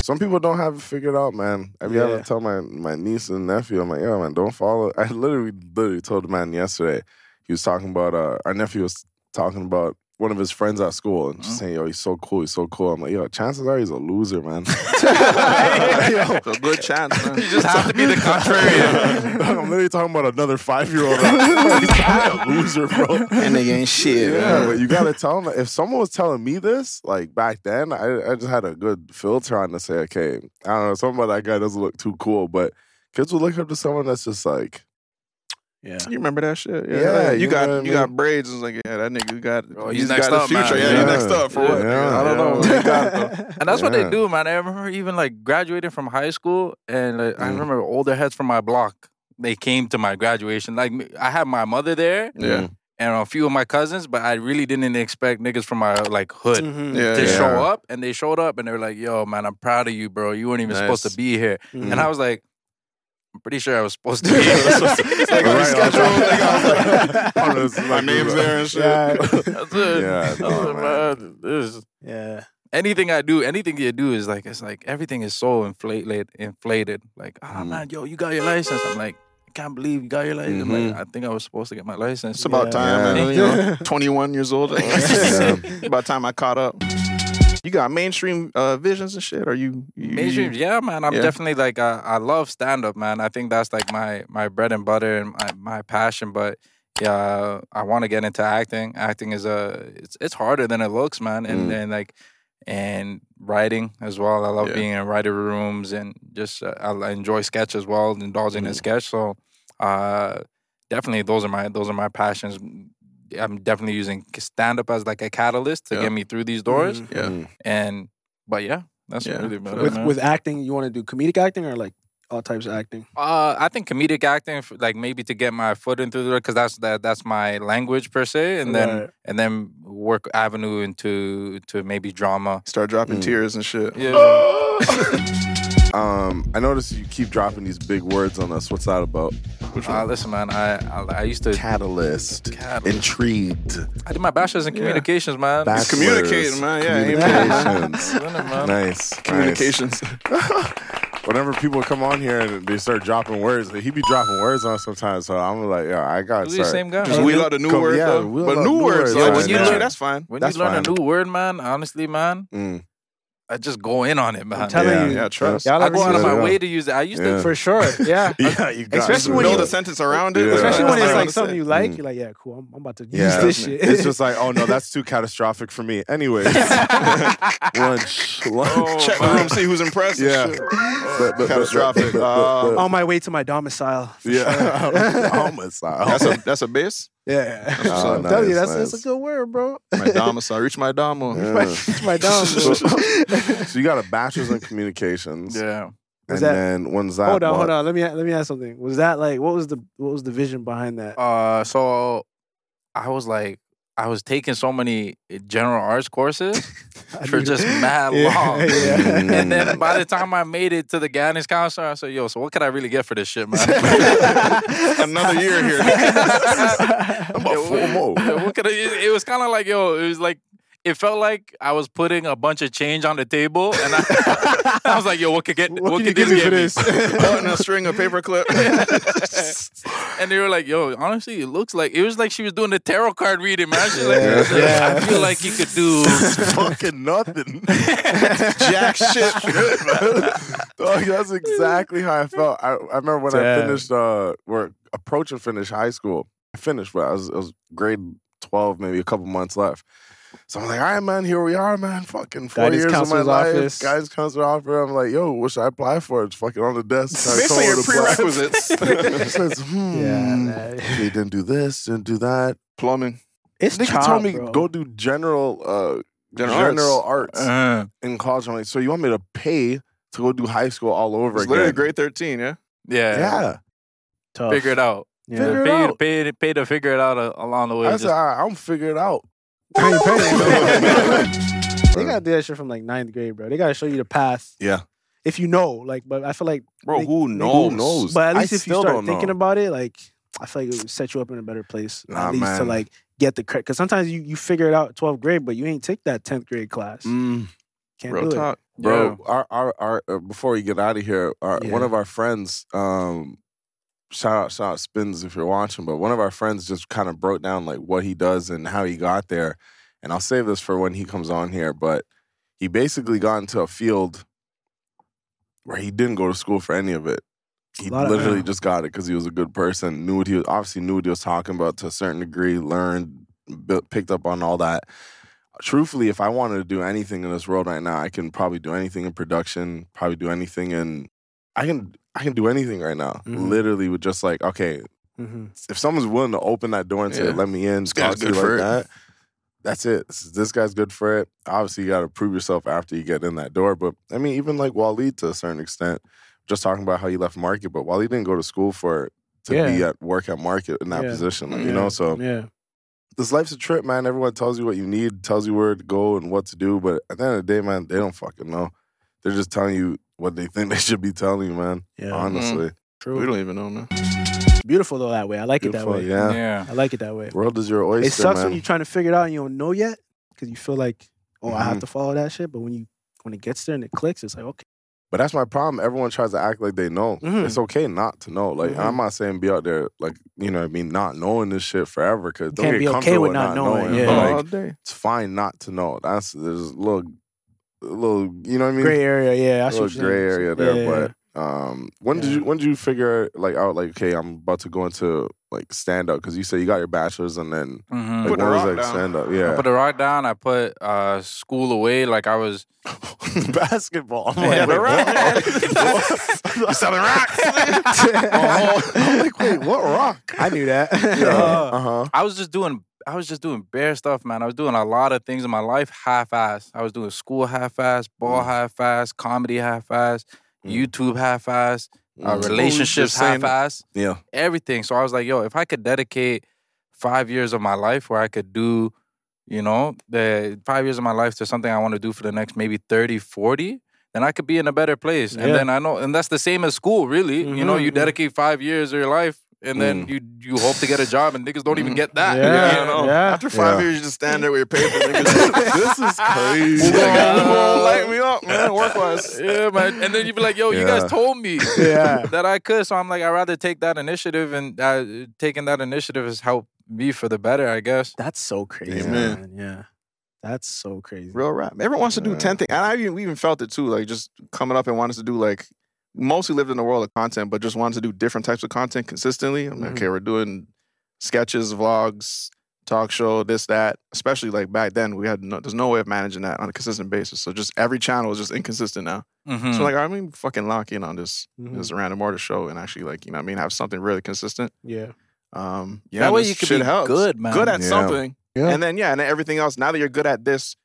[SPEAKER 4] some people don't have it figured out, man. I mean, I
[SPEAKER 6] Yeah.
[SPEAKER 4] would tell my, my niece and nephew, I'm like, yo, man, don't follow. I literally, literally told the man yesterday. He was talking about, uh, our nephew was talking about one of his friends at school and just saying, yo, he's so cool, he's so cool. I'm like, yo, chances are he's a loser, man.
[SPEAKER 2] It's a good chance, man.
[SPEAKER 5] You just have to be the contrarian.
[SPEAKER 4] I'm literally talking about another five year old. He's probably a loser, bro.
[SPEAKER 2] And they ain't shit.
[SPEAKER 4] Yeah,
[SPEAKER 2] man.
[SPEAKER 4] but you gotta tell them. If someone was telling me this, like back then, I, I just had a good filter on to say, okay, I don't know, something about that guy doesn't look too cool, but kids will look up to someone that's just like,
[SPEAKER 6] Yeah.
[SPEAKER 2] You remember that shit? Yeah.
[SPEAKER 4] Yeah,
[SPEAKER 2] you,
[SPEAKER 4] you
[SPEAKER 2] got
[SPEAKER 4] know
[SPEAKER 2] you
[SPEAKER 4] what I
[SPEAKER 2] got braids. It's like, yeah, that nigga got
[SPEAKER 5] Oh,
[SPEAKER 2] he's
[SPEAKER 5] he's next
[SPEAKER 2] got
[SPEAKER 5] up,
[SPEAKER 2] the
[SPEAKER 5] man.
[SPEAKER 2] future. Yeah, he's
[SPEAKER 4] Yeah.
[SPEAKER 2] next up for what?
[SPEAKER 4] Yeah.
[SPEAKER 2] nigga? I don't
[SPEAKER 4] Yeah.
[SPEAKER 2] know. They got it, though.
[SPEAKER 5] And that's what they
[SPEAKER 4] Yeah.
[SPEAKER 5] do, man. I remember even like graduating from high school, and like, I remember older heads from my block. They came to my graduation. Like me- I had my mother there,
[SPEAKER 2] Yeah.
[SPEAKER 5] and a few of my cousins, but I really didn't expect niggas from my like hood
[SPEAKER 6] Mm. Mm-hmm.
[SPEAKER 2] Yeah,
[SPEAKER 5] to
[SPEAKER 2] yeah.
[SPEAKER 5] show up. And they showed up, and they were like, "Yo, man, I'm proud of you, bro. You weren't even supposed
[SPEAKER 2] Nice.
[SPEAKER 5] to be here."
[SPEAKER 2] Mhm.
[SPEAKER 5] And I was like. I'm pretty sure I was supposed to be. here."
[SPEAKER 2] They got
[SPEAKER 4] Right,
[SPEAKER 2] scheduled. They got, like,
[SPEAKER 4] Honestly,
[SPEAKER 2] my
[SPEAKER 4] like,
[SPEAKER 2] name's
[SPEAKER 4] bro.
[SPEAKER 2] there and shit.
[SPEAKER 5] That's it.
[SPEAKER 4] Yeah,
[SPEAKER 5] That's
[SPEAKER 4] no,
[SPEAKER 5] it,
[SPEAKER 4] man.
[SPEAKER 5] man. This-
[SPEAKER 6] Yeah.
[SPEAKER 5] anything I do, anything you do is like it's like everything is so inflated, inflated. Like, ah man, yo, you got your license. I'm like, I can't believe you got your license. I'm like, I think I was supposed to get my license.
[SPEAKER 2] It's about time.
[SPEAKER 4] Yeah.
[SPEAKER 2] man. You know, 21 years old.
[SPEAKER 4] Yeah.
[SPEAKER 2] about time I caught up. You got mainstream uh, visions and shit. Are you, you
[SPEAKER 5] Mainstream, yeah, man. I'm
[SPEAKER 2] Mm-hmm. Yeah.
[SPEAKER 5] definitely like I, I love stand up, man. I think that's like my my bread and butter and my, my passion. But yeah, I want to get into acting. Acting is a it's it's harder than it looks, man. And
[SPEAKER 2] Mm.
[SPEAKER 5] and like and writing as well. I love
[SPEAKER 2] Yeah.
[SPEAKER 5] being in writer rooms and just uh, I I enjoy sketch as well, indulging
[SPEAKER 2] Mm-hmm.
[SPEAKER 5] in sketch. So uh, definitely those are my those are my passions. I'm definitely using stand up as like a catalyst to
[SPEAKER 2] Yeah.
[SPEAKER 5] get me through these doors.
[SPEAKER 2] Yeah.
[SPEAKER 4] "Hmm."
[SPEAKER 5] And but yeah, that's
[SPEAKER 2] Yeah,
[SPEAKER 5] really
[SPEAKER 2] for
[SPEAKER 5] about it,
[SPEAKER 6] Mm-hmm. With
[SPEAKER 5] man.
[SPEAKER 6] with acting, you want to do comedic acting or like all types of acting?
[SPEAKER 5] Uh, I think comedic acting, f- like maybe to get my foot into the door, because that's that that's my language per se, and then
[SPEAKER 4] Right.
[SPEAKER 5] and then work avenue into to maybe drama.
[SPEAKER 2] Start
[SPEAKER 4] Mm.
[SPEAKER 2] dropping tears and shit.
[SPEAKER 4] Um, I noticed you keep dropping these big words on us. What's that about?
[SPEAKER 5] Uh, listen, man, I, I I used to
[SPEAKER 4] Catalyst.
[SPEAKER 5] Catalyst.
[SPEAKER 4] Intrigued.
[SPEAKER 5] I did my bachelor's in communications, man.
[SPEAKER 4] Bachelor's.
[SPEAKER 2] communicating, man. Yeah, ain't
[SPEAKER 4] Communications.
[SPEAKER 5] Doing it, man.
[SPEAKER 4] nice.
[SPEAKER 2] Communications.
[SPEAKER 4] Nice. Whenever people come on here and they start dropping words, he be dropping words on sometimes. So I'm like, yeah, I got
[SPEAKER 5] Who's the same guy?
[SPEAKER 2] Just wheel out a new
[SPEAKER 4] Come-
[SPEAKER 2] word,
[SPEAKER 4] yeah,
[SPEAKER 2] though.
[SPEAKER 4] wheel
[SPEAKER 2] But
[SPEAKER 4] out
[SPEAKER 2] new
[SPEAKER 4] new
[SPEAKER 2] words,
[SPEAKER 4] words,
[SPEAKER 2] yo,
[SPEAKER 4] yeah,
[SPEAKER 2] when you
[SPEAKER 4] man.
[SPEAKER 2] learn, that's fine.
[SPEAKER 5] When
[SPEAKER 4] That's
[SPEAKER 5] you learn a
[SPEAKER 4] fine.
[SPEAKER 5] new word, man, honestly, man,
[SPEAKER 4] Mm.
[SPEAKER 5] I just go in on it, man.
[SPEAKER 6] telling
[SPEAKER 4] Yeah,
[SPEAKER 6] you,
[SPEAKER 2] yeah, trust.
[SPEAKER 6] y'all
[SPEAKER 5] I
[SPEAKER 6] ever
[SPEAKER 5] go out
[SPEAKER 6] see-
[SPEAKER 5] of my
[SPEAKER 4] Yeah.
[SPEAKER 5] way to use it. I used
[SPEAKER 4] Yeah.
[SPEAKER 5] to
[SPEAKER 4] it.
[SPEAKER 6] for sure. Yeah,
[SPEAKER 4] Yeah, you got
[SPEAKER 6] Especially
[SPEAKER 4] it.
[SPEAKER 6] when
[SPEAKER 2] know
[SPEAKER 6] you-
[SPEAKER 2] the sentence around it.
[SPEAKER 4] Yeah.
[SPEAKER 6] especially when
[SPEAKER 2] That's
[SPEAKER 6] it's
[SPEAKER 2] what
[SPEAKER 6] like
[SPEAKER 2] I'm
[SPEAKER 6] something
[SPEAKER 2] saying.
[SPEAKER 6] you like.
[SPEAKER 5] Mm.
[SPEAKER 6] You're like, yeah, cool. I'm, I'm about to use
[SPEAKER 4] Yeah,
[SPEAKER 6] this shit.
[SPEAKER 4] it's just like, oh no, that's too catastrophic for me. Anyways, lunch, lunch.
[SPEAKER 2] Check the room, see who's impressed. and
[SPEAKER 4] oh, Yeah,
[SPEAKER 2] shit.
[SPEAKER 4] But- but- but-
[SPEAKER 2] Catastrophic. Uh,
[SPEAKER 4] but- but- but-
[SPEAKER 6] on my way to my domicile. for
[SPEAKER 5] "Oh
[SPEAKER 4] yeah,
[SPEAKER 6] sure.
[SPEAKER 4] homicide.
[SPEAKER 2] That's a that's a base.
[SPEAKER 6] yeah.
[SPEAKER 2] Oh,
[SPEAKER 6] I'm
[SPEAKER 4] nice,
[SPEAKER 6] telling you, that's, that's
[SPEAKER 4] nice.
[SPEAKER 6] a good word, bro.
[SPEAKER 2] My dom. I reach my dom.
[SPEAKER 4] Yeah.
[SPEAKER 6] It's my dom.
[SPEAKER 4] so,
[SPEAKER 6] Bro.
[SPEAKER 4] so you got a bachelor's in communications.
[SPEAKER 5] Yeah.
[SPEAKER 4] And
[SPEAKER 6] Was that-
[SPEAKER 4] then when's that?
[SPEAKER 6] hold on,
[SPEAKER 4] what?
[SPEAKER 6] hold on. Let me let me ask something. Was that like what was the what was the vision behind that?
[SPEAKER 5] Uh, so I was like, I was taking so many general arts courses for just mad
[SPEAKER 6] Yeah,
[SPEAKER 5] long. Mm-hmm.
[SPEAKER 6] yeah.
[SPEAKER 5] And then by the time I made it to the guidance counselor, I said, "Yo, so what could I really get for this shit, man?"
[SPEAKER 2] Another year here.
[SPEAKER 4] I'm about four more.
[SPEAKER 5] Yeah, what could I, it, it was kind of like, yo, it was like, it felt like I was putting a bunch of change on the table, and I, I was like, yo, what could get, what,
[SPEAKER 6] What
[SPEAKER 5] could
[SPEAKER 6] can you
[SPEAKER 5] this
[SPEAKER 6] give
[SPEAKER 5] get
[SPEAKER 6] me
[SPEAKER 5] me?
[SPEAKER 6] for this?
[SPEAKER 2] Button a string, a paperclip.
[SPEAKER 5] and they were like, yo, honestly, it looks like it was like she was doing the tarot card reading, man. She's like,
[SPEAKER 6] Yeah. Yeah.
[SPEAKER 5] I feel like you could do.
[SPEAKER 4] fucking nothing.
[SPEAKER 2] Jack shit.
[SPEAKER 4] Dog, that's exactly how I felt. I, I remember when I
[SPEAKER 6] Damn.
[SPEAKER 4] finished, uh, or approaching finish high school. I finished, but I was, I was grade 12, maybe a couple months left. So I'm like, all right, man, here we are, man. Fucking four
[SPEAKER 6] Guidance
[SPEAKER 4] years of my
[SPEAKER 6] counselor's
[SPEAKER 4] life.
[SPEAKER 6] office.
[SPEAKER 4] Guidance counselor offer. I'm like, yo, what should I apply for? It's fucking on the desk. I told
[SPEAKER 2] Basically,
[SPEAKER 4] her
[SPEAKER 2] your
[SPEAKER 4] to apply.
[SPEAKER 2] prerequisites.
[SPEAKER 4] It says, hmm.
[SPEAKER 6] Yeah,
[SPEAKER 4] Yeah,
[SPEAKER 6] man.
[SPEAKER 4] didn't do this, didn't do that.
[SPEAKER 2] Plumbing.
[SPEAKER 6] It's
[SPEAKER 4] Nigga
[SPEAKER 6] chop,
[SPEAKER 4] told me
[SPEAKER 6] bro.
[SPEAKER 4] go do general uh
[SPEAKER 2] General
[SPEAKER 4] general,
[SPEAKER 2] arts.
[SPEAKER 4] arts,
[SPEAKER 5] Uh-huh.
[SPEAKER 16] Uh,
[SPEAKER 4] in college. I'm like, so you want me to pay to go do high school all over
[SPEAKER 2] It's
[SPEAKER 4] again?
[SPEAKER 2] literally grade 13, yeah?
[SPEAKER 5] Yeah.
[SPEAKER 4] Yeah.
[SPEAKER 6] Tough.
[SPEAKER 5] Figure it out.
[SPEAKER 6] Yeah.
[SPEAKER 4] Figure it
[SPEAKER 5] pay,
[SPEAKER 4] out.
[SPEAKER 5] Pay, pay to figure it out uh, along the way.
[SPEAKER 4] I
[SPEAKER 5] Just-
[SPEAKER 4] said, all right, I'm figure it out.
[SPEAKER 6] Pay, pay. they gotta do that shit from like ninth grade, bro. They gotta show you the path.
[SPEAKER 4] Yeah.
[SPEAKER 6] If you know, like, but I feel like,
[SPEAKER 2] Bro,
[SPEAKER 6] They-
[SPEAKER 2] who
[SPEAKER 4] knows? knows?
[SPEAKER 6] but at
[SPEAKER 4] I
[SPEAKER 6] least if you
[SPEAKER 4] still
[SPEAKER 6] start
[SPEAKER 4] don't
[SPEAKER 6] thinking
[SPEAKER 4] know.
[SPEAKER 6] about it, like, I feel like it would set you up in a better place.
[SPEAKER 4] Nah,
[SPEAKER 6] at least to
[SPEAKER 4] man.
[SPEAKER 6] like get the credit, because sometimes you you figure it out twelfth grade, but you ain't take that tenth grade class.
[SPEAKER 4] Mm,
[SPEAKER 6] Can't
[SPEAKER 2] Real
[SPEAKER 6] do it.
[SPEAKER 2] talk.
[SPEAKER 4] bro, our, our our uh, before we get out of here, our,
[SPEAKER 6] Yeah.
[SPEAKER 4] one of our friends, um, shout out shout out spins if you're watching, but one of our friends just kind of broke down like what he does and how he got there. And I'll save this for when he comes on here, but he basically got into a field where he didn't go to school for any of it. He
[SPEAKER 6] Lot of- uh,
[SPEAKER 4] literally just got it because he was a good person, knew what he was obviously knew what he was talking about to a certain degree, learned, built, picked up on all that. Truthfully, if I wanted to do anything in this world right now, I can probably do anything in production, probably do anything in I can I can do anything right now.
[SPEAKER 6] Mhm.
[SPEAKER 4] Literally with just like, okay,
[SPEAKER 6] Mm-hmm.
[SPEAKER 4] if someone's willing to open that door and say,
[SPEAKER 2] Yeah.
[SPEAKER 4] "Let me in,"
[SPEAKER 2] This guy's
[SPEAKER 4] talk to
[SPEAKER 2] good
[SPEAKER 4] you
[SPEAKER 2] for
[SPEAKER 4] like
[SPEAKER 2] it.
[SPEAKER 4] that, that's it. This, this guy's good for it. Obviously, you got to prove yourself after you get in that door. But I mean, even like Waleed to a certain extent, just talking about how he left Market, but Waleed didn't go to school for it to
[SPEAKER 6] Yeah.
[SPEAKER 4] be at work at Market in that
[SPEAKER 6] Yeah.
[SPEAKER 4] position, like,
[SPEAKER 2] Yeah.
[SPEAKER 4] you know. So
[SPEAKER 6] Yeah.
[SPEAKER 4] this life's a trip, man. Everyone tells you what you need, tells you where to go and what to do, but at the end of the day, man, they don't fucking know. They're just telling you what they think they should be telling you, man.
[SPEAKER 6] Yeah. Mm-hmm.
[SPEAKER 4] Honestly,
[SPEAKER 2] We
[SPEAKER 6] True.
[SPEAKER 2] don't even know, man.
[SPEAKER 6] Beautiful though that way. I like
[SPEAKER 4] Beautiful,
[SPEAKER 6] it that way.
[SPEAKER 4] yeah.
[SPEAKER 16] yeah.
[SPEAKER 6] I like it that way.
[SPEAKER 4] World is your oyster,
[SPEAKER 6] It sucks
[SPEAKER 4] man.
[SPEAKER 6] when you're trying to figure it out and you don't know yet because you feel like, oh, I
[SPEAKER 4] Mm-hmm.
[SPEAKER 6] have to follow that shit. But when you when it gets there and it clicks, it's like, okay,
[SPEAKER 4] But that's my problem. Everyone tries to act like they know.
[SPEAKER 6] Mhm.
[SPEAKER 4] It's okay not to know. Like
[SPEAKER 6] Mhm.
[SPEAKER 4] I'm not saying be out there like you know what I mean not knowing this shit forever because don't
[SPEAKER 6] Can't
[SPEAKER 4] get
[SPEAKER 6] be okay
[SPEAKER 4] comfortable
[SPEAKER 6] with
[SPEAKER 4] with
[SPEAKER 6] not
[SPEAKER 4] not,
[SPEAKER 6] knowing,
[SPEAKER 4] knowing.
[SPEAKER 6] yeah. Uh-huh.
[SPEAKER 4] But, like,
[SPEAKER 2] All day.
[SPEAKER 4] it's fine not to know. That's there's a little, a little you know what I mean.
[SPEAKER 6] gray area. Yeah, I
[SPEAKER 4] a
[SPEAKER 6] see what
[SPEAKER 4] little
[SPEAKER 6] you're
[SPEAKER 4] gray
[SPEAKER 6] saying.
[SPEAKER 4] area there.
[SPEAKER 6] Yeah.
[SPEAKER 4] But um, when did
[SPEAKER 6] Yeah.
[SPEAKER 4] you when did you figure like out like okay I'm about to go into like stand up because you say you got your bachelor's and then
[SPEAKER 16] Mhm.
[SPEAKER 4] like,
[SPEAKER 2] Mm-hmm. Put the
[SPEAKER 4] when was
[SPEAKER 2] rock
[SPEAKER 4] like
[SPEAKER 2] down.
[SPEAKER 4] stand up
[SPEAKER 5] I
[SPEAKER 4] yeah
[SPEAKER 5] put the rock down. I put uh, school away. Like I was.
[SPEAKER 4] basketball. I'm
[SPEAKER 5] Yeah,
[SPEAKER 4] like,
[SPEAKER 5] the
[SPEAKER 4] wait, what?
[SPEAKER 2] You're selling rocks.
[SPEAKER 4] I'm like wait what rock?
[SPEAKER 6] I knew that.
[SPEAKER 4] Yeah.
[SPEAKER 5] Oh,
[SPEAKER 4] Uh huh.
[SPEAKER 5] I was just doing. I was just doing bare stuff, man. I was doing a lot of things in my life half-ass. I was doing school half-ass, ball half-ass, comedy half-ass, YouTube half-ass, uh,
[SPEAKER 4] Mm.
[SPEAKER 5] relationships
[SPEAKER 4] Just saying-
[SPEAKER 5] half-assed,
[SPEAKER 4] Yeah.
[SPEAKER 5] everything. So I was like, yo, if I could dedicate five years of my life where I could do, you know, the five years of my life to something I want to do for the next maybe 30, 40, then I could be in a better place. And
[SPEAKER 4] Yeah.
[SPEAKER 5] then I know, and that's the same as school, really. You know,
[SPEAKER 4] Mhm,
[SPEAKER 5] you
[SPEAKER 4] mhm.
[SPEAKER 5] dedicate five years of your life. And then
[SPEAKER 4] Mm.
[SPEAKER 5] you you hope to get a job, and niggas don't even get that.
[SPEAKER 6] Yeah,
[SPEAKER 5] you know?
[SPEAKER 6] yeah.
[SPEAKER 2] After five
[SPEAKER 4] Mm-hmm. ah. Yeah.
[SPEAKER 2] years, you just stand there with your paper. nigga.
[SPEAKER 4] this is crazy.
[SPEAKER 2] Move on, move on,
[SPEAKER 4] light me up, man. Work wise.
[SPEAKER 5] Yeah, man. And then you'd be like, yo, you
[SPEAKER 4] Yeah.
[SPEAKER 5] guys told me
[SPEAKER 6] Yeah.
[SPEAKER 5] that I could. So I'm like, I'd rather take that initiative, and uh, taking that initiative has helped me for the better, I guess.
[SPEAKER 6] That's so crazy,
[SPEAKER 2] Amen.
[SPEAKER 6] man. Yeah. That's so crazy.
[SPEAKER 2] Real rap. Everyone wants to do
[SPEAKER 4] Yeah.
[SPEAKER 2] ten things, and I even we even felt it too. Like just coming up and wanting to do like mostly lived in the world of content, but just wanted to do different types of content consistently. I'm like,
[SPEAKER 6] Mhm.
[SPEAKER 5] Mm-hmm.
[SPEAKER 2] okay, we're doing sketches, vlogs, talk show, this that. Especially like back then, we had no, there's no way of managing that on a consistent basis. So just every channel is just inconsistent now.
[SPEAKER 5] Mhm.
[SPEAKER 2] So like, I mean, fucking lock in on this
[SPEAKER 6] Mhm.
[SPEAKER 5] Mm-hmm.
[SPEAKER 2] this random order show and actually like you know what I mean have something really consistent.
[SPEAKER 6] Yeah.
[SPEAKER 2] Um, yeah,
[SPEAKER 5] That way
[SPEAKER 2] this
[SPEAKER 5] you could
[SPEAKER 2] shit
[SPEAKER 5] be
[SPEAKER 2] helps.
[SPEAKER 5] good, man.
[SPEAKER 2] Good at
[SPEAKER 4] Yeah.
[SPEAKER 2] something.
[SPEAKER 6] Yeah.
[SPEAKER 2] And then yeah, and then everything else. Now that you're good at this,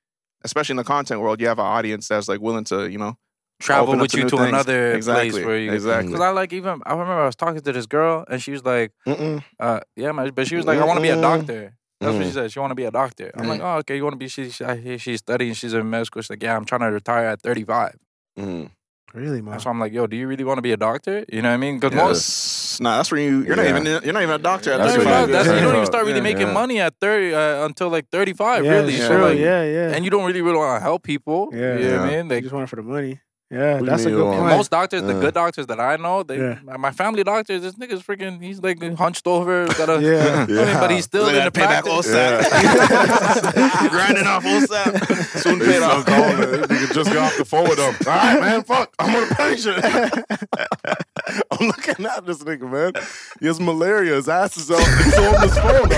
[SPEAKER 2] especially in the content world, you have an audience that's like willing to you know
[SPEAKER 5] travel
[SPEAKER 2] open up
[SPEAKER 5] with
[SPEAKER 2] to
[SPEAKER 5] you
[SPEAKER 2] new
[SPEAKER 5] to
[SPEAKER 2] things.
[SPEAKER 5] another
[SPEAKER 2] Exactly,
[SPEAKER 5] place where you
[SPEAKER 2] exactly.
[SPEAKER 5] Because I like even I remember I was talking to this girl and she was like,
[SPEAKER 4] Mm-mm.
[SPEAKER 5] uh, yeah, man, but she was like, I want to be a
[SPEAKER 4] Mm-mm.
[SPEAKER 5] doctor. That's what she
[SPEAKER 4] Mm.
[SPEAKER 5] said. She want to be a doctor. I'm like, oh, okay, you want to be? She, she I hear she's studying. She's in med school. She's like, yeah, I'm trying to retire at 35.
[SPEAKER 4] Mm.
[SPEAKER 6] Really, man.
[SPEAKER 5] So I'm like, yo, do you really want to be a doctor? You know what I mean? Because
[SPEAKER 4] Yeah.
[SPEAKER 5] most
[SPEAKER 2] S- Nah, that's where you you're not
[SPEAKER 4] Yeah.
[SPEAKER 2] even you're not even a doctor at
[SPEAKER 4] That's
[SPEAKER 5] that's
[SPEAKER 4] what
[SPEAKER 5] what
[SPEAKER 2] 35.
[SPEAKER 5] it is. That's- you don't even
[SPEAKER 4] Yeah.
[SPEAKER 5] start really
[SPEAKER 4] Yeah.
[SPEAKER 5] making
[SPEAKER 4] Yeah.
[SPEAKER 5] money at 30 uh, until like 35,
[SPEAKER 6] yeah,
[SPEAKER 5] really.
[SPEAKER 6] it's
[SPEAKER 5] So,
[SPEAKER 6] true.
[SPEAKER 5] like,
[SPEAKER 6] yeah, yeah.
[SPEAKER 5] And you don't really really want to help people.
[SPEAKER 6] Yeah.
[SPEAKER 5] You know what I
[SPEAKER 4] Yeah.
[SPEAKER 5] mean?
[SPEAKER 6] you
[SPEAKER 5] Like,
[SPEAKER 6] just want it for the money. Yeah,
[SPEAKER 4] do you
[SPEAKER 6] that's a
[SPEAKER 4] mean you
[SPEAKER 6] good
[SPEAKER 4] want-
[SPEAKER 6] point.
[SPEAKER 4] Right.
[SPEAKER 5] Most doctors, the
[SPEAKER 4] Yeah.
[SPEAKER 5] good doctors that I know, they
[SPEAKER 6] Yeah.
[SPEAKER 5] my- my family doctor, this nigga's freaking, he's like hunched over, got a,
[SPEAKER 6] yeah.
[SPEAKER 5] I mean, but he's still in
[SPEAKER 2] Look
[SPEAKER 5] the
[SPEAKER 2] at that payback
[SPEAKER 5] practice.
[SPEAKER 2] OSAP. Grinding off OSAP. Soon
[SPEAKER 4] They
[SPEAKER 2] paid
[SPEAKER 4] still
[SPEAKER 2] off.
[SPEAKER 4] calling it. Nigga just got off the phone with them. All right, man, fuck. I'm on a pension. I'm looking at this nigga, man. He has malaria. His ass is out. He's on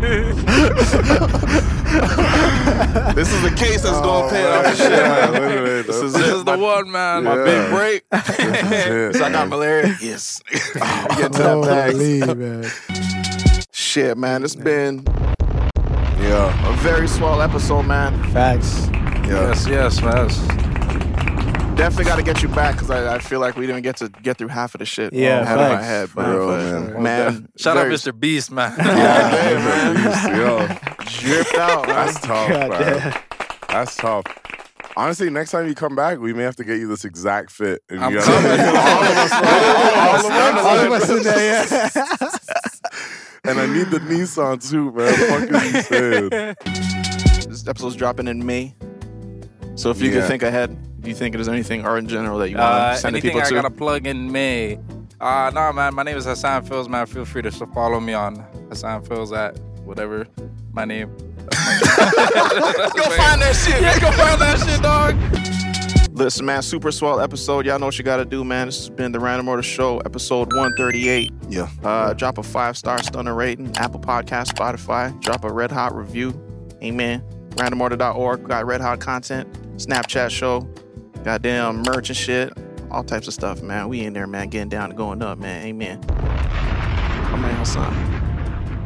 [SPEAKER 4] this phone.
[SPEAKER 2] This is the case that's gonna pay off
[SPEAKER 4] man.
[SPEAKER 2] the shit,
[SPEAKER 4] Oh, Yeah,
[SPEAKER 2] man.
[SPEAKER 4] look at it.
[SPEAKER 2] This is
[SPEAKER 5] This
[SPEAKER 2] it.
[SPEAKER 5] is the one, man.
[SPEAKER 4] My big break.
[SPEAKER 2] So I got malaria. Yes. Oh, Get to that bag.
[SPEAKER 6] Holy, man.
[SPEAKER 2] Shit, man. It's been
[SPEAKER 4] Yeah,
[SPEAKER 2] a very swell episode, man.
[SPEAKER 6] Facts.
[SPEAKER 4] yeah.
[SPEAKER 5] Yes, yes, yes.
[SPEAKER 2] Definitely got to get you back because I, I feel like we didn't get to get through half of the shit
[SPEAKER 6] Yeah,
[SPEAKER 2] I had in my
[SPEAKER 6] facts.
[SPEAKER 2] head. But,
[SPEAKER 4] For real,
[SPEAKER 2] but,
[SPEAKER 4] man.
[SPEAKER 2] man,
[SPEAKER 5] Shout out
[SPEAKER 2] very
[SPEAKER 5] Mr. Beast, man.
[SPEAKER 4] Hey, man. Yo,
[SPEAKER 2] Dripped out, man.
[SPEAKER 4] that's tough,
[SPEAKER 6] God
[SPEAKER 4] man.
[SPEAKER 6] damn.
[SPEAKER 4] That's tough. Honestly, next time you come back, we may have to get you this exact fit. And you
[SPEAKER 5] I'm
[SPEAKER 4] gotta-
[SPEAKER 5] coming.
[SPEAKER 4] all of us, all of us, all of
[SPEAKER 6] All of us in there, yeah.
[SPEAKER 4] And I need the Nissan too, man. Fuck is you saying?
[SPEAKER 2] This episode's dropping in May. So if you could
[SPEAKER 4] Yeah.
[SPEAKER 2] think ahead, if you think there's anything or in general that you want
[SPEAKER 5] Uh,
[SPEAKER 2] to send the
[SPEAKER 5] anything
[SPEAKER 2] people
[SPEAKER 5] I
[SPEAKER 2] to.
[SPEAKER 5] got to plug in May? Uh, nah, man. My name is Hassan Phils, man. Feel free to s- follow me on Hassan Phils at whatever my name. go find that shit. Yeah, go find that shit, dog.
[SPEAKER 2] Listen, man, super swell episode. Y'all know what you got to do, man. This has been the Random Order Show, episode 138.
[SPEAKER 4] Yeah.
[SPEAKER 2] Uh, drop a five star stunner rating, Apple Podcast, Spotify. Drop a red hot review. Amen. Randomorder.org. Got red hot content, Snapchat show, goddamn merch and shit. All types of stuff, man. We in there, man, getting down and going up, man. Amen. My man Hassan.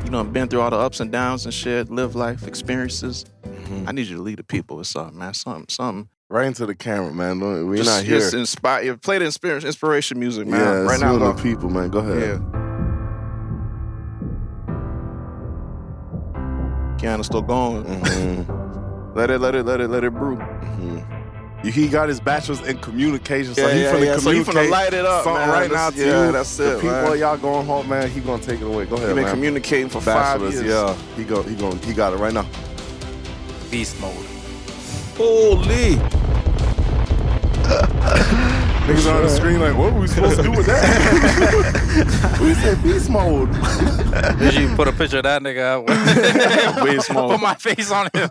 [SPEAKER 2] You know, I've been through all the ups and downs and shit, live life experiences.
[SPEAKER 4] Mm-hmm.
[SPEAKER 2] I need you to lead the people with something, man. Something, something.
[SPEAKER 4] Right into the camera, man. Don't- We're
[SPEAKER 2] just,
[SPEAKER 4] not here.
[SPEAKER 2] Just inspire. yeah, Play the inspir- inspiration music, man.
[SPEAKER 4] yeah,
[SPEAKER 2] right
[SPEAKER 4] right
[SPEAKER 2] now,
[SPEAKER 4] the
[SPEAKER 2] go.
[SPEAKER 4] people, man. Go ahead.
[SPEAKER 2] Yeah. Kiana's still going.
[SPEAKER 4] Mhm,
[SPEAKER 2] Let it, let it, let it, let it brew.
[SPEAKER 4] mhm. He got his bachelor's in communication, so
[SPEAKER 2] Mm-hmm. Yeah,
[SPEAKER 4] he
[SPEAKER 2] yeah,
[SPEAKER 4] finna
[SPEAKER 2] yeah. So you finna
[SPEAKER 4] communicate
[SPEAKER 2] light it up,
[SPEAKER 4] something
[SPEAKER 2] man.
[SPEAKER 4] right now
[SPEAKER 2] That's-
[SPEAKER 4] to
[SPEAKER 2] yeah,
[SPEAKER 4] you.
[SPEAKER 2] that's
[SPEAKER 4] The
[SPEAKER 2] it,
[SPEAKER 4] people,
[SPEAKER 2] man.
[SPEAKER 4] y'all going home, man. He gonna take it away. Go ahead,
[SPEAKER 2] We've been
[SPEAKER 4] man.
[SPEAKER 2] communicating for five
[SPEAKER 4] bachelor's,
[SPEAKER 2] years.
[SPEAKER 4] yeah. He go, he going he got it right now.
[SPEAKER 5] Beast mode.
[SPEAKER 4] Holy. Niggas on the screen like, what were we supposed to do with that? we said beast mode.
[SPEAKER 5] Did you put a picture of that nigga out?
[SPEAKER 2] Beast mode.
[SPEAKER 5] Put my face on him.